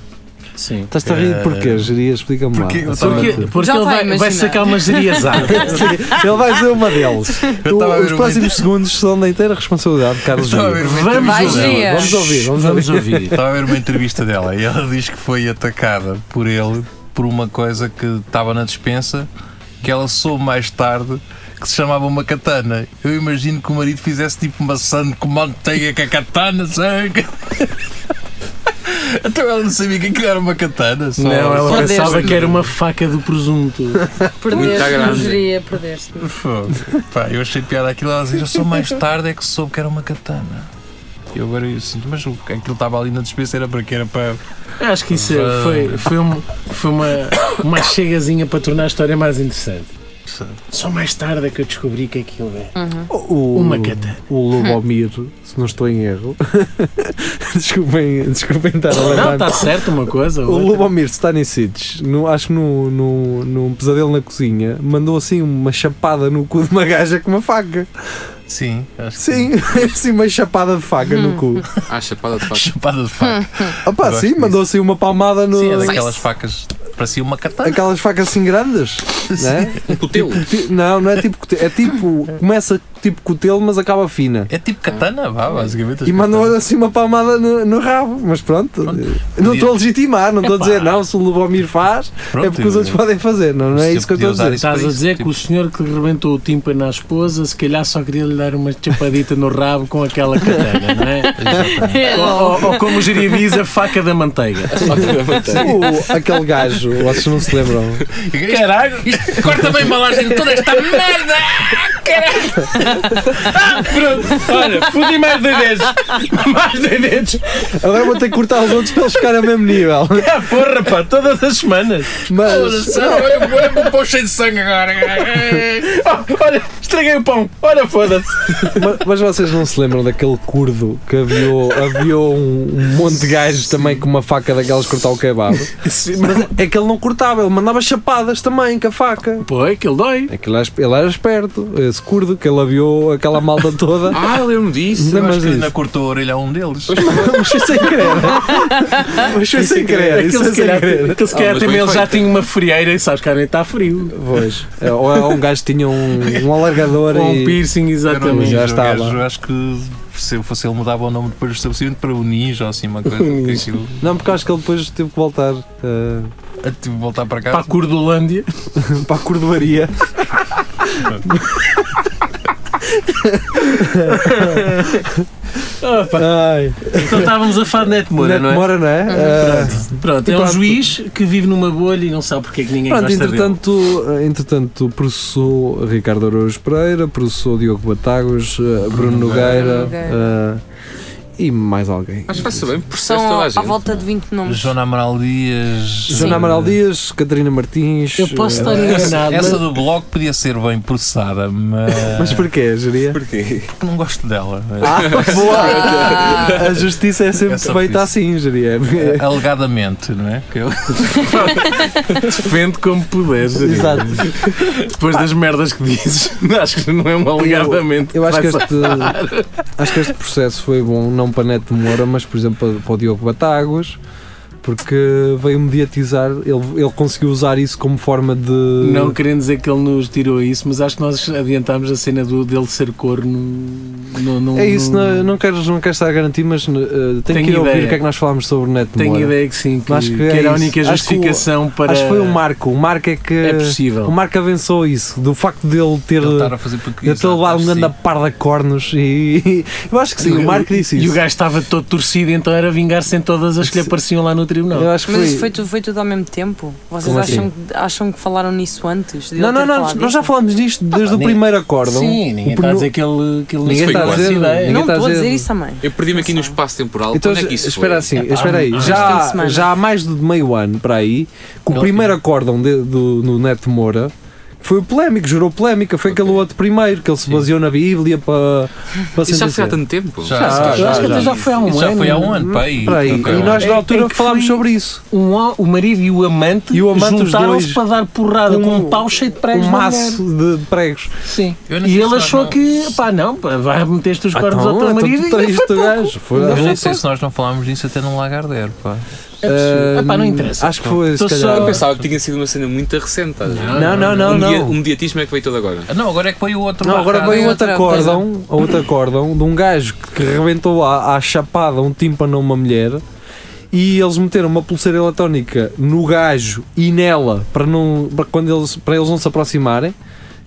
Speaker 5: Sim.
Speaker 2: Estás-te a rir
Speaker 6: Eh,
Speaker 2: porquê? Geria, explica-me lá.
Speaker 6: porque eu
Speaker 2: Só
Speaker 6: estava-
Speaker 5: Porque,
Speaker 2: para ti.
Speaker 5: porque
Speaker 4: Já tá
Speaker 5: ele
Speaker 4: vai
Speaker 5: vai, vai
Speaker 4: imaginar.
Speaker 5: sacar umas geriazadas.
Speaker 2: Sim, Ele vai dizer uma deles.
Speaker 6: Eu estava a ver
Speaker 2: Os
Speaker 6: um
Speaker 2: próximos segundos são da inteira responsabilidade de Carlos
Speaker 6: Estava a
Speaker 2: Geria.
Speaker 6: ver uma
Speaker 5: Vamos
Speaker 6: entrevista
Speaker 4: ouvir.
Speaker 6: dela.
Speaker 4: Vai,
Speaker 2: Vamos ouvir, vamos ouvir.
Speaker 5: Vamos ouvir.
Speaker 6: Estava a ver uma entrevista dela e ela diz que foi atacada por ele por uma coisa que estava na despensa que ela soube mais tarde que se chamava uma katana. Eu imagino que o marido fizesse tipo uma sand com manteiga com a katana, sabe? Então ela não sabia que aquilo era uma katana. Só,
Speaker 5: Não, ela
Speaker 4: Só
Speaker 5: pensava
Speaker 4: deste.
Speaker 5: que era uma faca do presunto.
Speaker 4: Perdeste, não
Speaker 3: grande.
Speaker 4: geria, perdeste.
Speaker 6: Fogo. Pá, eu achei piada aquilo, ela dizia, eu só mais tarde é que soube que era uma katana. E eu agora eu sinto, mas o- aquilo estava ali na despensa era para quê? Era para.
Speaker 5: Eu Acho que isso é- foi, foi, um- foi uma, uma chegazinha para tornar a história mais interessante. Só mais tarde é que eu descobri que aquilo é
Speaker 2: O,
Speaker 5: uma katana.
Speaker 2: o Lubomir, se não estou em erro. desculpem, desculpem estar a
Speaker 5: Não, tá
Speaker 2: lembrar.
Speaker 5: está certo uma coisa.
Speaker 2: O
Speaker 5: outra.
Speaker 2: Lubomir Stanisic, no, acho que no, no, num pesadelo na cozinha, mandou assim uma chapada no cu de uma gaja com uma faca.
Speaker 6: Sim, acho que
Speaker 2: Sim, assim uma chapada de faca
Speaker 5: Hum.
Speaker 2: no cu.
Speaker 3: Ah, chapada de faca.
Speaker 6: Chapada de faca.
Speaker 2: Opa,
Speaker 6: Gosto
Speaker 2: sim,
Speaker 6: disso.
Speaker 2: mandou assim uma palmada no.
Speaker 6: Sim, é daquelas facas. Parecia uma
Speaker 5: é
Speaker 6: katana.
Speaker 2: Aquelas facas assim grandes, né?
Speaker 3: Um cutelo.
Speaker 2: Ti- Não, não é tipo cutelo. É tipo. Começa tipo cutelo, mas acaba fina.
Speaker 6: É tipo katana, vá, basicamente. as
Speaker 2: E mandou
Speaker 6: katanas.
Speaker 2: assim uma palmada no, no rabo. Mas pronto.
Speaker 6: Pronto.
Speaker 2: Não estou a legitimar, não estou a dizer não. Se o Lubomir faz,
Speaker 6: Pronto,
Speaker 2: é porque os outros podem fazer. Não, não é
Speaker 6: se
Speaker 2: isso que eu
Speaker 6: podia
Speaker 2: estou a
Speaker 6: usar
Speaker 2: dizer.
Speaker 6: isso para
Speaker 5: Estás a
Speaker 6: isso,
Speaker 5: dizer que
Speaker 6: tipo,
Speaker 5: o senhor que rebentou o tímpano à esposa, se calhar só queria lhe dar uma chapadita no rabo com aquela katana, não é? ou, ou- ou como o Jiria diz, a faca da manteiga.
Speaker 2: O- aquele gajo, vocês não se lembram?
Speaker 6: Caralho, isto corta bem a embalagem de toda esta merda!
Speaker 5: Pronto, olha, fudi mais dois dedos. Mais dois dedos.
Speaker 2: Agora vou ter que cortar os outros para eles ficarem ao mesmo nível.
Speaker 5: Ah, porra, pá, todas as semanas.
Speaker 2: Mas.
Speaker 6: Olha, vou pôr cheio de sangue agora!
Speaker 5: Oh, olha, estraguei o pão. Olha, foda-se.
Speaker 2: Mas, mas vocês não se lembram daquele curdo que aviou, aviou um, um monte de gajos também com uma faca daquelas cortar o kebab? Mas é que ele não cortava, ele mandava chapadas também com a faca.
Speaker 5: Pô, é que ele dói.
Speaker 2: É que ele era esp- ele era esperto, esse curdo, que ele aviou aquela malda toda.
Speaker 3: Ah, lembro-me disso.
Speaker 6: Eu acho que
Speaker 2: isso.
Speaker 6: ainda cortou a orelha a um deles.
Speaker 2: Mas foi sem querer. Mas foi sem querer. Isso
Speaker 5: Aquele
Speaker 2: foi
Speaker 5: se
Speaker 2: sem
Speaker 5: calhar,
Speaker 2: querer.
Speaker 5: aquele se
Speaker 3: Ah,
Speaker 5: calhar
Speaker 3: mas
Speaker 5: também
Speaker 3: bem
Speaker 5: ele já
Speaker 3: feito.
Speaker 5: tinha uma frieira e sabes que nem está frio.
Speaker 2: Pois. É, Ou é um gajo que tinha um, um alargador
Speaker 5: Ou um
Speaker 2: e.
Speaker 5: piercing,
Speaker 6: Era um
Speaker 5: exatamente.
Speaker 2: Já
Speaker 6: ninja, o
Speaker 2: estava.
Speaker 6: gajo, acho que se eu fosse ele mudava o nome depois do estabelecimento para o Ninja ou assim uma coisa. que aquilo-
Speaker 2: Não, porque eu acho que ele depois teve que voltar eh,
Speaker 6: Ah, Tive de voltar para
Speaker 5: Para a
Speaker 6: cá.
Speaker 5: Cordolândia.
Speaker 2: para a cordoaria.
Speaker 5: Ah, pá.
Speaker 2: Ai.
Speaker 5: Então estávamos a falar de Neto Moura,
Speaker 2: Mora,
Speaker 5: não é?
Speaker 2: Mora, não é? Eh,
Speaker 5: Pronto,
Speaker 2: E
Speaker 5: é um
Speaker 2: pronto.
Speaker 5: juiz que vive numa bolha e não sabe porque é que ninguém
Speaker 2: Pronto,
Speaker 5: gosta dele.
Speaker 2: entretanto, eh, entretanto, processou Ricardo Araújo Pereira, processou Diogo Batagos, eh, Bruno Nogueira
Speaker 4: Nogueira.
Speaker 2: eh, e mais alguém.
Speaker 3: Mas faça bem, processo
Speaker 4: São
Speaker 3: toda a
Speaker 4: à
Speaker 3: gente.
Speaker 4: volta de 20 nomes.
Speaker 6: Joana Amaral Dias.
Speaker 2: Joana Amaral Dias, Catarina Martins.
Speaker 5: Eu
Speaker 2: eh,
Speaker 5: posso estar
Speaker 6: Essa,
Speaker 5: enganado.
Speaker 6: essa do blog podia ser bem processada, mas,
Speaker 2: Mas porquê, Jeria?
Speaker 3: Porquê?
Speaker 6: porque não gosto dela.
Speaker 2: Ah,
Speaker 5: Ah.
Speaker 2: boa! A justiça é sempre
Speaker 6: É só
Speaker 2: feita
Speaker 6: isso. é
Speaker 2: assim, Jeria.
Speaker 6: Alegadamente, não é? Que eu-
Speaker 5: Defende como puderes.
Speaker 2: Exato.
Speaker 5: Depois das merdas que dizes, acho que não é um alegadamente.
Speaker 2: Eu acho que,
Speaker 5: vai
Speaker 2: este, acho que este processo foi bom, não para Neto de Moura, mas por exemplo para, para o Diogo Batagos, porque veio mediatizar, ele, ele conseguiu usar isso como forma de.
Speaker 5: Não querendo dizer que ele nos tirou isso, mas acho que nós adiantámos a cena do, dele ser corno. No, no,
Speaker 2: É isso,
Speaker 5: no-
Speaker 2: não, não, quero, não quero estar a garantir, mas eh, tenho
Speaker 5: Tenho
Speaker 2: que ir ouvir
Speaker 5: ideia.
Speaker 2: o que é que nós falámos sobre o Neto
Speaker 5: Tenho
Speaker 2: Moura.
Speaker 5: ideia que sim, que,
Speaker 2: Acho que
Speaker 5: que
Speaker 2: é
Speaker 5: era a
Speaker 2: isso.
Speaker 5: única
Speaker 2: Acho que o-
Speaker 5: justificação para.
Speaker 2: Acho que foi o Marco, o Marco é que.
Speaker 5: É possível.
Speaker 2: o Marco avançou isso, do facto dele ter.
Speaker 6: Ele estar a fazer porque
Speaker 2: Eu estou a levar um grande parda cornos e. Eu acho que sim, o Marco disse
Speaker 5: E o
Speaker 2: isso.
Speaker 5: gajo estava todo torcido, então era vingar-se em todas as que lhe
Speaker 2: Sim.
Speaker 5: apareciam lá no tribunal.
Speaker 2: Eu acho que
Speaker 4: Mas isso
Speaker 2: foi.
Speaker 4: foi, tu- foi tudo ao mesmo tempo? Vocês
Speaker 2: Como assim?
Speaker 4: acham, que- acham que falaram nisso antes? de ele
Speaker 2: Não, não,
Speaker 4: ter
Speaker 2: não,
Speaker 4: falado
Speaker 2: nós já
Speaker 4: isso?
Speaker 2: falámos disto desde
Speaker 6: pá,
Speaker 2: o
Speaker 6: nem-
Speaker 2: primeiro acórdão.
Speaker 5: Sim, ninguém
Speaker 2: O
Speaker 5: está a
Speaker 2: penu-
Speaker 5: dizer que ele, que ele
Speaker 2: Ninguém
Speaker 5: não
Speaker 2: está a
Speaker 5: faz
Speaker 2: dizer-
Speaker 5: ideia.
Speaker 2: ninguém
Speaker 4: Não
Speaker 2: está a
Speaker 4: estou a
Speaker 2: dizer-
Speaker 4: dizer isso à mãe.
Speaker 3: Eu perdi-me aqui no
Speaker 4: sei.
Speaker 3: espaço temporal.
Speaker 2: Então,
Speaker 3: Quando é que isso
Speaker 2: espera
Speaker 3: foi?
Speaker 2: assim, espera aí,
Speaker 4: fim de
Speaker 2: já,
Speaker 4: semana.
Speaker 2: já há mais de meio ano para aí que o
Speaker 6: Ele-
Speaker 2: primeiro acórdão de- do, no Neto Moura foi polémico, gerou polémica. Foi aquele outro primeiro que ele se baseou na Bíblia para, para
Speaker 3: Isso Ah, já foi
Speaker 2: sentenciar.
Speaker 3: há tanto tempo?
Speaker 2: Já,
Speaker 5: Eu acho que até já foi há um
Speaker 6: Isso
Speaker 5: ano.
Speaker 6: já foi há um ano, pá.
Speaker 2: Espera aí,
Speaker 6: ok,
Speaker 2: e
Speaker 6: um
Speaker 2: nós
Speaker 6: ano.
Speaker 5: É-
Speaker 2: na
Speaker 5: é
Speaker 2: altura
Speaker 5: que
Speaker 2: falámos
Speaker 5: foi-
Speaker 2: sobre isso.
Speaker 5: Um ho- o marido e o amante,
Speaker 2: E o amante, os
Speaker 5: juntaram-se
Speaker 2: dois,
Speaker 5: para dar porrada
Speaker 2: com
Speaker 5: com,
Speaker 2: um-
Speaker 5: um pau cheio de pregos
Speaker 2: Um
Speaker 5: na
Speaker 2: maço
Speaker 5: mulher.
Speaker 2: de de pregos.
Speaker 5: Sim.
Speaker 6: Eu não
Speaker 5: E
Speaker 6: sei se
Speaker 5: ele
Speaker 6: nós
Speaker 5: achou
Speaker 6: não-
Speaker 5: que, pá, não, pá, vai meter estes
Speaker 2: Ah,
Speaker 5: cornos ao
Speaker 2: então,
Speaker 5: teu
Speaker 2: então
Speaker 5: marido
Speaker 2: tu
Speaker 5: e é
Speaker 2: traíste
Speaker 5: foi
Speaker 2: o
Speaker 5: pouco.
Speaker 2: gajo. Foi- um
Speaker 5: Não
Speaker 6: Eu
Speaker 5: foi
Speaker 6: nem sei
Speaker 5: pouco.
Speaker 6: se nós não falámos disso até num Lagardère, pá.
Speaker 5: É possível.
Speaker 2: Ah,
Speaker 5: Epá, não interessa. então.
Speaker 2: Acho que foi, se
Speaker 5: Estou
Speaker 2: calhar.
Speaker 5: só-
Speaker 3: Eu pensava que tinha sido uma cena muito recente. estás a ver?
Speaker 2: Ah. Não, não, não,
Speaker 3: O media-
Speaker 2: não.
Speaker 3: O mediatismo é que veio todo agora.
Speaker 6: Ah, Não, agora é que foi o outro
Speaker 2: Não, agora
Speaker 6: marcado.
Speaker 2: veio um
Speaker 4: Foi
Speaker 2: outro
Speaker 4: outra
Speaker 2: acórdão, outro acórdão de um gajo que rebentou à, à chapada um tímpano a uma mulher e eles meteram uma pulseira eletrónica no gajo e nela para, não, para, quando eles, para eles não se aproximarem.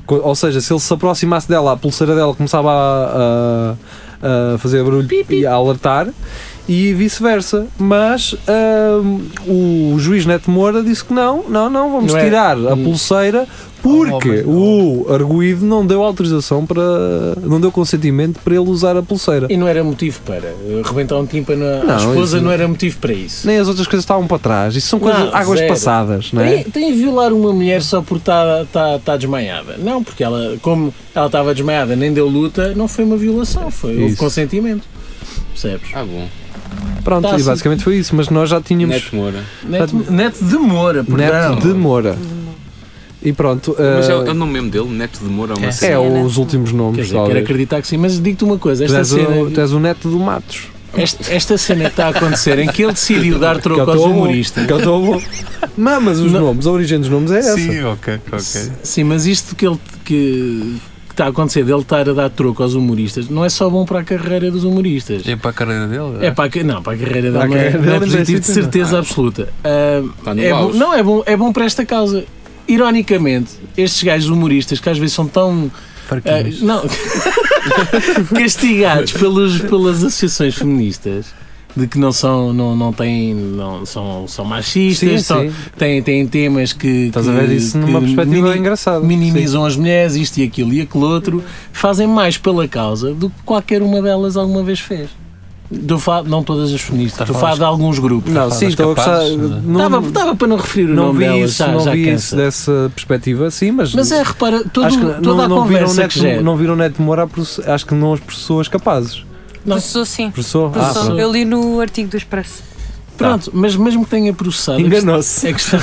Speaker 2: Co- Ou seja, se ele se aproximasse dela, a pulseira dela começava a, a- a fazer barulho e a alertar e vice-versa. Mas ahm, o juiz Neto Moura disse que não, não, não, vamos
Speaker 5: Não é?
Speaker 2: tirar a pulseira porque
Speaker 6: Oh,
Speaker 2: o arguído não deu autorização para. não deu consentimento para ele usar a pulseira.
Speaker 5: E não era motivo para. eh, Rebentar um tímpano à
Speaker 2: Não,
Speaker 5: à esposa
Speaker 2: isso-
Speaker 5: não era motivo para isso.
Speaker 2: Nem as outras coisas estavam para trás. Isso são coisas
Speaker 5: Não,
Speaker 2: águas
Speaker 5: zero.
Speaker 2: passadas, não é?
Speaker 5: Tem, tem violar uma mulher só porque está tá, tá desmaiada. Não, porque ela, como ela estava desmaiada, nem deu luta, não foi uma violação, foi houve
Speaker 2: Isso.
Speaker 5: consentimento. Percebes?
Speaker 3: Ah, bom.
Speaker 2: Pronto,
Speaker 5: Tá
Speaker 2: e
Speaker 5: assim.
Speaker 2: basicamente foi isso. Mas nós já tínhamos
Speaker 3: Neto Moura.
Speaker 5: Neto, Neto demora, perdão.
Speaker 2: Neto de Moura. E pronto.
Speaker 3: Mas é,
Speaker 2: ah,
Speaker 3: o- é o nome mesmo dele? Neto de Moura? é Uma
Speaker 6: É.
Speaker 3: cena.
Speaker 2: É,
Speaker 4: Sim, é
Speaker 2: os últimos
Speaker 5: Quer
Speaker 2: nomes,
Speaker 5: dizer, quero
Speaker 2: talvez.
Speaker 5: acreditar que sim, mas digo-te uma coisa:
Speaker 2: Tu
Speaker 5: esta
Speaker 2: és, o, tu
Speaker 5: cena,
Speaker 2: és o neto do Matos.
Speaker 5: esta, esta cena que está a acontecer, em que ele decidiu dar
Speaker 2: é
Speaker 5: troco aos
Speaker 2: estou bom,
Speaker 5: humoristas.
Speaker 2: Que é eu estou bom. Não, mas os
Speaker 5: Não.
Speaker 2: nomes, a origem dos nomes é essa.
Speaker 6: Sim, ok, ok.
Speaker 5: Sim, mas isto que ele que, que está a acontecer, dele estar a dar troco aos humoristas, não é só bom para a carreira dos humoristas.
Speaker 6: É para a carreira dele?
Speaker 5: É para a, ca- não, para a carreira
Speaker 2: Para a
Speaker 5: dele não é-
Speaker 2: carreira
Speaker 5: não é
Speaker 2: dele não é
Speaker 5: positivo de
Speaker 2: assim, não.
Speaker 5: certeza absoluta. Ah,
Speaker 3: Está no
Speaker 5: é bom,
Speaker 3: auge.
Speaker 5: não, é bom, é bom para esta causa. Ironicamente, estes gajos humoristas que às vezes são tão ah,
Speaker 6: É Farquinhos.
Speaker 5: não, castigados pelos, pelas associações feministas de que não são, não, não têm, não, são, são machistas,
Speaker 2: Sim,
Speaker 5: são-
Speaker 2: sim.
Speaker 5: Têm, têm temas que.
Speaker 2: Estás a
Speaker 5: é que-
Speaker 2: ver isso
Speaker 5: que
Speaker 2: numa perspectiva
Speaker 5: mini-
Speaker 2: engraçada.
Speaker 5: minimizam as mulheres, isto e aquilo e aquele outro, fazem mais pela causa do que qualquer uma delas alguma vez fez. Estou a falar, não todas as feministas,
Speaker 6: Estás
Speaker 5: estou a
Speaker 6: a
Speaker 5: falar
Speaker 6: falar
Speaker 5: de alguns grupos.
Speaker 2: Sim. Não, sim,
Speaker 6: das
Speaker 2: estou a gostar.
Speaker 6: capazes, né?
Speaker 5: Estava,
Speaker 2: Não,
Speaker 5: estava para não referir o
Speaker 2: não
Speaker 5: nome
Speaker 2: vi
Speaker 5: delas,
Speaker 2: isso,
Speaker 5: já,
Speaker 2: não
Speaker 5: já
Speaker 2: vi
Speaker 5: cansa.
Speaker 2: isso dessa perspectiva, sim, mas.
Speaker 5: Mas é, repara, todo,
Speaker 2: acho que
Speaker 5: toda
Speaker 2: não,
Speaker 5: a
Speaker 2: não viram
Speaker 5: conversa
Speaker 2: neto,
Speaker 5: que gera.
Speaker 2: não viram neto Moura, a proce- acho que não as pessoas capazes.
Speaker 5: Não.
Speaker 4: Processou sim.
Speaker 2: Professor? Ah,
Speaker 4: Processou.
Speaker 2: pronto.
Speaker 5: pronto.
Speaker 4: Eu li no artigo do Expresso.
Speaker 5: Pronto, mas mesmo que tenha processado. a
Speaker 2: Enganou-se.
Speaker 5: A questão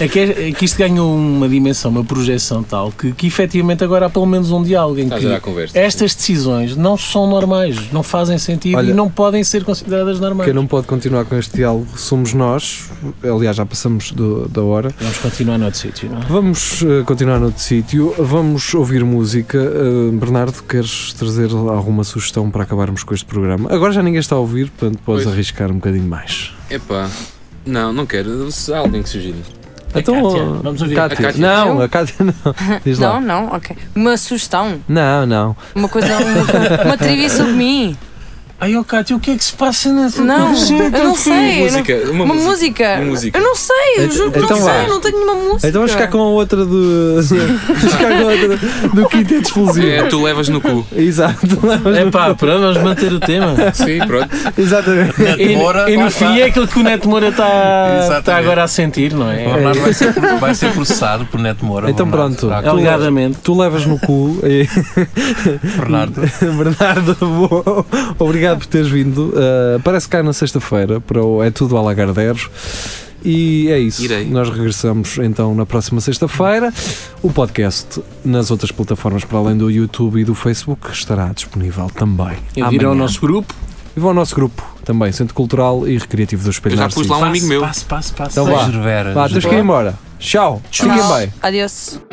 Speaker 5: é que, é que isto ganhou uma dimensão, uma projeção tal que, que efetivamente agora há pelo menos um diálogo em
Speaker 3: Está Tá a gerar
Speaker 5: que
Speaker 3: conversa.
Speaker 5: estas decisões não são normais, não fazem sentido
Speaker 2: Olha,
Speaker 5: e não podem ser consideradas normais.
Speaker 2: Quem não pode continuar com este diálogo somos nós. Aliás, já passamos do- da hora.
Speaker 5: Vamos continuar noutro sítio, não é?
Speaker 2: Vamos eh, continuar noutro sítio, vamos ouvir música. Eh, Bernardo, queres trazer alguma sugestão para acabarmos com este programa? Agora já ninguém está a ouvir, portanto podes
Speaker 3: Pois.
Speaker 2: arriscar um bocadinho mais.
Speaker 3: Epá. Não, não quero. Se Há alguém que sugiro.
Speaker 5: A Cátia. Vamos ouvir a
Speaker 2: Cátia.
Speaker 3: Cátia.
Speaker 2: Então, Não,
Speaker 4: Eu?
Speaker 2: a Cátia não. Diz
Speaker 4: Não,
Speaker 2: lá.
Speaker 4: não, ok. Uma sugestão.
Speaker 2: Não, não.
Speaker 4: Uma coisa, uma, uma trivia sobre mim.
Speaker 5: Ai, ó Cátia, o que é que se passa nessa Então,
Speaker 4: Não, eu não sei. É, eu não-
Speaker 3: Música. Uma,
Speaker 4: Uma
Speaker 3: música.
Speaker 4: música.
Speaker 3: Uma música.
Speaker 4: Eu não sei, eu
Speaker 2: Então-
Speaker 4: juro que
Speaker 2: então
Speaker 4: não
Speaker 2: vá.
Speaker 4: sei, não tenho nenhuma música.
Speaker 2: Então vamos ficar com a outra do. vamos ficar com a outra do Quinteto Explosivo.
Speaker 3: É, tu levas no cu.
Speaker 2: Exato.
Speaker 5: É pá, pronto, vamos manter o tema.
Speaker 3: Sim, pronto.
Speaker 2: Exatamente.
Speaker 5: E,
Speaker 6: Moura,
Speaker 5: e
Speaker 6: lá
Speaker 5: no
Speaker 6: está.
Speaker 5: fim é aquilo que o Neto Moura está
Speaker 6: Exatamente.
Speaker 5: está agora a sentir, não
Speaker 6: O
Speaker 5: é?
Speaker 6: Bernardo vai ser, vai ser processado por Neto Moura.
Speaker 2: Então
Speaker 6: Bernardo.
Speaker 2: pronto.
Speaker 6: Ah, com
Speaker 5: Alegadamente.
Speaker 2: Tu levas no cu. e-
Speaker 6: o Bernardo.
Speaker 2: Bernardo, boa. obrigado por teres vindo. Uh, parece que cá na sexta-feira para o É Tudo Alagardeiro. E é isso.
Speaker 3: Irei.
Speaker 2: Nós regressamos então na próxima sexta-feira. O podcast nas outras plataformas para além do YouTube e do Facebook estará disponível também.
Speaker 5: Adira ao
Speaker 2: amanhã.
Speaker 5: nosso grupo.
Speaker 2: E vão ao nosso grupo. também, Centro Cultural e Recreativo do Espelho
Speaker 3: Eu já
Speaker 2: Narciso.
Speaker 3: pus lá um amigo meu.
Speaker 5: Passo, passo, passo.
Speaker 2: Então vá.
Speaker 6: Gervera.
Speaker 2: Vá, tens que ir embora. Tchau. Fiquem
Speaker 4: Tchau.
Speaker 2: bem.
Speaker 4: Adeus.